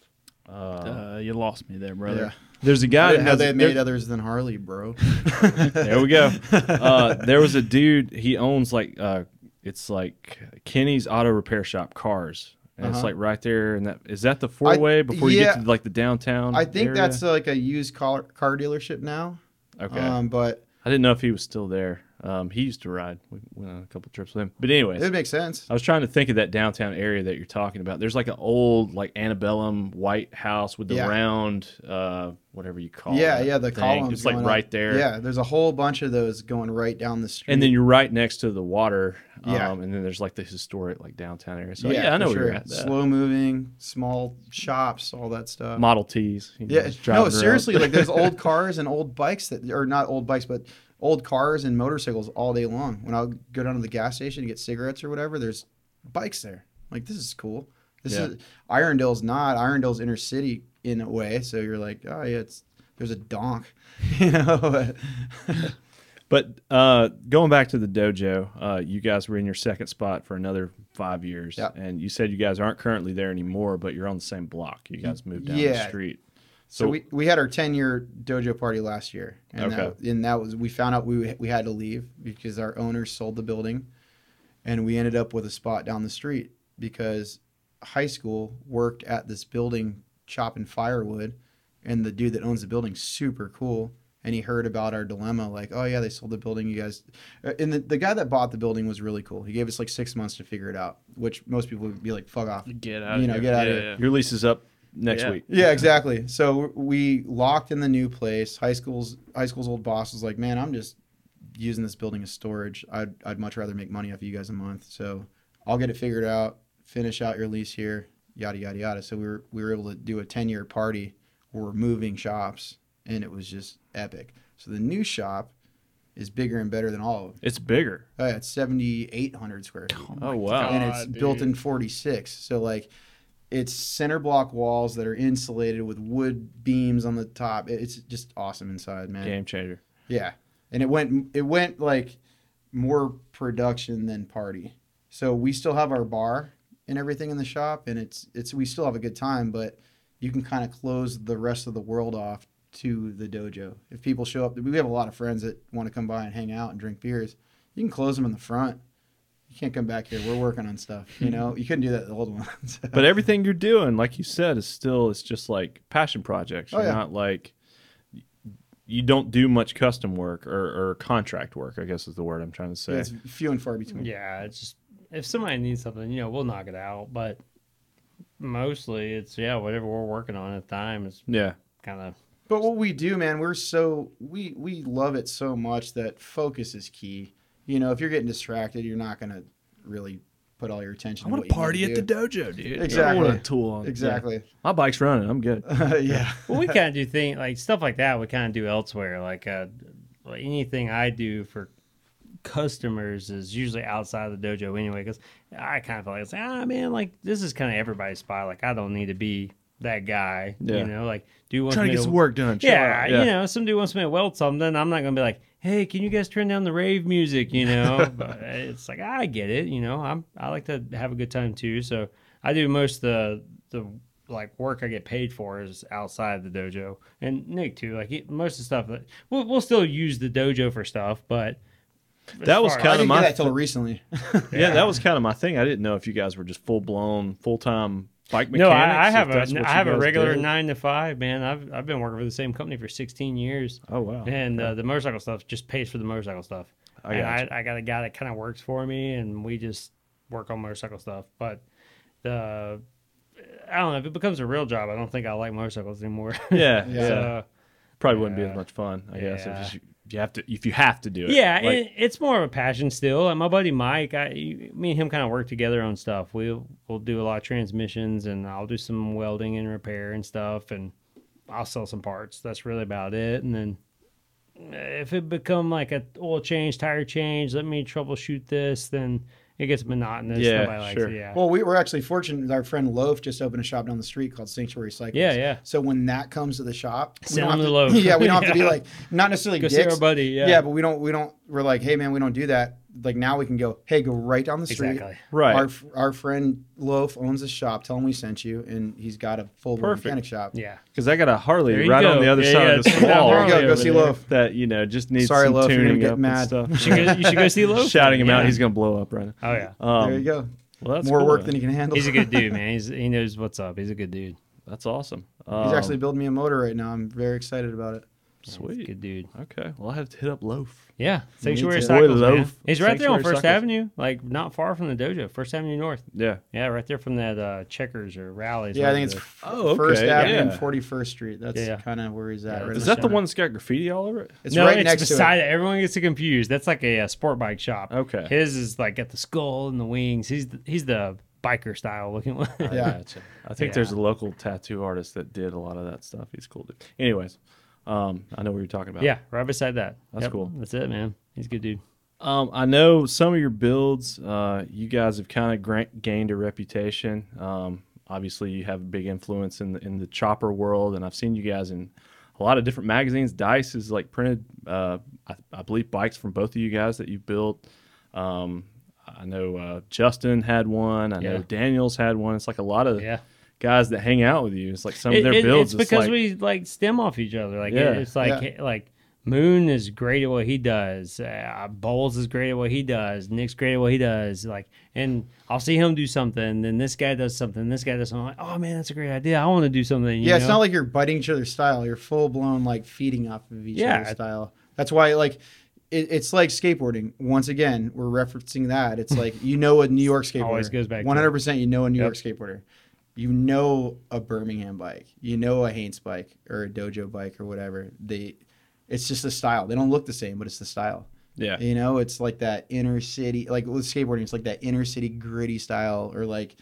Speaker 4: Uh-huh.
Speaker 5: Uh, you lost me there, brother.
Speaker 3: Yeah.
Speaker 1: There's a
Speaker 3: I
Speaker 1: guy.
Speaker 3: didn't know
Speaker 1: that
Speaker 3: they
Speaker 1: has
Speaker 3: had
Speaker 1: a-
Speaker 3: made
Speaker 1: there-
Speaker 3: others than Harley, bro.
Speaker 1: There we go. Uh, there was a dude. He owns like uh, it's like Kenny's Auto Repair Shop cars. And It's
Speaker 3: Uh-huh.
Speaker 1: like right there, and that is that the four way before you
Speaker 3: yeah.
Speaker 1: get to like the downtown.
Speaker 3: I think
Speaker 1: area?
Speaker 3: that's uh, like a used car, car dealership now.
Speaker 1: okay.
Speaker 3: Um, but
Speaker 1: I didn't know if he was still there. Um, he used to ride. We went on a couple trips with him. But anyways,
Speaker 3: it would make sense.
Speaker 1: I was trying to think of that downtown area that you're talking about. There's like an old like antebellum white house with the
Speaker 3: Yeah.
Speaker 1: round uh, whatever you call
Speaker 3: yeah,
Speaker 1: that
Speaker 3: yeah, the
Speaker 1: thing.
Speaker 3: columns.
Speaker 1: It's like
Speaker 3: going
Speaker 1: right
Speaker 3: up.
Speaker 1: there.
Speaker 3: Yeah, there's a whole bunch of those going right down the street.
Speaker 1: And then you're right next to the water. Um,
Speaker 3: Yeah.
Speaker 1: And then there's like the historic like downtown area. So yeah, I know
Speaker 3: for
Speaker 1: where you're
Speaker 3: sure.
Speaker 1: at. Slow.
Speaker 3: Slow moving, small shops, all that stuff.
Speaker 1: Model Ts. you know,
Speaker 3: yeah,
Speaker 1: just driving
Speaker 3: no,
Speaker 1: around.
Speaker 3: seriously, like there's old cars and old bikes that are not old bikes, but old cars and motorcycles all day long. When I'll go down to the gas station to get cigarettes or whatever, there's bikes there. Like this is cool. This
Speaker 1: Yeah.
Speaker 3: is Irondale's not Irondale's inner city in a way, so you're like, oh yeah, it's there's a donk, you know.
Speaker 1: But uh, going back to the dojo, uh, you guys were in your second spot for another five years,
Speaker 3: Yep.
Speaker 1: and you said you guys aren't currently there anymore, but you're on the same block. You guys moved down the
Speaker 3: Yeah.
Speaker 1: street.
Speaker 3: So, we, we had our 10 year dojo party last year. And,
Speaker 1: Okay.
Speaker 3: that, and that was, we found out we, we had to leave because our owner sold the building and we ended up with a spot down the street because high school worked at this building chopping firewood. And the dude that owns the building's super cool. And he heard about our dilemma like, oh, yeah, they sold the building. You guys. Uh, And the, the guy that bought the building was really cool. He gave us like six months to figure it out, which most people would be like, fuck off.
Speaker 5: Get out.
Speaker 3: You
Speaker 5: of
Speaker 3: know,
Speaker 5: here.
Speaker 3: get outta
Speaker 5: Yeah,
Speaker 3: here.
Speaker 5: yeah.
Speaker 1: your lease is up next
Speaker 5: Yeah.
Speaker 1: week.
Speaker 3: Yeah, exactly. So we locked in the new place. High school's high school's old boss was like, "Man, I'm just using this building as storage. I'd I'd much rather make money off of you guys a month. So I'll get it figured out. Finish out your lease here. Yada yada yada." So we were we were able to do a 10 year party. where We're moving shops, and it was just epic. So the new shop is bigger and better than all of them.
Speaker 1: It's bigger.
Speaker 3: Oh, yeah, it's 7,800 square feet
Speaker 1: Oh, wow.
Speaker 5: God.
Speaker 3: and it's
Speaker 5: dude.
Speaker 3: built in 46 so like It's center block walls that are insulated with wood beams on the top. It- It's just awesome inside, man.
Speaker 1: Game changer.
Speaker 3: Yeah, and it went it went like more production than party. So we still have our bar and everything in the shop, and it's it's we still have a good time, but you can kind of close the rest of the world off to the dojo. If people show up, we have a lot of friends that want to come by and hang out and drink beers. You can close them in the front. You can't come back here. We're working on stuff. You know, you couldn't do that at the old ones.
Speaker 1: But everything you're doing, like you said, is still it's just like passion projects.
Speaker 3: Oh,
Speaker 1: You're
Speaker 3: yeah.
Speaker 1: not like you don't do much custom work or, or contract work. I guess is the word I'm trying to say.
Speaker 3: it's few and far between.
Speaker 4: Yeah, it's just if somebody needs something, you know, we'll knock it out. But mostly, it's yeah, whatever we're working on at the time is
Speaker 1: yeah,
Speaker 4: kind of
Speaker 3: But what we do, man, we're so we we love it so much that focus is key. You know, if you're getting distracted, you're not gonna really put all your attention. want to
Speaker 1: dojo, dude.
Speaker 3: Exactly.
Speaker 1: I want a tool. on-
Speaker 3: Exactly.
Speaker 1: Yeah. My bike's running. I'm good.
Speaker 3: yeah.
Speaker 4: well, we kind of do things like stuff like that. We kind of do elsewhere. Like uh, like anything I do for customers is usually outside of the dojo anyway. Because I kind of feel like it's ah man, like this is kind of everybody's spot. Like I don't need to be that guy.
Speaker 1: Yeah.
Speaker 4: You know, like do you want
Speaker 1: Trying
Speaker 4: me
Speaker 1: to get some work done. chill
Speaker 4: Yeah,
Speaker 1: out.
Speaker 4: you know, if somebody wants me to weld something, I'm not gonna be like, hey, can you guys turn down the rave music? You know, but it's like I get it. You know, I'm I like to have a good time too. So I do most of the the like work I get paid for is outside the dojo, and Nick too. Like he, most of the stuff that we'll, we'll still use the dojo for stuff, but
Speaker 1: That was
Speaker 4: as
Speaker 3: I
Speaker 4: far-
Speaker 1: Kinda
Speaker 3: didn't
Speaker 1: my
Speaker 3: get that till recently.
Speaker 1: yeah, that was kind of my thing. I didn't know if you guys were just full blown, full time bike
Speaker 4: No,
Speaker 1: mechanics.
Speaker 4: I, I
Speaker 1: if
Speaker 4: have
Speaker 1: that's
Speaker 4: a
Speaker 1: what
Speaker 4: I
Speaker 1: you
Speaker 4: have a
Speaker 1: guys
Speaker 4: regular
Speaker 1: did.
Speaker 4: nine to five man. I've I've been working for the same company for 16 years.
Speaker 1: Oh wow.
Speaker 4: and uh, the motorcycle stuff just pays for the motorcycle stuff.
Speaker 1: I
Speaker 4: and
Speaker 1: gotcha.
Speaker 4: I, I got a guy that kind of works for me, and we just work on motorcycle stuff. But the I don't know if it becomes a real job. I don't think I like motorcycles anymore.
Speaker 1: yeah, yeah,
Speaker 4: So,
Speaker 1: Probably wouldn't be
Speaker 4: Yeah.
Speaker 1: as much fun. I guess
Speaker 4: Yeah.
Speaker 1: if you, you have to if you have to do it.
Speaker 4: yeah,
Speaker 1: Like,
Speaker 4: it, it's more of a passion still. And my buddy Mike, I, me and him kind of work together on stuff. We'll we'll do a lot of transmissions, and I'll do some welding and repair and stuff, and I'll sell some parts. That's really about it. And then if it become like a oil change, tire change, let me troubleshoot this, then it gets monotonous.
Speaker 1: Yeah,
Speaker 4: Nobody likes
Speaker 1: sure.
Speaker 4: it. Yeah.
Speaker 3: Well, we were actually fortunate. Our friend Loaf just opened a shop down the street called Sanctuary Cycles.
Speaker 4: Yeah, yeah.
Speaker 3: So when that comes to the shop, we
Speaker 4: Send
Speaker 3: don't
Speaker 4: him
Speaker 3: have
Speaker 4: to Loaf.
Speaker 3: Yeah, we don't have to be
Speaker 4: Yeah.
Speaker 3: like not necessarily
Speaker 4: Go see
Speaker 3: dicks.
Speaker 4: our buddy, yeah.
Speaker 3: yeah, but we don't we don't we're like, hey man, we don't do that. Like now we can go, hey, go right down the street.
Speaker 4: Exactly.
Speaker 1: Right.
Speaker 3: Our f- our friend Loaf owns a shop. Tell him we sent you, and he's got a full blown
Speaker 1: Perfect.
Speaker 3: mechanic shop.
Speaker 4: yeah.
Speaker 1: Because I got a
Speaker 5: There
Speaker 1: Harley
Speaker 5: you
Speaker 1: right
Speaker 5: go.
Speaker 1: on the other
Speaker 5: Yeah,
Speaker 1: side
Speaker 5: yeah,
Speaker 1: of this
Speaker 5: it's down
Speaker 1: wall.
Speaker 5: there
Speaker 3: you go, go
Speaker 5: over
Speaker 3: see
Speaker 5: there.
Speaker 3: Loaf.
Speaker 1: That you know just needs
Speaker 3: Sorry,
Speaker 1: some
Speaker 3: Loaf, you're gonna
Speaker 1: tuning
Speaker 3: get
Speaker 1: up
Speaker 3: mad.
Speaker 1: and stuff.
Speaker 4: You should, go, you should go see Loaf.
Speaker 1: Shouting him out,
Speaker 4: Yeah.
Speaker 1: he's gonna blow up right now.
Speaker 4: oh yeah,
Speaker 1: Um,
Speaker 3: there you go.
Speaker 1: Well, that's
Speaker 3: More
Speaker 1: cool,
Speaker 3: work
Speaker 1: though.
Speaker 3: than he can handle.
Speaker 4: he's a good dude, man. He's he knows what's up. He's a good dude.
Speaker 1: That's awesome.
Speaker 3: He's
Speaker 1: Um,
Speaker 3: actually building me a motor right now. I'm very excited about it.
Speaker 4: He's a
Speaker 1: sweet.
Speaker 4: good dude.
Speaker 1: Okay, well I have to hit up Loaf.
Speaker 4: Yeah, Sanctuary
Speaker 1: too.
Speaker 4: Cycles.
Speaker 1: Boy,
Speaker 4: man.
Speaker 1: loaf.
Speaker 4: It's right there on
Speaker 1: Sanctuary
Speaker 4: First
Speaker 1: Cycles.
Speaker 4: Avenue, like not far from the dojo, First Avenue North.
Speaker 1: Yeah,
Speaker 4: Yeah, right there from that uh, Checkers or Rallies.
Speaker 3: Yeah, I
Speaker 4: one
Speaker 3: think
Speaker 4: of
Speaker 3: it's
Speaker 4: those.
Speaker 1: Oh, okay,
Speaker 3: First Avenue and
Speaker 1: yeah.
Speaker 3: 41st Street. That's
Speaker 4: Yeah, yeah.
Speaker 3: kind of where he's at.
Speaker 4: Yeah,
Speaker 3: right
Speaker 4: it's
Speaker 3: in
Speaker 1: is
Speaker 4: the
Speaker 1: that the
Speaker 3: center.
Speaker 1: one that's got graffiti all over it?
Speaker 3: It's
Speaker 4: no,
Speaker 3: right
Speaker 4: it's
Speaker 3: next to
Speaker 4: beside
Speaker 3: it.
Speaker 4: it. Everyone gets it confused. That's like a, uh sport bike shop.
Speaker 1: Okay.
Speaker 4: his is like got the skull and the wings. He's the, he's the biker style looking one.
Speaker 3: Yeah.
Speaker 1: Gotcha. I think
Speaker 4: Yeah.
Speaker 1: there's a local tattoo artist that did a lot of that stuff. He's cool dude. Anyways, um, I know what you're talking about.
Speaker 4: yeah, right beside that.
Speaker 1: That's cool.
Speaker 4: That's it, man. He's a good dude.
Speaker 1: Um, I know some of your builds. Uh, you guys have kind of gra- gained a reputation. Um, obviously, you have a big influence in the, in the chopper world, and I've seen you guys in a lot of different magazines. Dice is like printed, uh, I, I believe, bikes from both of you guys that you built. Um, I know uh, Justin had one. I know
Speaker 4: Yeah.
Speaker 1: Daniel's had one. It's like a lot of
Speaker 4: Yeah.
Speaker 1: guys that hang out with you. It's like some
Speaker 4: It-
Speaker 1: of their
Speaker 4: it-
Speaker 1: builds.
Speaker 4: It's because
Speaker 1: like,
Speaker 4: we like stem off each other. Like it-
Speaker 1: Yeah.
Speaker 4: it's like like Moon is great at what he does. Uh, Bowles is great at what he does. Nick's great at what he does. Like, and I'll see him do something. Then this guy does something. This guy does something. I'm like, oh man, that's a great idea. I want to do something. you
Speaker 3: Yeah, it's
Speaker 4: know?
Speaker 3: not like you're biting each other's style. You're full blown like feeding off of each
Speaker 4: Yeah.
Speaker 3: other's style. That's why like it, it's like skateboarding. Once again, we're referencing that. It's like you know a New York skateboarder.
Speaker 4: Always goes back to it.
Speaker 3: One hundred percent. You know a New
Speaker 4: Yep.
Speaker 3: York skateboarder. You know a Birmingham bike. You know a Haynes bike or a Dojo bike or whatever. They, it's just the style. They don't look the same, but it's the style.
Speaker 1: yeah,
Speaker 3: You know, it's like that inner city, like with skateboarding, it's like that inner city gritty style, or like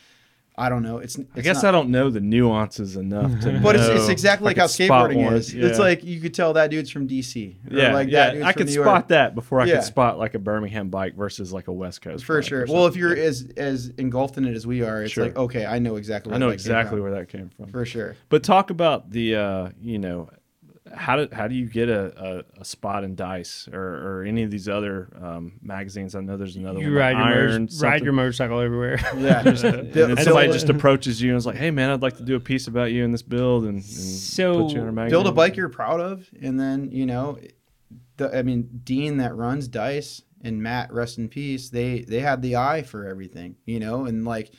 Speaker 3: I don't know. It's, it's
Speaker 1: I guess
Speaker 3: not,
Speaker 1: I don't know the nuances enough to
Speaker 3: But it's, it's
Speaker 1: know
Speaker 3: exactly
Speaker 1: if
Speaker 3: like
Speaker 1: I
Speaker 3: how
Speaker 1: could spot
Speaker 3: skateboarding
Speaker 1: one.
Speaker 3: is. It's
Speaker 1: Yeah.
Speaker 3: like you could tell that dude's from DC. or
Speaker 1: yeah,
Speaker 3: like
Speaker 1: yeah.
Speaker 3: that dude's
Speaker 1: I
Speaker 3: from
Speaker 1: could
Speaker 3: New
Speaker 1: spot
Speaker 3: York.
Speaker 1: that before I
Speaker 3: Yeah.
Speaker 1: could spot like a Birmingham bike versus like a West Coast.
Speaker 3: For
Speaker 1: bike or
Speaker 3: sure. Well, if
Speaker 1: something.
Speaker 3: you're as as engulfed in it as we are, it's
Speaker 1: Sure.
Speaker 3: like okay, I know exactly.
Speaker 1: I
Speaker 3: where
Speaker 1: know
Speaker 3: that came
Speaker 1: exactly
Speaker 3: from.
Speaker 1: where that came from.
Speaker 3: For sure.
Speaker 1: But talk about the uh, you know how do how do you get a, a, a spot in Dice or, or any of these other um, magazines? I know there's another
Speaker 4: You
Speaker 1: one.
Speaker 4: ride your,
Speaker 1: Iron,
Speaker 4: motor- ride
Speaker 1: something.
Speaker 4: your motorcycle everywhere.
Speaker 3: Yeah.
Speaker 1: and then
Speaker 3: Build-
Speaker 1: somebody
Speaker 3: build-
Speaker 1: just approaches you and is like, "Hey, man, I'd like to do a piece about you in this build," and, and
Speaker 4: So,
Speaker 1: put you in our magazine.
Speaker 3: build a bike you're proud of, and then you know, the, I mean, Dean that runs Dice and Matt, rest in peace. They they had the eye for everything, you know, and like,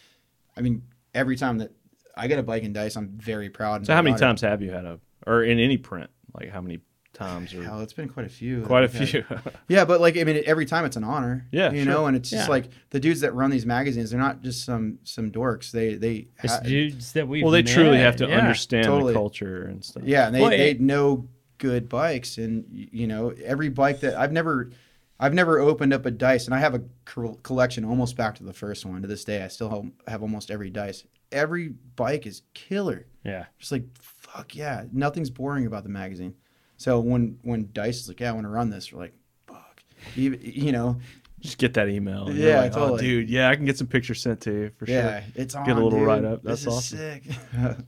Speaker 3: I mean, every time that I get a bike in Dice, I'm very proud.
Speaker 1: So, how many
Speaker 3: about it.
Speaker 1: times have you had a or in any print? Like, how many times or
Speaker 3: Hell, it's been quite a few. that
Speaker 1: quite a
Speaker 3: we've had.
Speaker 1: few?
Speaker 3: Yeah, but like I mean, every time it's an honor.
Speaker 1: Yeah,
Speaker 3: you
Speaker 1: sure.
Speaker 3: know, and it's just
Speaker 4: Yeah.
Speaker 3: like the dudes that run these magazines. They're not just some some dorks. They they
Speaker 4: It's
Speaker 3: ha-
Speaker 4: dudes that we
Speaker 1: well, they truly have to
Speaker 4: yeah.
Speaker 1: understand
Speaker 3: Totally.
Speaker 1: the culture and stuff.
Speaker 3: Yeah, and they,
Speaker 4: Well,
Speaker 3: they
Speaker 4: it-
Speaker 3: know good bikes, and y- you know every bike that I've never, I've never opened up a dice, and I have a col- collection almost back to the first one. To this day, I still have, have almost every dice. Every bike is killer.
Speaker 4: Yeah.
Speaker 3: Just like fuck yeah, nothing's boring about the magazine. So when when dice is like, yeah, I want to run this, we're like, fuck, even, you know,
Speaker 1: just get that email. and you're
Speaker 3: Yeah,
Speaker 1: like, "Oh,
Speaker 3: totally.
Speaker 1: dude. Yeah, I can get some pictures sent to you for
Speaker 3: yeah,
Speaker 1: sure.
Speaker 3: it's on.
Speaker 1: a little
Speaker 3: dude.
Speaker 1: write-up. That's
Speaker 3: this is
Speaker 1: awesome.
Speaker 3: sick.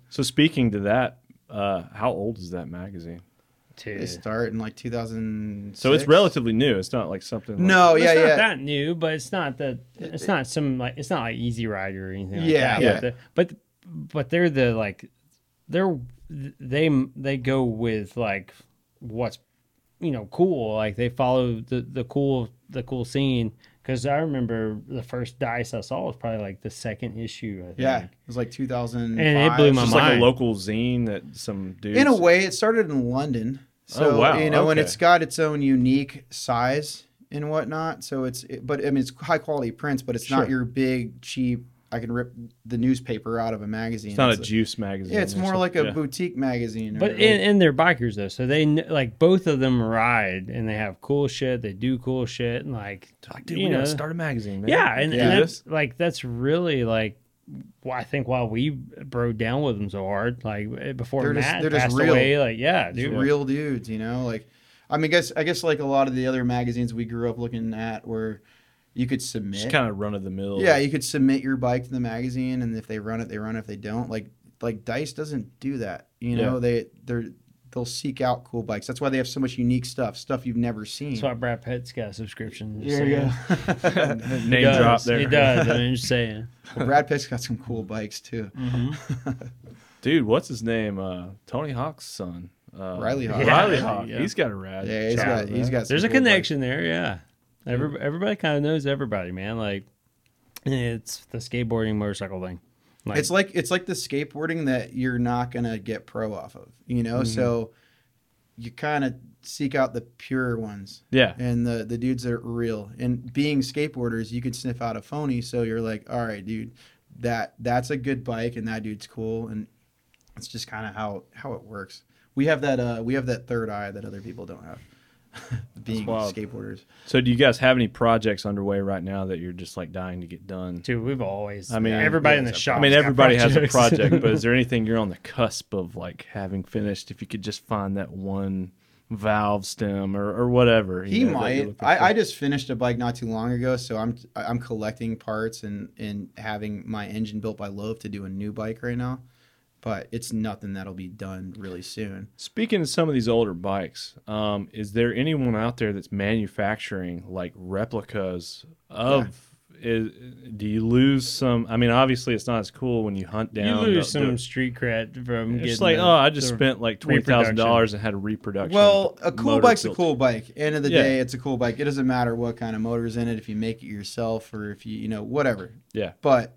Speaker 1: So speaking to that, uh, how old is that magazine?
Speaker 4: Dude.
Speaker 3: they start in like 2000.
Speaker 1: So it's relatively new. It's not like something. Like,
Speaker 3: No,
Speaker 4: Well,
Speaker 3: Oh, yeah,
Speaker 4: it's not
Speaker 3: yeah.
Speaker 4: that new, but it's not the it's not some like it's not like Easy Rider or anything. Like
Speaker 3: Yeah,
Speaker 4: that,
Speaker 3: yeah.
Speaker 4: But, the, but but they're the like they're they they go with like what's you know cool. Like they follow the the cool the cool scene. Because I remember the first dice I saw was probably like the second issue. I think.
Speaker 3: Yeah, it was like 2000.
Speaker 4: And it blew my
Speaker 1: It's just like
Speaker 4: mind.
Speaker 1: a local zine that some dudes.
Speaker 3: In a way, it started in London. So,
Speaker 1: Oh, wow.
Speaker 3: you know, and
Speaker 1: Okay.
Speaker 3: it's got its own unique size and whatnot. So it's, it, but I mean, it's high quality prints, but it's not
Speaker 1: Sure.
Speaker 3: your big, cheap, I can rip the newspaper out of a magazine.
Speaker 1: It's not a
Speaker 3: like-
Speaker 1: juice magazine.
Speaker 3: Yeah, it's
Speaker 1: or
Speaker 3: more like a
Speaker 1: something. Yeah.
Speaker 3: boutique magazine. or
Speaker 4: But
Speaker 3: like-
Speaker 4: and, and they're bikers though, so they kn- like both of them ride and they have cool shit. They do cool shit and like
Speaker 1: Like, dude,
Speaker 4: you
Speaker 1: we gotta
Speaker 4: know.
Speaker 1: start a magazine, man.
Speaker 4: Yeah, and,
Speaker 1: Do
Speaker 4: and
Speaker 1: this.
Speaker 4: that's like that's really like wh- I think why we broke down with them so hard, like eh, before
Speaker 3: They're just-
Speaker 4: Matt
Speaker 3: they're just
Speaker 4: passed
Speaker 3: real.
Speaker 4: away, like yeah,
Speaker 3: These
Speaker 4: dude,
Speaker 3: real dudes, you know, like I mean, guess I guess like a lot of the other magazines we grew up looking at were you could submit.
Speaker 1: just kind of run of the mill.
Speaker 3: yeah, you could submit your bike to the magazine, and if they run it, they run. it. If they don't, like like Dice doesn't do that. You know,
Speaker 1: Yeah.
Speaker 3: they they're they'll seek out cool bikes. That's why they have so much unique stuff, stuff you've never seen.
Speaker 4: That's why Brad Pitt's got a subscription. just
Speaker 3: There you
Speaker 4: saying.
Speaker 3: go.
Speaker 1: name
Speaker 4: He does,
Speaker 1: drop there.
Speaker 4: He does. I'm just saying.
Speaker 3: Well, Brad Pitt's got some cool bikes too.
Speaker 1: Dude, what's his name? Uh, Tony Hawk's son. Uh,
Speaker 3: Riley Hawk.
Speaker 4: Yeah.
Speaker 1: Riley Hawk.
Speaker 5: Yeah.
Speaker 1: He's got a rad.
Speaker 3: Yeah, he's
Speaker 1: job,
Speaker 3: got he's
Speaker 1: man.
Speaker 3: got. Some
Speaker 4: There's a
Speaker 3: cool bikes.
Speaker 4: connection there, yeah. Every, everybody kind of knows everybody, man. Like it's the skateboarding motorcycle thing. Like,
Speaker 3: it's like it's like the skateboarding that you're not gonna get pro off of, you know. So you kind of seek out the pure ones
Speaker 1: Yeah.
Speaker 3: and the the dudes that are real. And being skateboarders, you could sniff out a phony. So you're like, all right, dude, that that's a good bike, and that dude's cool, and it's just kind of how how it works. We have that uh we have that third eye that other people don't have. being
Speaker 1: wild.
Speaker 3: skateboarders,
Speaker 1: So, do you guys have any projects underway right now that you're just like dying to get done?
Speaker 4: dude, we've always.
Speaker 1: I mean,
Speaker 4: everybody
Speaker 1: yeah,
Speaker 4: in the
Speaker 1: it's a-
Speaker 4: shop.
Speaker 1: I mean, everybody has a project, but is there anything you're on the cusp of like having finished? If you could just find that one valve stem or, or whatever, you
Speaker 3: he
Speaker 1: know, that you're
Speaker 3: might.
Speaker 1: looking for.
Speaker 3: I, I just finished a bike not too long ago, so I'm I'm collecting parts and and having my engine built by Love to do a new bike right now, but it's nothing that'll be done really soon.
Speaker 1: Speaking of some of these older bikes, um, is there anyone out there that's manufacturing like replicas of? Is, do you lose some? I mean, obviously, it's not as cool when you hunt
Speaker 4: You
Speaker 1: down.
Speaker 4: lose
Speaker 1: the-
Speaker 4: some
Speaker 1: the-
Speaker 4: street cred from
Speaker 1: It's
Speaker 4: getting
Speaker 1: like,
Speaker 4: the-
Speaker 1: oh, I just
Speaker 4: the-
Speaker 1: spent like twenty thousand dollars and had a reproduction.
Speaker 3: Well, a cool
Speaker 1: motor
Speaker 3: bike's a
Speaker 1: built.
Speaker 3: cool bike. End of the
Speaker 1: Yeah.
Speaker 3: day, it's a cool bike. It doesn't matter what kind of motor's in it. If you make it yourself or if you you know whatever.
Speaker 1: Yeah.
Speaker 3: But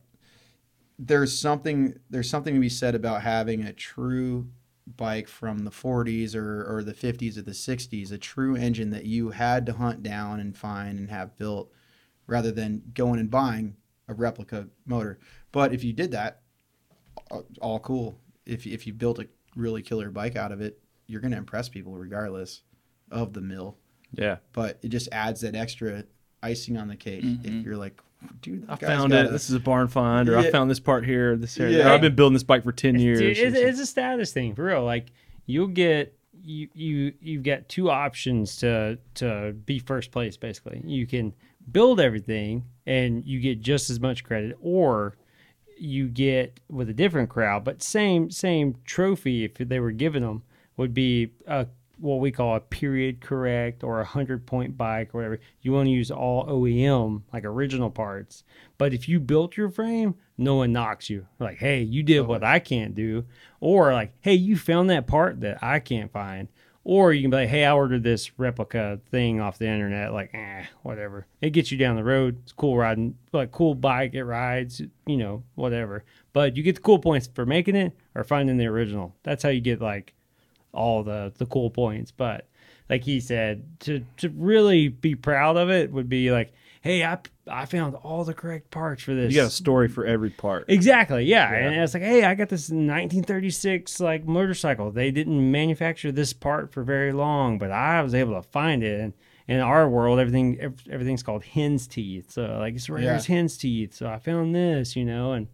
Speaker 3: there's something there's something to be said about having a true bike from the 40s or, or the 50s or the 60s, a true engine that you had to hunt down and find and have built, rather than going and buying a replica motor. But if you did that, all- all cool. If if you built a really killer bike out of it, you're gonna impress people regardless of the mill.
Speaker 1: Yeah.
Speaker 4: Mm-hmm.
Speaker 3: But it just adds that extra icing on the cake if you're like, dude,
Speaker 1: I
Speaker 3: the guy's
Speaker 1: found
Speaker 3: got
Speaker 1: it.
Speaker 3: a-
Speaker 1: This is a barn find, or I
Speaker 3: Yeah.
Speaker 1: found this part here, this area.
Speaker 3: Yeah.
Speaker 1: Or I've been building this bike for ten years.
Speaker 4: Dude,
Speaker 1: or
Speaker 4: it's,
Speaker 1: something.
Speaker 4: it's a status thing for real. Like you'll get you you you've got two options to to be first place basically. You can build everything and you get just as much credit, or you get with a different crowd, but same same trophy if they were giving them would be a what we call a period correct or a hundred point bike or whatever. You want to use all OEM like original parts, but if you built your frame, no one knocks you. Like, hey, you did what I can't do, or like, hey, you found that part that I can't find. Or you can be like, hey, I ordered this replica thing off the internet. Like, eh, whatever. It gets you down the road. It's cool riding, like, cool bike. It rides, you know, whatever. But you get the cool points for making it or finding the original. That's how you get, like, all the, the cool points. But like he said, to, to really be proud of it would be like, hey, I, I found all the correct parts for this.
Speaker 1: you got a story for every part.
Speaker 4: Exactly. Yeah. And it's like, hey, I got this 1936 like motorcycle. They didn't manufacture this part for very long, but I was able to find it. And in our world, everything ev- everything's called hen's teeth. So like it's rare
Speaker 3: Yeah.
Speaker 4: as hen's teeth. So I found this, you know. And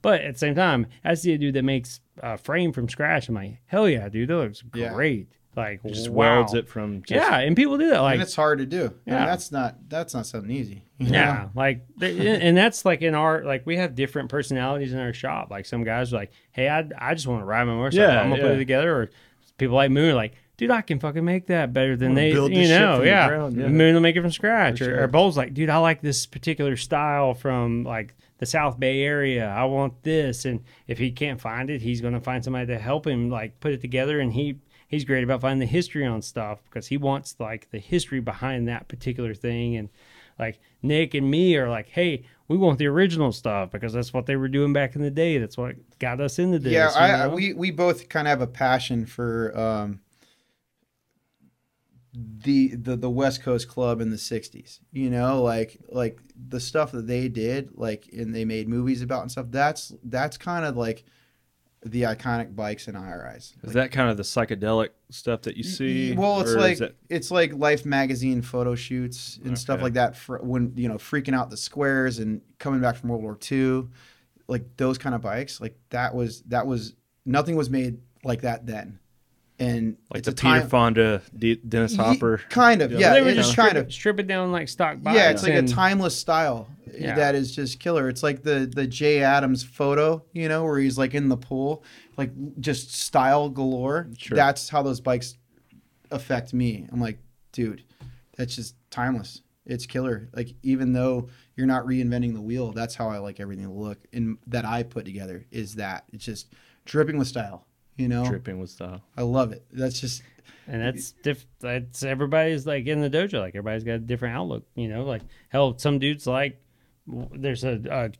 Speaker 4: but at the same time, I see a dude that makes a frame from scratch. I'm like, hell yeah, dude, that looks
Speaker 3: Yeah.
Speaker 4: great. Like
Speaker 1: Just
Speaker 4: wow.
Speaker 1: welds it from. Just,
Speaker 4: yeah, and people do that. Like
Speaker 3: and it's hard to do. I mean,
Speaker 4: Yeah.
Speaker 3: that's not that's not something easy. you know?
Speaker 4: Yeah, like, th- and that's like in our like we have different personalities in our shop. Like some guys are like, "Hey, I I just want to ride my motorcycle.
Speaker 1: Yeah,
Speaker 4: I'm gonna put
Speaker 1: yeah.
Speaker 4: it together." Or people like Moon are like, "Dude, I can fucking make that better than
Speaker 1: I'm gonna
Speaker 4: they."
Speaker 1: build
Speaker 4: you
Speaker 1: this shit
Speaker 4: know,
Speaker 1: from the
Speaker 4: yeah.
Speaker 1: ground, yeah.
Speaker 4: Moon will make it from scratch.
Speaker 1: For
Speaker 4: or,
Speaker 1: sure.
Speaker 4: or Bold's like, "Dude, I like this particular style from like the South Bay area. I want this." And if he can't find it, he's gonna find somebody to help him like put it together. And he he's great about finding the history on stuff because he wants like the history behind that particular thing and like Nick and me are like, hey, we want the original stuff because that's what they were doing back in the day. That's what got us into this.
Speaker 3: yeah.
Speaker 4: you
Speaker 3: I, I
Speaker 4: know?
Speaker 3: we we both kind of have a passion for um, the the the West Coast club in the '60s. You know, like like the stuff that they did, like and they made movies about and stuff. That's that's kind of like the iconic bikes in our eyes.
Speaker 1: Is that kind of the psychedelic stuff that you see?
Speaker 3: Well, it's
Speaker 1: or is
Speaker 3: like
Speaker 1: that-
Speaker 3: it's like Life magazine photo shoots and stuff
Speaker 1: Okay.
Speaker 3: like that. For when you know, freaking out the squares and coming back from World War II, like those kind of bikes. Like that was that was nothing was made like that then, and
Speaker 1: like
Speaker 3: it's
Speaker 1: the
Speaker 3: a
Speaker 1: Peter
Speaker 3: time-
Speaker 1: Fonda, D- Dennis
Speaker 3: Ye-
Speaker 1: Hopper.
Speaker 3: kind of,
Speaker 1: Yeah.
Speaker 3: yeah,
Speaker 4: they were
Speaker 3: it's
Speaker 4: just
Speaker 3: kind
Speaker 4: strip,
Speaker 3: of,
Speaker 4: strip it down like stock bikes.
Speaker 3: yeah, it's like a
Speaker 4: and-
Speaker 3: timeless style
Speaker 4: Yeah.
Speaker 3: that is just killer. It's like the the Jay Adams photo, you know, where he's like in the pool, like just style galore.
Speaker 1: Sure.
Speaker 3: That's how those bikes affect me. I'm like, dude, that's just timeless. It's killer. Like even though you're not reinventing the wheel, that's how I like everything to look and that I put together is that it's just dripping with style. You
Speaker 4: Oh.
Speaker 3: know,
Speaker 1: Tripping with style.
Speaker 3: I love it. That's just
Speaker 4: and that's diff. That's everybody's like in the dojo. Like everybody's got a different outlook. You know, like hell, some dudes like w- there's a, a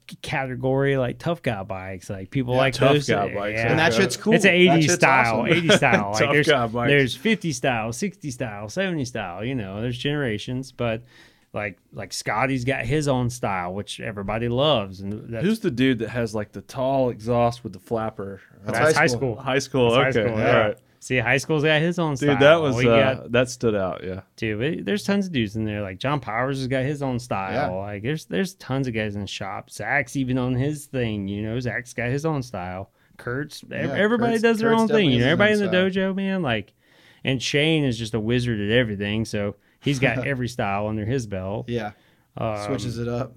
Speaker 4: category like tough guy bikes. Like people
Speaker 1: Yeah,
Speaker 4: like
Speaker 1: tough
Speaker 4: those-
Speaker 1: guy bikes.
Speaker 4: yeah.
Speaker 3: and that
Speaker 1: that's
Speaker 3: shit's cool.
Speaker 4: It's an
Speaker 3: That
Speaker 4: 80s
Speaker 3: shit's
Speaker 4: style,
Speaker 3: awesome.
Speaker 4: 80s style. Like
Speaker 1: Tough
Speaker 4: there's,
Speaker 1: guy bikes.
Speaker 4: there's 50 style, 60 style, 70 style, you know, there's generations, but like like Scotty's got his own style, which everybody loves. And that's,
Speaker 1: Who's the dude that has like the tall exhaust with the flapper?
Speaker 3: That's
Speaker 4: that's
Speaker 3: high
Speaker 4: high
Speaker 3: school.
Speaker 4: school.
Speaker 1: High school. Oh,
Speaker 4: That's
Speaker 1: okay.
Speaker 4: high school,
Speaker 1: All
Speaker 4: yeah.
Speaker 1: right.
Speaker 4: See, high school's got his own
Speaker 1: Dude,
Speaker 4: style.
Speaker 1: that was
Speaker 4: We
Speaker 1: uh,
Speaker 4: got
Speaker 1: that stood out. Yeah.
Speaker 4: too. But there's tons of dudes in there. Like John Powers has got his own style.
Speaker 3: Yeah.
Speaker 4: Like there's there's tons of guys in the shop. Zach's even on his thing. You know, Zach's got his own style. Kurt's ev-
Speaker 3: Yeah,
Speaker 4: everybody
Speaker 3: Kurt's-
Speaker 4: does their
Speaker 3: Kurt's
Speaker 4: own thing.
Speaker 3: definitely
Speaker 4: You know,
Speaker 3: has his
Speaker 4: everybody in
Speaker 3: own
Speaker 4: the dojo, man. Like, and Shane is just a wizard at everything. So he's got every style under his belt.
Speaker 3: Yeah,
Speaker 4: Um,
Speaker 3: switches it up.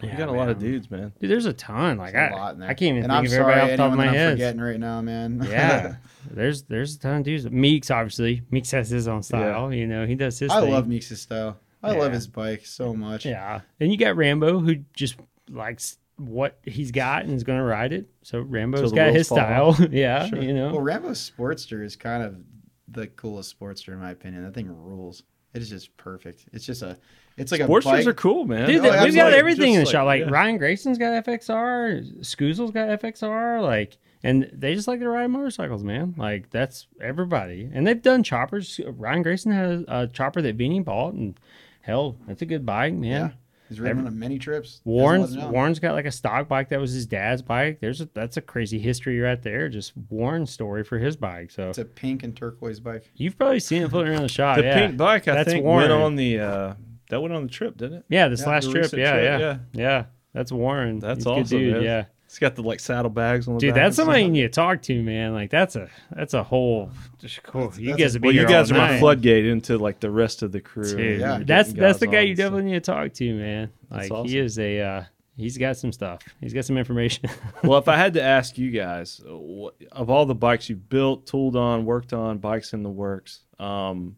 Speaker 1: You
Speaker 4: yeah,
Speaker 1: got a lot of
Speaker 4: man.
Speaker 1: dudes, man.
Speaker 4: Dude, there's a ton. Like I
Speaker 3: a lot in there.
Speaker 4: I can't
Speaker 3: and
Speaker 4: even think
Speaker 3: I'm
Speaker 4: of
Speaker 3: sorry,
Speaker 4: everybody off the top of
Speaker 3: anyone
Speaker 4: my
Speaker 3: that I'm
Speaker 4: head.
Speaker 3: forgetting right now, man.
Speaker 4: Yeah. There's there's a ton of dudes. Meeks obviously. Meeks has his own style. You know, he does his
Speaker 3: I
Speaker 4: thing.
Speaker 3: love Meeks' style. I
Speaker 4: Yeah.
Speaker 3: love his bike so much.
Speaker 4: Yeah. Then you got Rambo who just likes what he's got and is going to ride it. So
Speaker 1: Till
Speaker 4: Rambo's
Speaker 1: the
Speaker 4: got
Speaker 1: wheels
Speaker 4: his
Speaker 1: fall
Speaker 4: style. yeah.
Speaker 1: Sure.
Speaker 4: You know.
Speaker 3: Well, Rambo's Sportster is kind of the coolest Sportster in my opinion. That thing rules. It is just perfect. It's just a. It's like a
Speaker 1: Sportsters
Speaker 3: bike.
Speaker 1: are cool, man.
Speaker 4: Dude,
Speaker 3: Oh,
Speaker 4: th- we've got
Speaker 3: absolutely.
Speaker 4: everything in the
Speaker 1: Just
Speaker 4: shop. Like
Speaker 1: yeah.
Speaker 4: Ryan Grayson's got FXR, Scuzel's got FXR, like and they just like to ride motorcycles, man. Like that's everybody. And they've done choppers. Ryan Grayson has a chopper that Beanie bought and hell, that's a good bike, man.
Speaker 3: Yeah. He's ridden
Speaker 4: Every-
Speaker 3: on many trips. Doesn't let
Speaker 4: Warren's
Speaker 3: him down.
Speaker 4: Warren's got like a stock bike that was his dad's bike. There's a that's a crazy history right there. Just Warren's story for his bike. So
Speaker 3: It's a pink and turquoise bike.
Speaker 4: you've probably seen it floating around the shop.
Speaker 1: The
Speaker 4: yeah.
Speaker 1: pink bike, I
Speaker 4: That's
Speaker 1: think,
Speaker 4: Warren.
Speaker 1: went on the uh, That went on the trip, didn't it?
Speaker 4: Yeah, this
Speaker 1: Yeah,
Speaker 4: last
Speaker 1: the
Speaker 4: trip.
Speaker 1: recent
Speaker 4: Yeah,
Speaker 1: trip,
Speaker 4: yeah,
Speaker 1: yeah.
Speaker 4: yeah, That's Warren.
Speaker 1: That's
Speaker 4: He's a good
Speaker 1: awesome.
Speaker 4: dude,
Speaker 1: man.
Speaker 4: Yeah,
Speaker 1: It's got the like saddlebags on the
Speaker 4: dude,
Speaker 1: back and
Speaker 4: that's somebody you
Speaker 1: stuff.
Speaker 4: need to talk to, man. Like that's a that's a whole. Just cool. you
Speaker 3: that's
Speaker 4: guys
Speaker 3: a-
Speaker 4: would be
Speaker 1: Well, you
Speaker 4: here
Speaker 1: guys are
Speaker 4: all
Speaker 1: my
Speaker 4: night.
Speaker 1: floodgate into like the rest of the crew.
Speaker 4: Dude,
Speaker 3: Yeah.
Speaker 4: that's
Speaker 1: Getting
Speaker 4: that's the
Speaker 1: guys
Speaker 4: guy
Speaker 1: on,
Speaker 4: you
Speaker 1: so-
Speaker 4: definitely need to talk to, man. Like
Speaker 1: awesome.
Speaker 4: he is a uh, he's got some stuff. He's got some information.
Speaker 1: well, if I had to ask you guys, uh, what, of all the bikes you've built, tooled on, worked on, bikes in the works, um,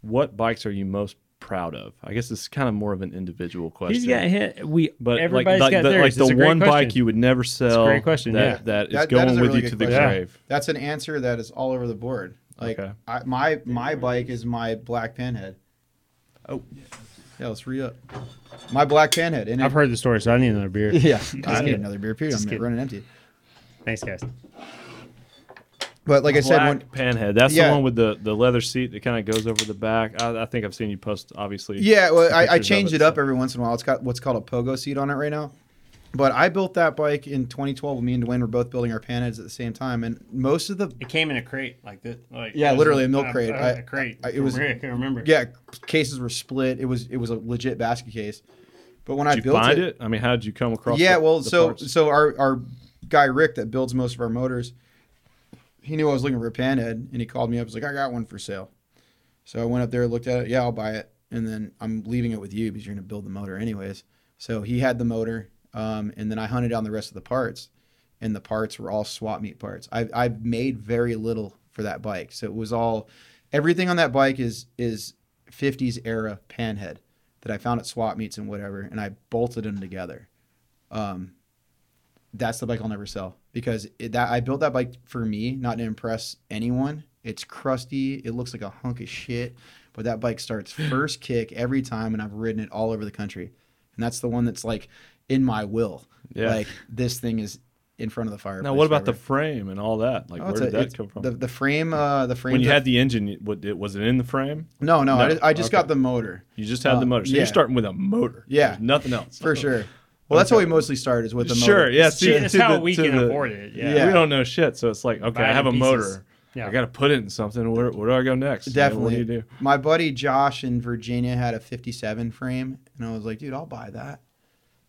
Speaker 1: what bikes are you most proud of? I guess it's kind of more of an individual question.
Speaker 4: he's got hit. We
Speaker 1: but
Speaker 4: but
Speaker 1: like,
Speaker 4: everybody's
Speaker 1: like
Speaker 4: got
Speaker 1: the,
Speaker 4: theirs.
Speaker 1: like the
Speaker 4: It's a great
Speaker 1: one
Speaker 4: question.
Speaker 1: bike you would never sell.
Speaker 4: great question,
Speaker 1: That,
Speaker 4: yeah.
Speaker 1: that is
Speaker 3: That- that
Speaker 1: going
Speaker 3: is a
Speaker 1: with
Speaker 3: really
Speaker 1: you to
Speaker 3: good
Speaker 1: the
Speaker 3: question.
Speaker 1: grave.
Speaker 3: That's an answer that is all over the board. Like
Speaker 1: Okay.
Speaker 3: I, my my bike is my black pinhead.
Speaker 1: Oh.
Speaker 3: yeah, let's re up. My black pinhead. And
Speaker 4: I've heard the story, so I need another beer.
Speaker 3: Yeah, I
Speaker 4: kidding.
Speaker 3: need another beer. Period.
Speaker 4: Just
Speaker 3: I'm
Speaker 4: kidding.
Speaker 3: running empty.
Speaker 4: Thanks, guys.
Speaker 3: But like I said,
Speaker 1: Black
Speaker 3: when,
Speaker 1: Panhead. That's
Speaker 3: Yeah.
Speaker 1: the one with the, the leather seat that kind of goes over the back. I, I think I've seen you post, obviously.
Speaker 3: yeah, well, I, I
Speaker 1: pictures of
Speaker 3: change
Speaker 1: it,
Speaker 3: it up
Speaker 1: so.
Speaker 3: every once in a while. It's got what's called a pogo seat on it right now. But I built that bike in 2012. Me and Dwayne were both building our panheads at the same time, and most of the
Speaker 4: It came in a crate like this. Like
Speaker 3: Yeah,
Speaker 4: it was
Speaker 3: literally a milk crate.
Speaker 4: A,
Speaker 3: I-
Speaker 4: a crate.
Speaker 3: I- it
Speaker 4: from
Speaker 3: was-
Speaker 4: Rick. I remember.
Speaker 3: yeah cases were split. It was it was a legit basket case. But when I
Speaker 1: Did you
Speaker 3: built
Speaker 1: find
Speaker 3: it,
Speaker 1: it? I mean, how did you come across?
Speaker 3: yeah
Speaker 1: the-
Speaker 3: well
Speaker 1: the
Speaker 3: so
Speaker 1: parts?
Speaker 3: so our our guy rick that builds most of our motors he knew i was looking for a panhead and he called me up he's like i got one for sale so i went up there looked at it yeah i'll buy it and then i'm leaving it with you because you're going to build the motor anyways so he had the motor um, and then i hunted down the rest of the parts and the parts were all swap meet parts i've, I've made very little for that bike so it was all everything on that bike is is 50s era panhead that i found at swap meets and whatever and i bolted them together um, that's the bike I'll never sell because it, that I built that bike for me, not to impress anyone. It's crusty. It looks like a hunk of shit, but that bike starts first kick every time, and I've ridden it all over the country, and that's the one that's like in my will.
Speaker 1: Yeah.
Speaker 3: Like this thing is in front of the fire.
Speaker 1: Now, what about the frame and all that? Like,
Speaker 3: Oh,
Speaker 1: where
Speaker 3: it's
Speaker 1: did
Speaker 3: a-
Speaker 1: that
Speaker 3: it's-
Speaker 1: come from?
Speaker 3: The, the frame, uh, the frame.
Speaker 1: when you had the engine, it- what, it, was it in the frame?
Speaker 3: no, no, I
Speaker 1: No,
Speaker 3: just, I just
Speaker 1: okay.
Speaker 3: got the motor.
Speaker 1: You just had
Speaker 3: Uh,
Speaker 1: the motor. So
Speaker 3: yeah.
Speaker 1: you're starting with a motor.
Speaker 3: Yeah.
Speaker 1: There's nothing else.
Speaker 3: for sure. Well, that's how we mostly started is with the motor.
Speaker 1: Sure. Yeah.
Speaker 4: It's just
Speaker 1: to
Speaker 4: how
Speaker 1: the-
Speaker 4: we
Speaker 1: to
Speaker 4: can
Speaker 1: the-
Speaker 4: afford it, yeah.
Speaker 1: We don't know shit. So it's like, okay, I
Speaker 4: Buying
Speaker 1: have a
Speaker 4: pieces.
Speaker 1: motor.
Speaker 4: Yeah.
Speaker 1: I got to put it in something. Where, where do I go next? You know,
Speaker 3: Definitely.
Speaker 1: What do you do?
Speaker 3: My buddy Josh in Virginia had a 57 frame, and I was like, dude, I'll buy that.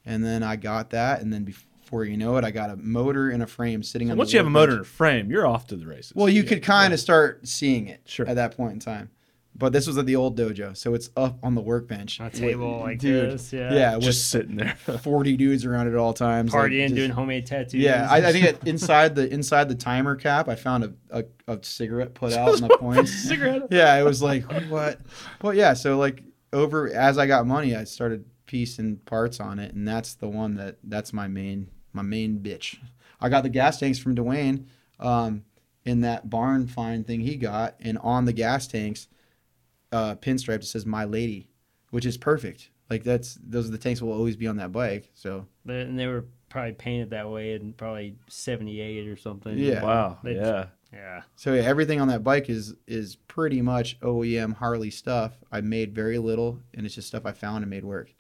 Speaker 3: And then I got that, and then before you know it, I got a motor and a frame sitting
Speaker 1: So
Speaker 3: on.
Speaker 1: once
Speaker 3: the
Speaker 1: you have a
Speaker 3: workbench.
Speaker 1: motor and a frame, you're off to the races.
Speaker 3: well, you
Speaker 1: Yeah.
Speaker 3: could kind of start seeing it
Speaker 1: Sure.
Speaker 3: at that point in time. But this was at the old dojo, so it's up on the workbench.
Speaker 4: On a
Speaker 3: With-
Speaker 4: table like
Speaker 3: dude,
Speaker 4: this.
Speaker 3: Yeah,
Speaker 4: Yeah.
Speaker 3: with
Speaker 1: just sitting there.
Speaker 3: 40 dudes around at all times. like,
Speaker 4: Partying,
Speaker 3: just-
Speaker 4: doing homemade tattoos.
Speaker 3: Yeah, I, I think it, inside the inside the timer cap, I found a, a, a cigarette put out in the points.
Speaker 5: Cigarette.
Speaker 3: yeah, it was like what? But yeah, so like over as I got money, I started piecing parts on it, and that's the one that that's my main my main bitch. I got the gas tanks from Dwayne um, in that barn find thing he got, and on the gas tanks, uh, pinstripe that says "My Lady," which is perfect. Like that's those are the tanks will always be on that bike. So
Speaker 4: They- and they were probably painted that way in probably '78 or something.
Speaker 3: Yeah.
Speaker 1: Wow.
Speaker 4: They-
Speaker 1: yeah.
Speaker 4: Yeah.
Speaker 3: So yeah, everything on that bike is is pretty much OEM Harley stuff. I made very little, and it's just stuff I found and made work.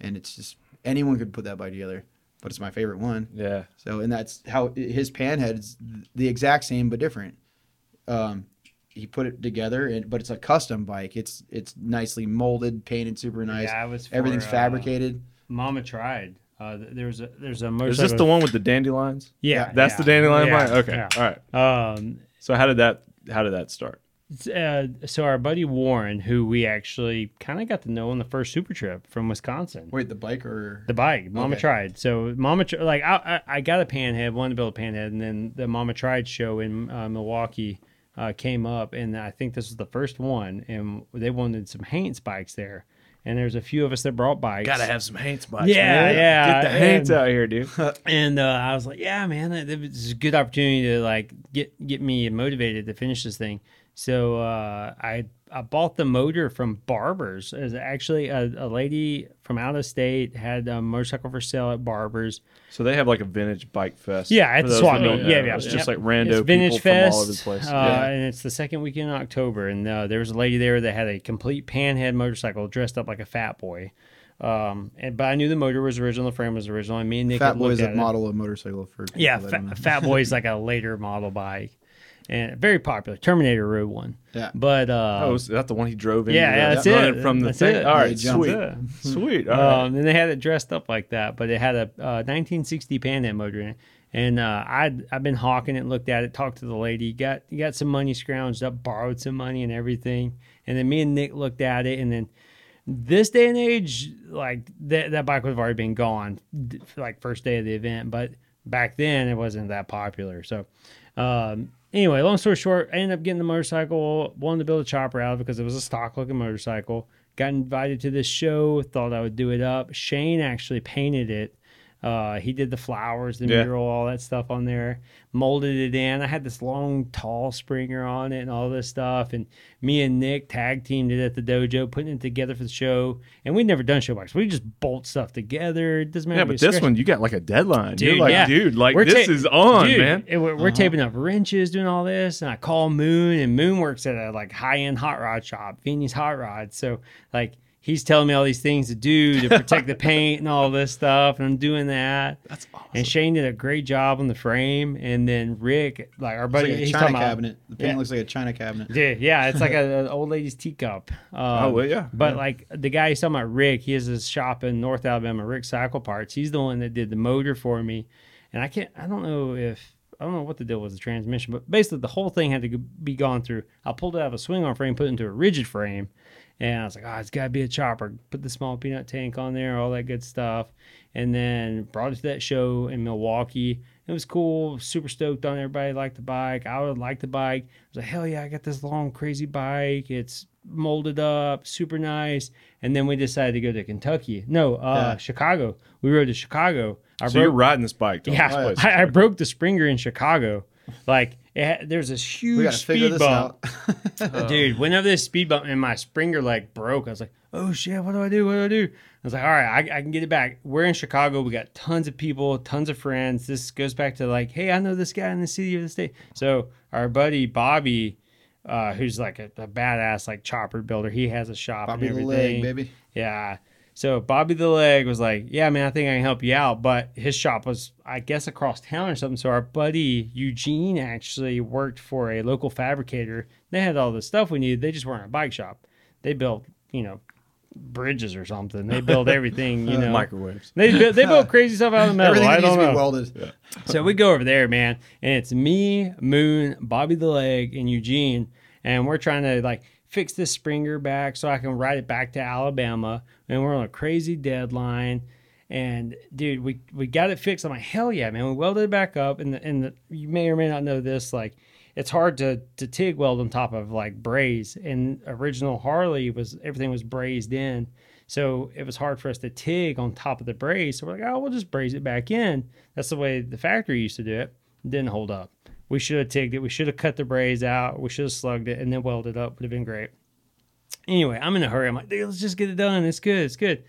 Speaker 3: And it's just anyone could put that bike together, but it's my favorite one.
Speaker 1: Yeah.
Speaker 3: So and that's how his panhead is the exact same but different. Um, he put it together, and but it's a custom bike. It's it's nicely molded, painted, super nice.
Speaker 4: Yeah, I was. For,
Speaker 3: Everything's
Speaker 4: uh,
Speaker 3: fabricated.
Speaker 4: Mama tried. Uh, th- there's a there's a
Speaker 1: Is
Speaker 4: motorcycle.
Speaker 1: this the one with the dandelions?
Speaker 4: Yeah,
Speaker 1: That's the dandelion
Speaker 4: Yeah,
Speaker 1: bike. Okay.
Speaker 4: yeah.
Speaker 1: All right.
Speaker 4: Um,
Speaker 1: So how did that? How did that start?
Speaker 4: s- uh, so our buddy Warren, who we actually kind of got to know on the first super trip from Wisconsin,
Speaker 3: Wait, the bike or
Speaker 4: the bike, Mama
Speaker 3: Okay.
Speaker 4: tried. So Mama, tr- like I, I, I got a panhead, wanted to build a panhead, and then the Mama tried show in uh, Milwaukee uh, came up, and I think this was the first one, and they wanted some Haynes bikes there, and there's a few of us that brought bikes.
Speaker 1: have some Haints bikes.
Speaker 4: Yeah, yeah,
Speaker 1: Get the Haints
Speaker 4: and-
Speaker 1: out here, dude.
Speaker 4: and uh, I was like, "Yeah, man, that, that was a good opportunity to like get get me motivated to finish this thing." So uh, I I bought the motor from Barbers. It was actually a, a lady from out of state had a motorcycle for sale at Barbers.
Speaker 1: So they have like a vintage bike fest.
Speaker 4: Yeah, at
Speaker 1: for those
Speaker 4: Swap
Speaker 1: that don't
Speaker 4: Meet.
Speaker 1: know.
Speaker 4: Yeah, yeah.
Speaker 1: It's
Speaker 4: Yep.
Speaker 1: just like rando
Speaker 4: it's Vintage
Speaker 1: people
Speaker 4: Fest,
Speaker 1: from all over the place.
Speaker 4: uh,
Speaker 1: yeah.
Speaker 4: and it's the second weekend in October. And uh, there was a lady there that had a complete panhead motorcycle dressed up like a fat boy. Um, and but I knew the motor was original, the frame was original, and me and Nick
Speaker 3: Fat
Speaker 4: had looked
Speaker 3: Boy is
Speaker 4: at
Speaker 3: a
Speaker 4: it.
Speaker 3: model of motorcycle for people
Speaker 4: Yeah,
Speaker 3: that
Speaker 4: fa-
Speaker 3: don't know.
Speaker 4: Fat Boy's like a later model bike. and very popular Terminator Road One.
Speaker 3: Yeah.
Speaker 4: But uh,
Speaker 1: oh, so that's the one he drove in.
Speaker 4: yeah, yeah, that's
Speaker 1: running
Speaker 4: it.
Speaker 1: From the
Speaker 4: That's
Speaker 1: thing.
Speaker 4: it.
Speaker 1: All right,
Speaker 3: He jumped.
Speaker 1: sweet,
Speaker 4: That's it.
Speaker 1: sweet. All right.
Speaker 4: Um, and they had it dressed up like that, but it had a uh, 1960 Pan Am motor in it. And uh, I'd I've been hawking it, looked at it, talked to the lady, got got some money scrounged up, borrowed some money and everything. And then me and Nick looked at it, and then this day and age, like that that bike would have already been gone, d- like first day of the event. But back then, it wasn't that popular. So um, anyway, long story short, I ended up getting the motorcycle, wanted to build a chopper out of it because it was a stock looking motorcycle. Got invited to this show, thought I would do it up. Shane actually painted it. Uh, he did the flowers, the
Speaker 1: Yeah.
Speaker 4: mural, all that stuff on there, molded it in. I had this long, tall springer on it and all this stuff. And me and Nick tag teamed it at the dojo, putting it together for the show. And we'd never done show bikes. We just bolt stuff together. It doesn't matter.
Speaker 1: yeah,
Speaker 4: if
Speaker 1: but
Speaker 4: it's
Speaker 1: this
Speaker 4: scratch-
Speaker 1: one you got like a deadline. You're
Speaker 4: Dude,
Speaker 1: like,
Speaker 4: yeah.
Speaker 1: dude, like
Speaker 4: We're
Speaker 1: this
Speaker 4: ta-
Speaker 1: is on,
Speaker 4: Dude,
Speaker 1: man.
Speaker 4: it- we're
Speaker 3: Uh-huh.
Speaker 4: we're taping up wrenches, doing all this, and I call Moon, and Moon works at a like high end hot rod shop, Vinny's Hot Rod. So like he's telling me all these things to do to protect the paint and all this stuff, and I'm doing that. That's awesome. And Shane did a great job on the frame, and then Rick, like our
Speaker 3: It's
Speaker 4: buddy,
Speaker 3: like a
Speaker 4: he's
Speaker 3: china
Speaker 4: talking about-
Speaker 3: cabinet. The paint
Speaker 4: Yeah.
Speaker 3: looks like a china cabinet.
Speaker 4: yeah, yeah, it's like a- an old lady's teacup. Um,
Speaker 1: Oh, well, yeah,
Speaker 4: But
Speaker 1: yeah.
Speaker 4: like the guy he's talking about, Rick, he has his shop in North Alabama, Rick Cycle Parts. He's the one that did the motor for me, and I can't. I don't know if I don't know what the deal was with the transmission, but basically the whole thing had to g- be gone through. I pulled it out of a swing arm frame, put it into a rigid frame, and I was like, oh, it's got to be a chopper. Put the small peanut tank on there, all that good stuff, and then brought it to that show in Milwaukee. It was cool. Super stoked on it. everybody liked the bike. I would like the bike. I was like, hell yeah, I got this long crazy bike. It's molded up, super nice. And then we decided to go to Kentucky. No, uh,
Speaker 3: Yeah.
Speaker 4: Chicago. We rode to Chicago. I
Speaker 1: So you're riding this bike, to all
Speaker 4: yeah,
Speaker 1: these places.
Speaker 4: I, I broke the Springer in Chicago. Like it had, there's this
Speaker 3: We
Speaker 4: huge
Speaker 3: got to figure
Speaker 4: speed
Speaker 3: this
Speaker 4: bump.
Speaker 3: out. Uh-huh.
Speaker 4: Dude, went over this speed bump and my Springer like broke. I was like, oh shit, what do I do? What do I do? I was like, all right, I, I can get it back. We're in Chicago. We got tons of people, tons of friends. This goes back to like, hey, I know this guy in the city or the state. So our buddy Bobby, uh, who's like a, a badass like chopper builder, he has a shop
Speaker 3: Bobby
Speaker 4: and
Speaker 3: the leg,
Speaker 4: everything.
Speaker 3: baby.
Speaker 4: Yeah. So Bobby the Leg was like, "Yeah, man, I think I can help you out." But his shop was, I guess, across town or something. So our buddy Eugene actually worked for a local fabricator. They had all the stuff we needed. They just weren't a bike shop. They built, you know, bridges or something. They built everything, you know.
Speaker 1: Microwaves.
Speaker 4: They built, they built crazy stuff out of the metal.
Speaker 3: Everything
Speaker 4: I
Speaker 3: that needs
Speaker 4: don't
Speaker 3: to be
Speaker 4: know.
Speaker 3: welded.
Speaker 4: So we go over there, man, and it's me, Moon, Bobby the Leg, and Eugene, and we're trying to like fix this Springer back so I can ride it back to Alabama. And we're on a crazy deadline. And dude, we we got it fixed. I'm like, hell yeah, man. We welded it back up, and the, and the, you may or may not know this, like. It's hard to, to TIG weld on top of like braze. And original Harley was everything was brazed in. So it was hard for us to TIG on top of the braze. So we're like, oh, we'll just braze it back in. That's the way the factory used to do it. Didn't hold up. We should have TIGged it. We should have cut the braze out. We should have slugged it and then welded it up. Would have been great. Anyway, I'm in a hurry. I'm like, dude, let's just get it done. It's good. It's good.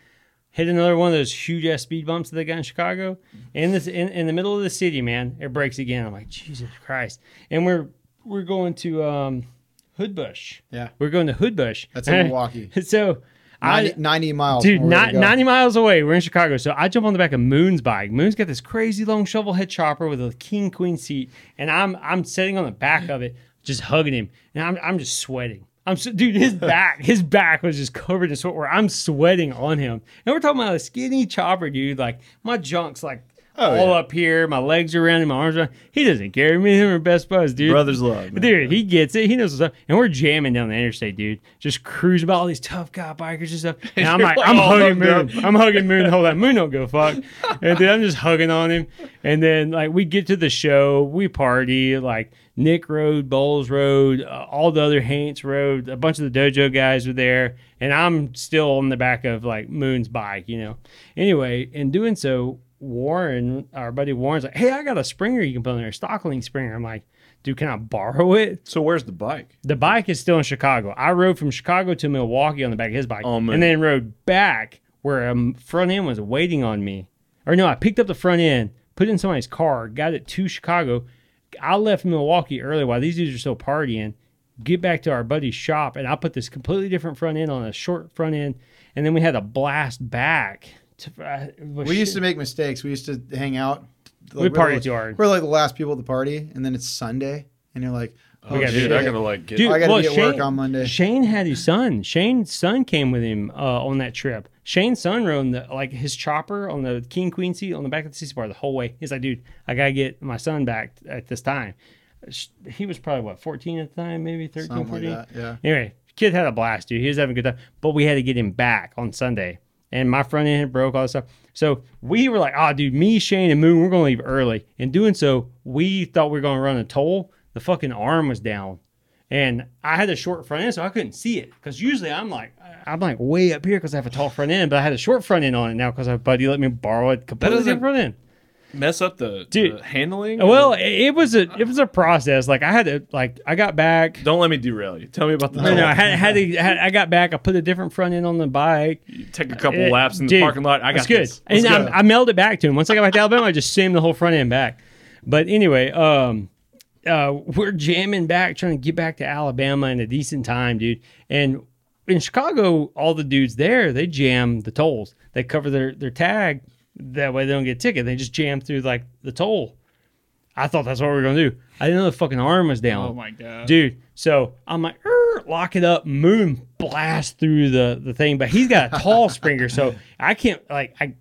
Speaker 4: Hit another one of those huge ass speed bumps that they got in Chicago. In this in, in the middle of the city, man, it breaks again. I'm like, Jesus Christ. And we're we're going to um Hoodbush.
Speaker 3: Yeah.
Speaker 4: We're going to Hoodbush.
Speaker 3: That's in Milwaukee.
Speaker 4: so
Speaker 3: 90,
Speaker 4: I,
Speaker 3: 90 miles.
Speaker 4: Dude,
Speaker 3: from where
Speaker 4: not
Speaker 3: we Oh, go.
Speaker 4: 90 miles away. We're in Chicago. So I jump on the back of Moon's bike. Moon's got this crazy long shovel head chopper with a king queen seat. And I'm I'm sitting on the back of it, just hugging him. And I'm I'm just sweating. I'm so, dude, his back, his back was just covered in sweat where I'm sweating on him. And we're talking about a skinny chopper, dude. Like my junk's like all up here, my legs are around him, my arms are around. He doesn't care. Me and him are best buds, dude.
Speaker 1: Brothers love, man.
Speaker 4: Dude, he gets it. He knows what's up. And we're jamming down the interstate, dude. Just cruising by all these tough guy bikers and stuff. And I'm like, oh, I'm
Speaker 1: all
Speaker 4: hugging
Speaker 1: hugged
Speaker 4: Moon. I'm hugging Moon the whole time. Moon don't give a fuck. And then I'm just hugging on him. And then like we get to the show, we party. Like Nick Road, Bowles Road, uh, all the other Haints Road, a bunch of the dojo guys were there. And I'm still on the back of like Moon's bike, you know. Anyway, in doing so, Warren, our buddy Warren's like, hey, I got a Springer you can put on there, Stockling Springer. I'm like, dude, can I borrow it?
Speaker 1: So where's the bike?
Speaker 4: The bike is still in Chicago. I rode from Chicago to Milwaukee on the back of his bike,
Speaker 1: Oh, man.
Speaker 4: and then rode back where um, front end was waiting on me. Or no, I picked up the front end, put it in somebody's car, got it to Chicago. I left Milwaukee early while these dudes are still partying. Get back to our buddy's shop, and I put this completely different front end on a short front end, and then we had a blast back. To, uh,
Speaker 3: We used to make mistakes. We used to hang out.
Speaker 4: We
Speaker 3: we're
Speaker 4: partied
Speaker 3: like-
Speaker 4: too hard.
Speaker 3: We're like oh, the last people at the party, and then it's Sunday, and you're like,
Speaker 4: We gotta
Speaker 1: dude,
Speaker 4: do
Speaker 1: I
Speaker 4: that.
Speaker 1: gotta like get.
Speaker 4: Dude,
Speaker 3: I gotta
Speaker 4: well,
Speaker 3: be at
Speaker 4: Shane,
Speaker 3: work on Monday.
Speaker 4: Shane had his son. Shane's son came with him uh, on that trip. Shane's son rode the, like his chopper on the king queen seat on the back of the seat bar the whole way. He's like, dude, I gotta get my son back at this time. Sh- He was probably what 14 at the time, maybe 13,
Speaker 3: Something like
Speaker 4: 14.
Speaker 3: that. Yeah.
Speaker 4: Anyway, kid had a blast, dude. He was having a good time. But we had to get him back on Sunday. And my front end broke, all this stuff. So we were like, oh, dude, me, Shane, and Moon, we're going to leave early. In doing so, we thought we were going to run a toll. The fucking arm was down. And I had a short front end, so I couldn't see it. Because usually I'm like, I'm like way up here because I have a tall front end, but I had a short front end on it now because my buddy let me borrow it completely
Speaker 1: doesn't-
Speaker 4: different front end.
Speaker 1: mess up the,
Speaker 4: Dude.
Speaker 1: the handling.
Speaker 4: Well, it, it was a it was a process. Like I had to like I got back.
Speaker 1: don't let me derail you. Tell me about the.
Speaker 4: No, no, I had, had, to, had I got back. I put a different front end on the bike.
Speaker 1: Take a couple
Speaker 4: It-
Speaker 1: laps in the
Speaker 4: Uh, dude,
Speaker 1: parking lot. I
Speaker 4: it's
Speaker 1: got
Speaker 4: good.
Speaker 1: this.
Speaker 4: And I, I mailed it back to him. Once I got back to Alabama, I just sent him the whole front end back. But anyway, um, uh, we're jamming back, trying to get back to Alabama in a decent time, dude. And in Chicago, all the dudes there, they jam the tolls. They cover their their tag. That way, they don't get a ticket. They just jam through like the toll. I thought that's what we were gonna do. I didn't know the fucking arm was down
Speaker 5: Oh my god.
Speaker 4: dude. So I'm like, "Er," lock it up, moon blast through the the thing. But he's got a tall springer, so I can't like I.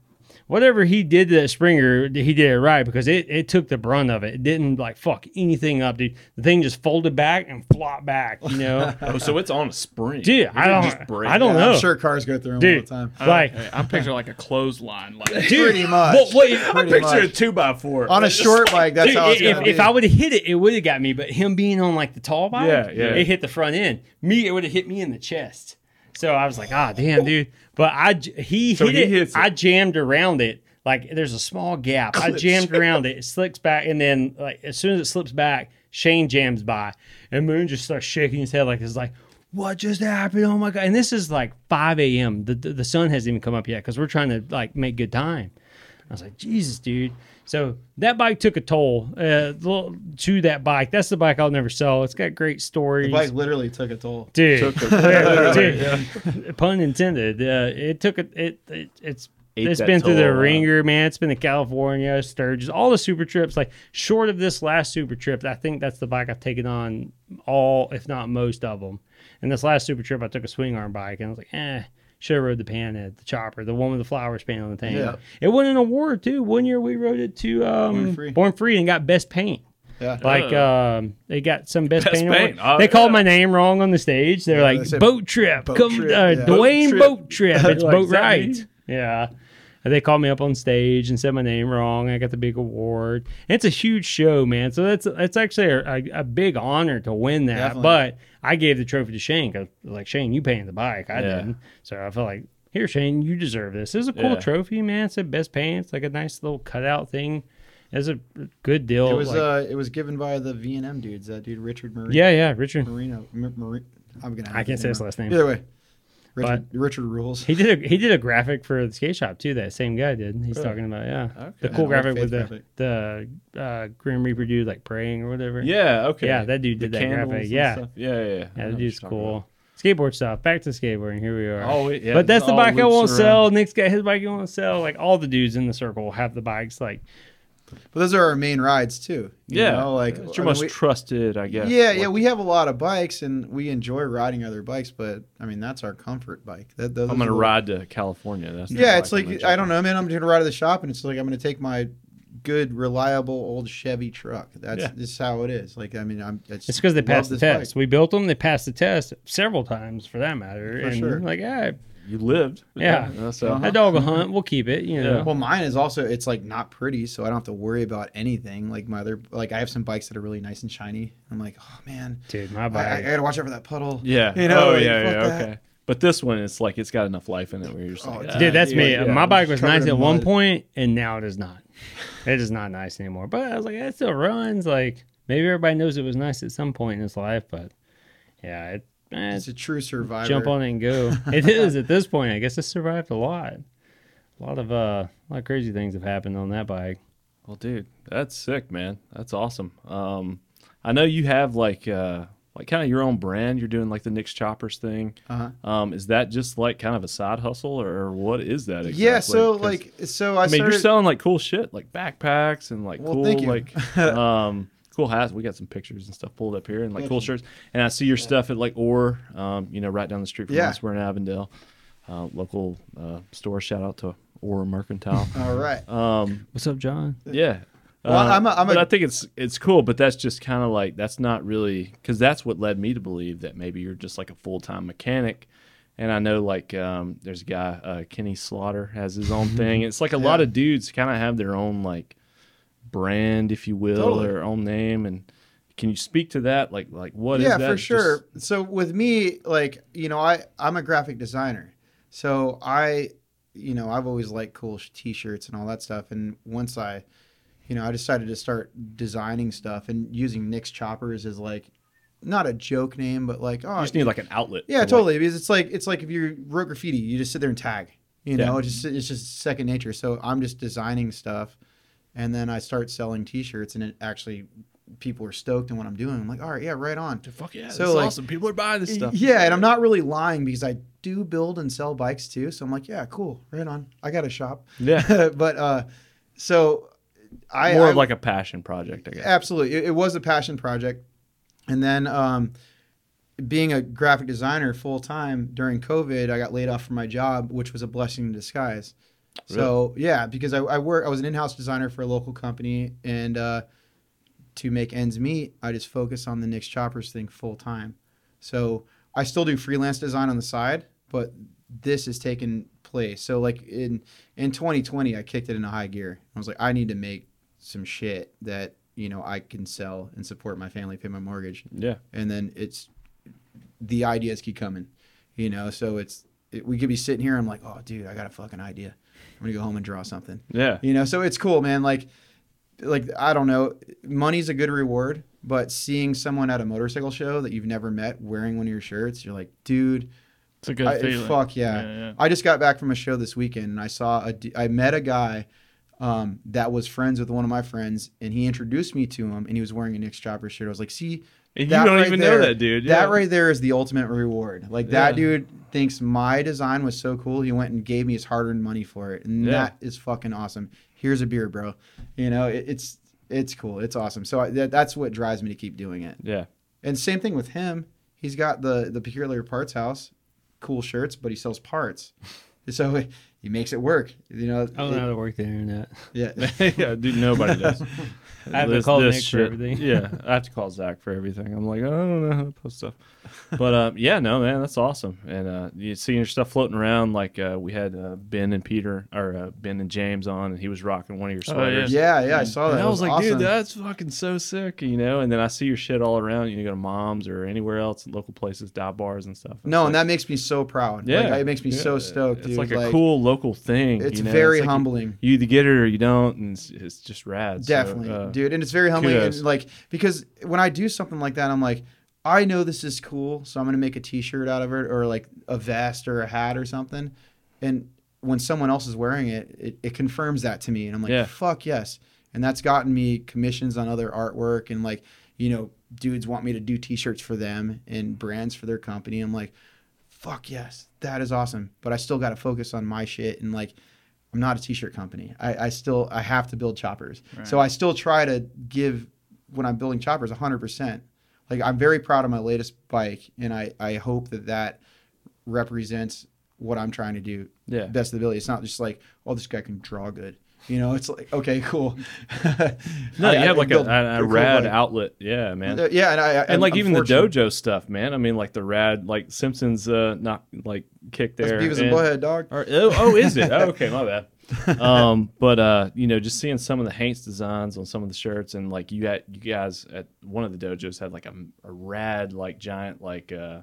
Speaker 4: Whatever he did to that Springer, he did it right because it, it took the brunt of it. It didn't like fuck anything up, dude. The thing just folded back and flopped back, you know.
Speaker 1: Oh, so it's on a spring.
Speaker 4: Dude,
Speaker 1: It
Speaker 4: I
Speaker 1: didn't
Speaker 4: don't-
Speaker 1: break.
Speaker 4: I don't
Speaker 3: Yeah,
Speaker 4: know.
Speaker 3: I'm sure cars go through them all
Speaker 4: Dude,
Speaker 3: the time.
Speaker 4: like
Speaker 5: Okay, I picture like a clothesline. Like
Speaker 3: Pretty much.
Speaker 1: Well, wait, I
Speaker 3: Pretty
Speaker 1: picture a
Speaker 3: much.
Speaker 1: two by four
Speaker 3: on a short bike, that's
Speaker 4: Dude,
Speaker 3: how it's
Speaker 4: if,
Speaker 3: gonna
Speaker 4: if
Speaker 3: be.
Speaker 4: I would have hit it, it would have got me. But him being on like the tall bike,
Speaker 1: Yeah, yeah.
Speaker 4: it hit the front end. Me, it would have hit me in the chest. So I was like, ah, damn, dude. But I j- he
Speaker 1: So
Speaker 4: hit
Speaker 1: he
Speaker 4: it.
Speaker 1: hits it.
Speaker 4: I jammed around it. Like there's a small gap. I jammed around it. It slips back, and then like as soon as it slips back, Shane jams by, and Moon just starts shaking his head like it's like. What just happened? Oh my god! And this is like 5 a.m. The, the the sun hasn't even come up yet because we're trying to like make good time. I was like, Jesus, dude. So that bike took a toll uh, l- to that bike. That's the bike I'll never sell. It's got great stories.
Speaker 3: The bike literally took a toll.
Speaker 4: dude,
Speaker 1: Literally,
Speaker 4: Dude, pun intended. Uh, it took a, it, it it's
Speaker 1: Ate
Speaker 4: it's
Speaker 1: that
Speaker 4: been through
Speaker 1: toll,
Speaker 4: the
Speaker 1: huh?
Speaker 4: ringer, man. It's been to California, Sturgis, all the super trips. Like short of this last super trip, I think that's the bike I've taken on all, if not most of them. And this last super trip, I took a swing arm bike, and I was like, eh, should have rode the pan at the chopper, the one with the flowers pan on the thing.
Speaker 3: Yeah.
Speaker 4: It won an award too. One year we rode it to um, Born,
Speaker 3: Born
Speaker 4: Free.
Speaker 3: Free.
Speaker 4: and got best paint.
Speaker 3: Yeah.
Speaker 4: Like um, they got some best,
Speaker 1: Oh. Best
Speaker 4: paint. award.
Speaker 1: paint. Oh,
Speaker 4: they called
Speaker 1: yeah.
Speaker 4: my name wrong on the stage. They're
Speaker 3: they
Speaker 4: like
Speaker 3: said
Speaker 4: boat trip.
Speaker 3: boat
Speaker 4: come,
Speaker 3: trip,
Speaker 4: uh,
Speaker 3: yeah. Boat
Speaker 4: Dwayne
Speaker 1: trip.
Speaker 4: boat trip. It's
Speaker 1: Like,
Speaker 4: boat
Speaker 1: is that
Speaker 4: right.
Speaker 1: me?
Speaker 4: Yeah. And they called me up on stage and said my name wrong. I got the big award. It's a huge show, man. So that's that's actually a, a, a big honor to win that.
Speaker 3: Definitely.
Speaker 4: But I gave the trophy to Shane because like Shane, you paying the bike,
Speaker 1: Yeah.
Speaker 4: I didn't. So I felt like here, Shane, you deserve this. This is a cool
Speaker 1: Yeah.
Speaker 4: trophy, man. It's the best pants, like a nice little cutout thing. It's a good deal.
Speaker 3: It was
Speaker 4: Oh, like-
Speaker 3: uh, it was given by the V and M dudes. That dude Richard Marino.
Speaker 4: yeah, yeah, Richard.
Speaker 3: Marino. Mar- Mar- I'm gonna.
Speaker 4: I can't say his last name.
Speaker 3: Either way, Richard, Richard rules.
Speaker 4: He did a he did a graphic for the skate shop too. That same guy did.
Speaker 1: Oh.
Speaker 4: He's talking about yeah,
Speaker 1: Ah,
Speaker 4: the
Speaker 3: Yeah,
Speaker 4: cool
Speaker 3: the
Speaker 4: graphic
Speaker 3: faith
Speaker 4: with the
Speaker 3: graphic.
Speaker 4: the uh, Grim Reaper dude like praying or whatever.
Speaker 1: Yeah. Okay.
Speaker 4: Yeah, that dude did that
Speaker 1: candles
Speaker 4: graphic.
Speaker 1: and
Speaker 4: Yeah.
Speaker 1: stuff. Yeah. Yeah. yeah. I
Speaker 4: yeah,
Speaker 1: know
Speaker 4: that
Speaker 1: what
Speaker 4: dude's
Speaker 1: you're talking
Speaker 4: cool. Skateboard stuff. Back to skateboarding. Here we are.
Speaker 1: about. Oh, it- yeah,
Speaker 4: but that's
Speaker 1: it
Speaker 4: the
Speaker 1: all
Speaker 4: bike I
Speaker 1: loops
Speaker 4: won't
Speaker 1: around.
Speaker 4: sell. Nick's got his bike he won't sell. Like all the dudes in the circle have the bikes. Like
Speaker 3: But those are our main rides too. you
Speaker 1: Yeah.
Speaker 3: know, like
Speaker 1: it's your
Speaker 3: I mean,
Speaker 1: most
Speaker 3: we-
Speaker 1: trusted, I guess.
Speaker 3: Yeah, yeah, we have a lot of bikes and we enjoy riding other bikes, but I mean that's our comfort bike. That, those
Speaker 1: I'm
Speaker 3: are
Speaker 1: gonna
Speaker 3: the-
Speaker 1: ride to California. That's the
Speaker 3: Yeah, it's
Speaker 1: bike I'm
Speaker 3: like
Speaker 1: gonna
Speaker 3: I don't know, man. I'm gonna ride to the shop and it's like I'm gonna take my good, reliable old Chevy truck. That's
Speaker 1: Yeah.
Speaker 3: this is how it is. Like I mean, I'm
Speaker 4: it's because they
Speaker 3: love
Speaker 4: passed the
Speaker 3: this bike.
Speaker 4: test. We built them. They passed the test several times for that matter.
Speaker 3: For
Speaker 4: and
Speaker 3: sure.
Speaker 4: like yeah,
Speaker 1: You lived.
Speaker 4: Yeah.
Speaker 1: So
Speaker 3: Uh-huh.
Speaker 4: that dog will hunt. We'll keep it. You know.
Speaker 1: Uh-huh. Yeah.
Speaker 3: Well, mine is also it's like not pretty, so I don't have to worry about anything. Like my other, like I have some bikes that are really nice and shiny. I'm like, oh man,
Speaker 4: Dude, my
Speaker 3: I, I,
Speaker 4: bike.
Speaker 3: gotta watch out for that puddle.
Speaker 1: yeah.
Speaker 3: You know,
Speaker 1: oh
Speaker 3: like,
Speaker 1: yeah.
Speaker 3: fuck
Speaker 1: Yeah.
Speaker 3: that.
Speaker 1: Okay. But this one, it's like it's got enough life in it where you're just
Speaker 3: Oh,
Speaker 1: like,
Speaker 3: it's-
Speaker 1: ah,
Speaker 4: Dude, that's me.
Speaker 1: yeah.
Speaker 4: My bike Uh, was
Speaker 3: Covered
Speaker 4: nice
Speaker 3: in
Speaker 4: at one
Speaker 3: mud.
Speaker 4: point, and now it is not. It is not nice anymore. But I was like, it still runs. Like maybe everybody knows it was nice at some point in its life, but yeah, it, eh,
Speaker 3: It's a true survivor.
Speaker 4: jump on it and go. it is at this point. I guess it survived a lot. A lot of uh, a lot of crazy things have happened on that bike.
Speaker 1: Well, dude, that's sick, man. That's awesome. Um, I know you have like uh, like kind of your own brand. You're doing like the Nick's Choppers thing.
Speaker 3: Uh-huh.
Speaker 1: Um, is that just like kind of a side hustle, or what is that? Exactly?
Speaker 3: Yeah, so
Speaker 1: 'Cause,
Speaker 3: like, so I,
Speaker 1: I mean,
Speaker 3: started.
Speaker 1: you're selling like cool shit, like backpacks and like
Speaker 3: Well,
Speaker 1: cool
Speaker 3: thank you.
Speaker 1: like um cool hats. We got some pictures and stuff pulled up here, and like cool shirts. And I see your stuff at like Orr, um, you know, right down the street from
Speaker 3: Yeah.
Speaker 1: us. We're in Avondale, uh, local uh, store. Shout out to Orr Mercantile.
Speaker 3: All right.
Speaker 1: um,
Speaker 4: What's up, John?
Speaker 1: yeah. Uh,
Speaker 3: Well, I'm a- I'm
Speaker 1: but
Speaker 3: a-
Speaker 1: I think it's it's cool, but that's just kind of like that's not really because that's what led me to believe that maybe you're just like a full time mechanic. And I know like um, there's a guy uh, Kenny Slaughter has his own thing. It's like a lot
Speaker 3: Yeah.
Speaker 1: of dudes kind of have their own like brand, if you will,
Speaker 3: Totally.
Speaker 1: their own name. And can you speak to that? Like like what is
Speaker 3: yeah,
Speaker 1: that?
Speaker 3: for sure. So with me, like you know, I I'm a graphic designer, so I you know I've always liked cool sh- t-shirts and all that stuff. And once I, you know, I decided to start designing stuff and using Nick's Choppers as like not a joke name, but like oh
Speaker 1: You just need like an outlet.
Speaker 3: yeah,
Speaker 1: for, like-
Speaker 3: totally. Because it's like it's like if you wrote graffiti, you just sit there and tag. You
Speaker 1: Yeah.
Speaker 3: know, it's just it's just second nature. So I'm just designing stuff, and then I start selling T-shirts, and it actually people are stoked in what I'm doing. I'm like, all right, yeah, right on.
Speaker 1: Fuck yeah,
Speaker 3: So,
Speaker 1: so, that's
Speaker 3: like-
Speaker 1: awesome. People are buying this stuff.
Speaker 3: Yeah, and I'm not really lying because I do build and sell bikes too. So I'm like, yeah, cool, right on. I got a shop.
Speaker 1: Yeah.
Speaker 3: but uh, so I
Speaker 1: More
Speaker 3: I-
Speaker 1: of like a passion project, I guess.
Speaker 3: Absolutely. It, it was a passion project. And then um, being a graphic designer full time during COVID, I got laid off from my job, which was a blessing in disguise. So yeah, because I, I work, I was an in-house designer for a local company, and uh, to make ends meet, I just focus on the Nick's Choppers thing full time. So I still do freelance design on the side, but this is taking place. So like in in 2020, I kicked it into high gear. I was like, I need to make some shit that you know I can sell and support my family, pay my mortgage,
Speaker 1: Yeah.
Speaker 3: and then it's the ideas keep coming, you know. So it's it, we could be sitting here. I'm like, oh, dude, I got a fucking idea. I'm gonna go home and draw something,
Speaker 1: Yeah.
Speaker 3: you know. So it's cool, man. Like, like I don't know, money's a good reward, but seeing someone at a motorcycle show that you've never met wearing one of your shirts, you're like, dude,
Speaker 5: It's a good
Speaker 3: I-
Speaker 5: feeling.
Speaker 3: Fuck yeah.
Speaker 5: Yeah, yeah.
Speaker 3: I just got back from a show this weekend and I saw a d- I met a guy um, that was friends with one of my friends and he introduced me to him and he was wearing a Nick's Chopper shirt. I was like, see,
Speaker 1: You
Speaker 3: that
Speaker 1: don't
Speaker 3: right
Speaker 1: even
Speaker 3: there-
Speaker 1: know that dude.
Speaker 3: That
Speaker 1: yeah.
Speaker 3: right there is the ultimate reward. Like
Speaker 1: Yeah.
Speaker 3: that dude thinks my design was so cool. He went and gave me his hard-earned money for it, and
Speaker 1: Yeah.
Speaker 3: that is fucking awesome. Here's a beer, bro. You know, it, it's it's cool. It's awesome. So I, that, that's what drives me to keep doing it.
Speaker 1: Yeah.
Speaker 3: And same thing with him. He's got the the peculiar parts house, cool shirts, but he sells parts. So he makes it work. You know.
Speaker 1: Oh,
Speaker 4: I don't know how to work the internet.
Speaker 3: Yeah.
Speaker 1: yeah, dude, nobody does.
Speaker 4: I have to call Nick for everything.
Speaker 1: Yeah, I have to call Zach for everything. I'm like, I don't know how to post stuff. But um, yeah, no, man, that's awesome. And uh, you seeing your stuff floating around, like uh, we had uh, Ben and Peter, or uh, Ben and James on, and he was rocking one of your
Speaker 5: Oh, yeah.
Speaker 1: sweaters.
Speaker 3: Yeah, yeah, I saw that.
Speaker 1: And I
Speaker 3: It
Speaker 1: was like,
Speaker 3: awesome.
Speaker 1: dude, that's fucking so sick, you know. And then I see your shit all around. You go to mom's or anywhere else, local places, dive bars and stuff.
Speaker 3: No,
Speaker 1: and
Speaker 3: and that makes me so proud.
Speaker 1: Yeah,
Speaker 3: Yeah, it makes me
Speaker 1: yeah.
Speaker 3: so stoked,
Speaker 1: it's
Speaker 3: dude.
Speaker 1: like a cool local thing.
Speaker 3: It's
Speaker 1: you know?
Speaker 3: very
Speaker 1: like you-
Speaker 3: humbling.
Speaker 1: You either get it or you don't, and it's, it's just rad. So,
Speaker 3: Definitely,
Speaker 1: uh,
Speaker 3: dude. And it's very humbling.
Speaker 1: kudos.
Speaker 3: And like because when I do something like that, I'm like, I know this is cool, so I'm gonna make a T-shirt out of it, or like a vest or a hat or something. And when someone else is wearing it, it, it confirms that to me, and I'm like,
Speaker 1: Yeah.
Speaker 3: fuck yes. And that's gotten me commissions on other artwork, and like you know, dudes want me to do T-shirts for them and brands for their company. I'm like, fuck yes, that is awesome. But I still got to focus on my shit and like. I'm not a t-shirt company. I, I still I have to build choppers. So I still try to give when I'm building choppers 100%. Like I'm very proud of my latest bike and I I hope that that represents what I'm trying to do
Speaker 1: Yeah.
Speaker 3: best of the ability. It's not just like oh this guy can draw good. You know, it's like okay, cool.
Speaker 1: No,
Speaker 3: I-
Speaker 1: you
Speaker 3: I
Speaker 1: have like a,
Speaker 3: build
Speaker 1: a, a
Speaker 3: cool
Speaker 1: rad
Speaker 3: bike.
Speaker 1: outlet. Yeah, man.
Speaker 3: Uh, Yeah, and I
Speaker 1: and like even the
Speaker 3: dojo.
Speaker 1: dojo stuff, man. I mean, like the rad, like Simpsons, uh, not like kick
Speaker 3: That's
Speaker 1: there.
Speaker 3: Beavis and,
Speaker 1: and-
Speaker 3: Butthead, dog.
Speaker 1: or- oh, oh, is it? Oh, okay, my bad. Um, but uh, you know, just seeing some of the Haints designs on some of the shirts, and like you had you guys at one of the dojos had like a, a rad, like giant, like uh,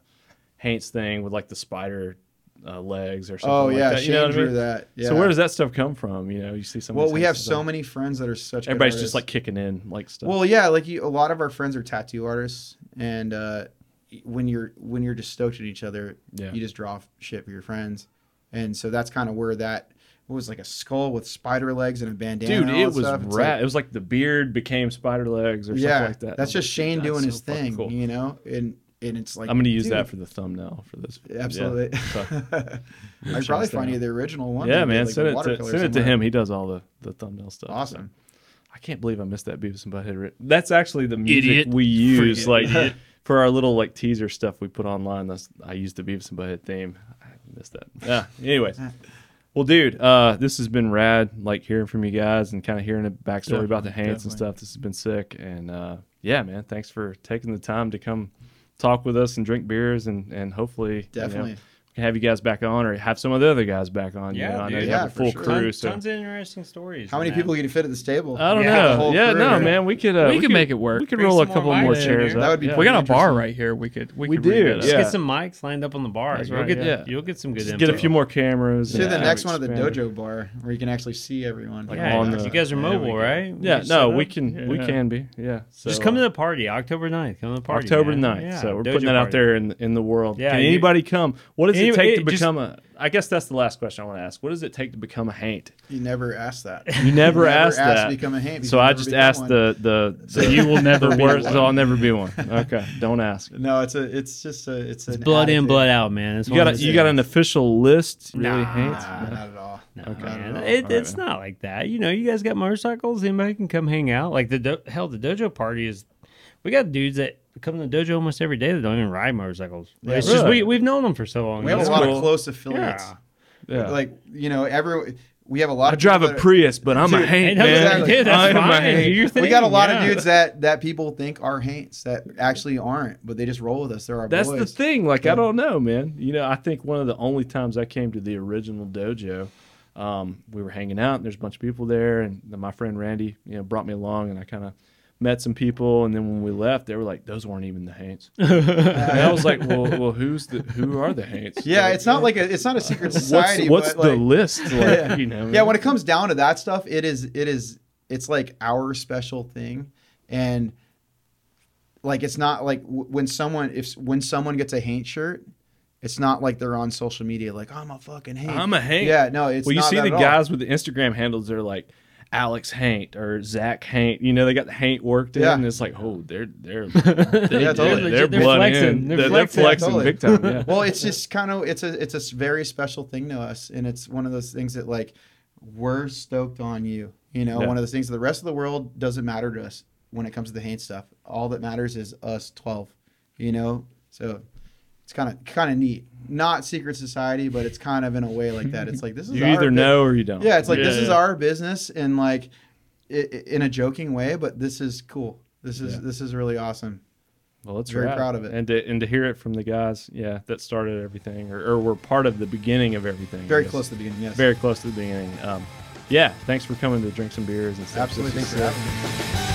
Speaker 1: Haints thing with like the spider uh, legs or something.
Speaker 3: Oh
Speaker 1: like
Speaker 3: yeah,
Speaker 1: that.
Speaker 3: Shane
Speaker 1: you know what I
Speaker 3: drew
Speaker 1: mean?
Speaker 3: that. Yeah.
Speaker 1: So where does that stuff come from? You know, you see some. of
Speaker 3: Well,
Speaker 1: these
Speaker 3: we
Speaker 1: Haints
Speaker 3: have so
Speaker 1: designs.
Speaker 3: many friends that are such. good
Speaker 1: Everybody's just
Speaker 3: artists.
Speaker 1: like kicking in, like stuff.
Speaker 3: Well, yeah, like you, a lot of our friends are tattoo artists, and uh, when you're when you're just stoked at each other,
Speaker 1: Yeah.
Speaker 3: you just draw shit for your friends, and so that's kind of where that what was like a skull with spider legs and a bandana.
Speaker 1: Dude,
Speaker 3: and all
Speaker 1: it
Speaker 3: that
Speaker 1: was
Speaker 3: stuff. It's
Speaker 1: rat. it was like the beard became spider legs or
Speaker 3: like, yeah,
Speaker 1: something like that.
Speaker 3: that's
Speaker 1: I'm like,
Speaker 3: just Shane
Speaker 1: that's
Speaker 3: doing
Speaker 1: so
Speaker 3: his
Speaker 1: fucking
Speaker 3: thing,
Speaker 1: cool.
Speaker 3: you know, and and it's like
Speaker 1: I'm gonna use that
Speaker 3: dude,
Speaker 1: for the thumbnail for this.
Speaker 3: absolutely.
Speaker 1: Yeah, so-
Speaker 3: I
Speaker 1: check
Speaker 3: probably
Speaker 1: this thing
Speaker 3: find you
Speaker 1: out.
Speaker 3: the original one.
Speaker 1: Yeah,
Speaker 3: that we did,
Speaker 1: man,
Speaker 3: like,
Speaker 1: send
Speaker 3: the
Speaker 1: it to
Speaker 3: watercolor
Speaker 1: send it to
Speaker 3: somewhere.
Speaker 1: him. He does all the the thumbnail stuff. so.
Speaker 3: Awesome.
Speaker 1: I can't believe I missed that Beavis and Butthead. Ri- That's actually the music
Speaker 5: Idiot.
Speaker 1: we use,
Speaker 5: Friggin'
Speaker 1: like
Speaker 5: idiot.
Speaker 1: for our little like teaser stuff we put online. That's I used the Beavis and Butthead theme. I missed that. Yeah. Anyways, well, dude, uh, this has been rad. Like hearing from you guys and kind of hearing the backstory about the
Speaker 5: Definitely,
Speaker 1: Hanks and
Speaker 5: definitely.
Speaker 1: stuff. This has been sick. And uh, yeah, man, thanks for taking the time to come talk with us and drink beers and and hopefully you know,
Speaker 3: Definitely.
Speaker 1: can have you guys back on or have some of the other guys back on.
Speaker 4: Yeah,
Speaker 1: you know, I know
Speaker 4: dude.
Speaker 1: you
Speaker 3: Yeah,
Speaker 1: have a
Speaker 3: for
Speaker 1: full
Speaker 3: sure.
Speaker 1: crew.
Speaker 4: Tons,
Speaker 1: so
Speaker 4: tons of interesting stories.
Speaker 3: How many
Speaker 4: man.
Speaker 3: people can you fit at this table?
Speaker 1: I don't
Speaker 4: Yeah.
Speaker 3: The
Speaker 1: know.
Speaker 3: whole
Speaker 1: Yeah,
Speaker 3: crew,
Speaker 1: no,
Speaker 3: right?
Speaker 1: man, we could. Uh,
Speaker 5: We
Speaker 1: we
Speaker 5: could
Speaker 1: could
Speaker 5: make it work.
Speaker 1: We could
Speaker 5: Bring
Speaker 1: roll a
Speaker 5: some
Speaker 1: couple
Speaker 5: more
Speaker 1: more
Speaker 5: mics in
Speaker 1: chairs.
Speaker 5: here.
Speaker 1: up.
Speaker 3: That would be
Speaker 1: yeah.
Speaker 5: we got a
Speaker 3: interesting.
Speaker 5: bar right here. We could. We,
Speaker 1: We
Speaker 5: could rig
Speaker 1: do,
Speaker 5: that up.
Speaker 4: Just
Speaker 1: yeah.
Speaker 4: get some mics lined up on the bar.
Speaker 1: That's
Speaker 4: you'll
Speaker 1: right,
Speaker 4: get
Speaker 1: yeah.
Speaker 4: you'll get some good.
Speaker 1: Just
Speaker 4: info.
Speaker 1: get a few more cameras.
Speaker 3: To
Speaker 1: and
Speaker 3: the
Speaker 1: have
Speaker 3: next
Speaker 1: it
Speaker 3: one at the
Speaker 1: expanded.
Speaker 3: dojo bar where you can actually see everyone.
Speaker 1: Like
Speaker 4: Yeah,
Speaker 1: on
Speaker 4: you
Speaker 1: the-
Speaker 4: guys are
Speaker 1: yeah,
Speaker 4: mobile,
Speaker 1: we can-
Speaker 4: right? You
Speaker 1: Yeah,
Speaker 4: can set
Speaker 1: no,
Speaker 4: up.
Speaker 1: we can. We
Speaker 5: Yeah.
Speaker 1: can be. Yeah. So,
Speaker 4: just come to
Speaker 1: uh,
Speaker 4: the party October 9th. Come to the party.
Speaker 1: October
Speaker 4: man.
Speaker 1: 9th.
Speaker 4: Yeah,
Speaker 1: so we're
Speaker 4: dojo
Speaker 1: putting that out
Speaker 4: party.
Speaker 1: there in in the world.
Speaker 4: Yeah,
Speaker 1: Can
Speaker 4: you-
Speaker 1: anybody come? What does it,
Speaker 4: Any-
Speaker 1: take to
Speaker 4: it just-
Speaker 1: become a? I guess that's the last question I want to ask. What does it take to become a haint?
Speaker 3: You never asked that.
Speaker 1: You never, asked
Speaker 3: asked
Speaker 1: that.
Speaker 3: to become a haint. because
Speaker 1: so
Speaker 3: you
Speaker 1: I
Speaker 3: never
Speaker 1: just
Speaker 3: become
Speaker 1: asked
Speaker 3: one.
Speaker 1: the the.
Speaker 5: So you will never
Speaker 1: the
Speaker 5: be
Speaker 1: worst.
Speaker 5: one.
Speaker 1: So I'll never be one. Okay, don't ask.
Speaker 3: No, it's a. It's just a. It's, an
Speaker 4: Blood in,
Speaker 3: attitude.
Speaker 4: blood out, man. That's
Speaker 1: You
Speaker 4: one of
Speaker 1: got a,
Speaker 4: those
Speaker 1: you got
Speaker 4: things.
Speaker 1: an official list. Really
Speaker 4: Nah.
Speaker 1: haints.
Speaker 3: Nah, not at all.
Speaker 4: Okay.
Speaker 3: Not at all.
Speaker 4: It,
Speaker 1: Alright,
Speaker 4: it's
Speaker 1: man.
Speaker 4: not like that. You know, you guys got motorcycles. Anybody can come hang out. Like the do- hell, the dojo party is. We got dudes that come to the dojo almost every day that don't even ride motorcycles.
Speaker 3: Yeah.
Speaker 4: it's just
Speaker 1: Really?
Speaker 4: we we've known them for so long.
Speaker 3: We have
Speaker 4: That's
Speaker 3: a lot
Speaker 4: cool.
Speaker 3: of close affiliates.
Speaker 4: Yeah.
Speaker 1: Yeah.
Speaker 3: Like you know, every we have a lot.
Speaker 1: I
Speaker 3: of
Speaker 1: drive
Speaker 3: people
Speaker 1: a
Speaker 3: that-
Speaker 1: Prius, but I'm a
Speaker 3: Dude,
Speaker 1: haint,
Speaker 4: Hey, no,
Speaker 1: man.
Speaker 3: exactly.
Speaker 4: dude, that's
Speaker 1: I am a
Speaker 4: fine.
Speaker 1: haint.
Speaker 4: Do your
Speaker 3: We
Speaker 4: thing.
Speaker 3: got a lot
Speaker 4: Yeah.
Speaker 3: of dudes that that people think are haints that actually aren't, but they just roll with us. They're our
Speaker 1: That's
Speaker 3: boys.
Speaker 1: the thing. Like, I don't know, man. You know, I think one of the only times I came to the original dojo, um, we were hanging out, and there's a bunch of people there, and then my friend Randy, you know, brought me along, and I kind of met some people, and then when we left, they were like, "Those weren't even the Haints," and I was like, "Well, well, who's the who are the Haints?"
Speaker 3: Yeah,
Speaker 1: Like,
Speaker 3: it's not like a, it's not a secret
Speaker 1: what's
Speaker 3: society.
Speaker 1: what's
Speaker 3: but,
Speaker 1: the
Speaker 3: like,
Speaker 1: list? Like,
Speaker 3: Yeah.
Speaker 1: you know,
Speaker 3: yeah when it comes down to that stuff it is it is it's like our special thing and like it's not like w- when someone if when someone gets a haint shirt it's not like they're on social media like i'm a fucking haint
Speaker 1: I'm a Haint.
Speaker 3: yeah no it's
Speaker 1: well, you
Speaker 3: not
Speaker 1: see
Speaker 3: that
Speaker 1: the
Speaker 3: at all.
Speaker 1: guys with the Instagram handles, they're like Alex Haint or Zach Haint. You know, they got the Haint worked in.
Speaker 3: Yeah.
Speaker 1: And it's like, oh, they're they're they,
Speaker 3: Yeah, totally.
Speaker 1: are
Speaker 4: They're
Speaker 1: blood
Speaker 4: flexing.
Speaker 1: in.
Speaker 4: They're
Speaker 1: They're, they're
Speaker 4: flexing.
Speaker 1: flexing
Speaker 3: Totally.
Speaker 1: big time. Yeah.
Speaker 3: well it's just kind of it's a it's a s- very special thing to us and it's one of those things that like we're stoked on you you know
Speaker 1: Yeah.
Speaker 3: one of those things that the rest of the world doesn't matter to us when it comes to the haint stuff all that matters is us 12 you know so it's kind of kind of neat not secret society but it's kind of in a way like that it's like this is
Speaker 1: you
Speaker 3: our
Speaker 1: either
Speaker 3: bu-
Speaker 1: know or you don't.
Speaker 3: yeah it's like this is
Speaker 5: Yeah.
Speaker 3: our business and like i i- in a joking way but this is cool this is
Speaker 1: Yeah.
Speaker 3: this is really awesome
Speaker 1: Well, it's
Speaker 3: Very
Speaker 1: rad.
Speaker 3: proud of it.
Speaker 1: and to and to hear it from the guys, yeah, that started everything, or, or were part of the beginning of everything. I
Speaker 3: very
Speaker 1: guess.
Speaker 3: close to the beginning yes
Speaker 1: very close to the beginning. Um, yeah, thanks for coming to drink some beers and stuff.
Speaker 3: absolutely
Speaker 1: This
Speaker 3: thanks
Speaker 1: is
Speaker 3: for having me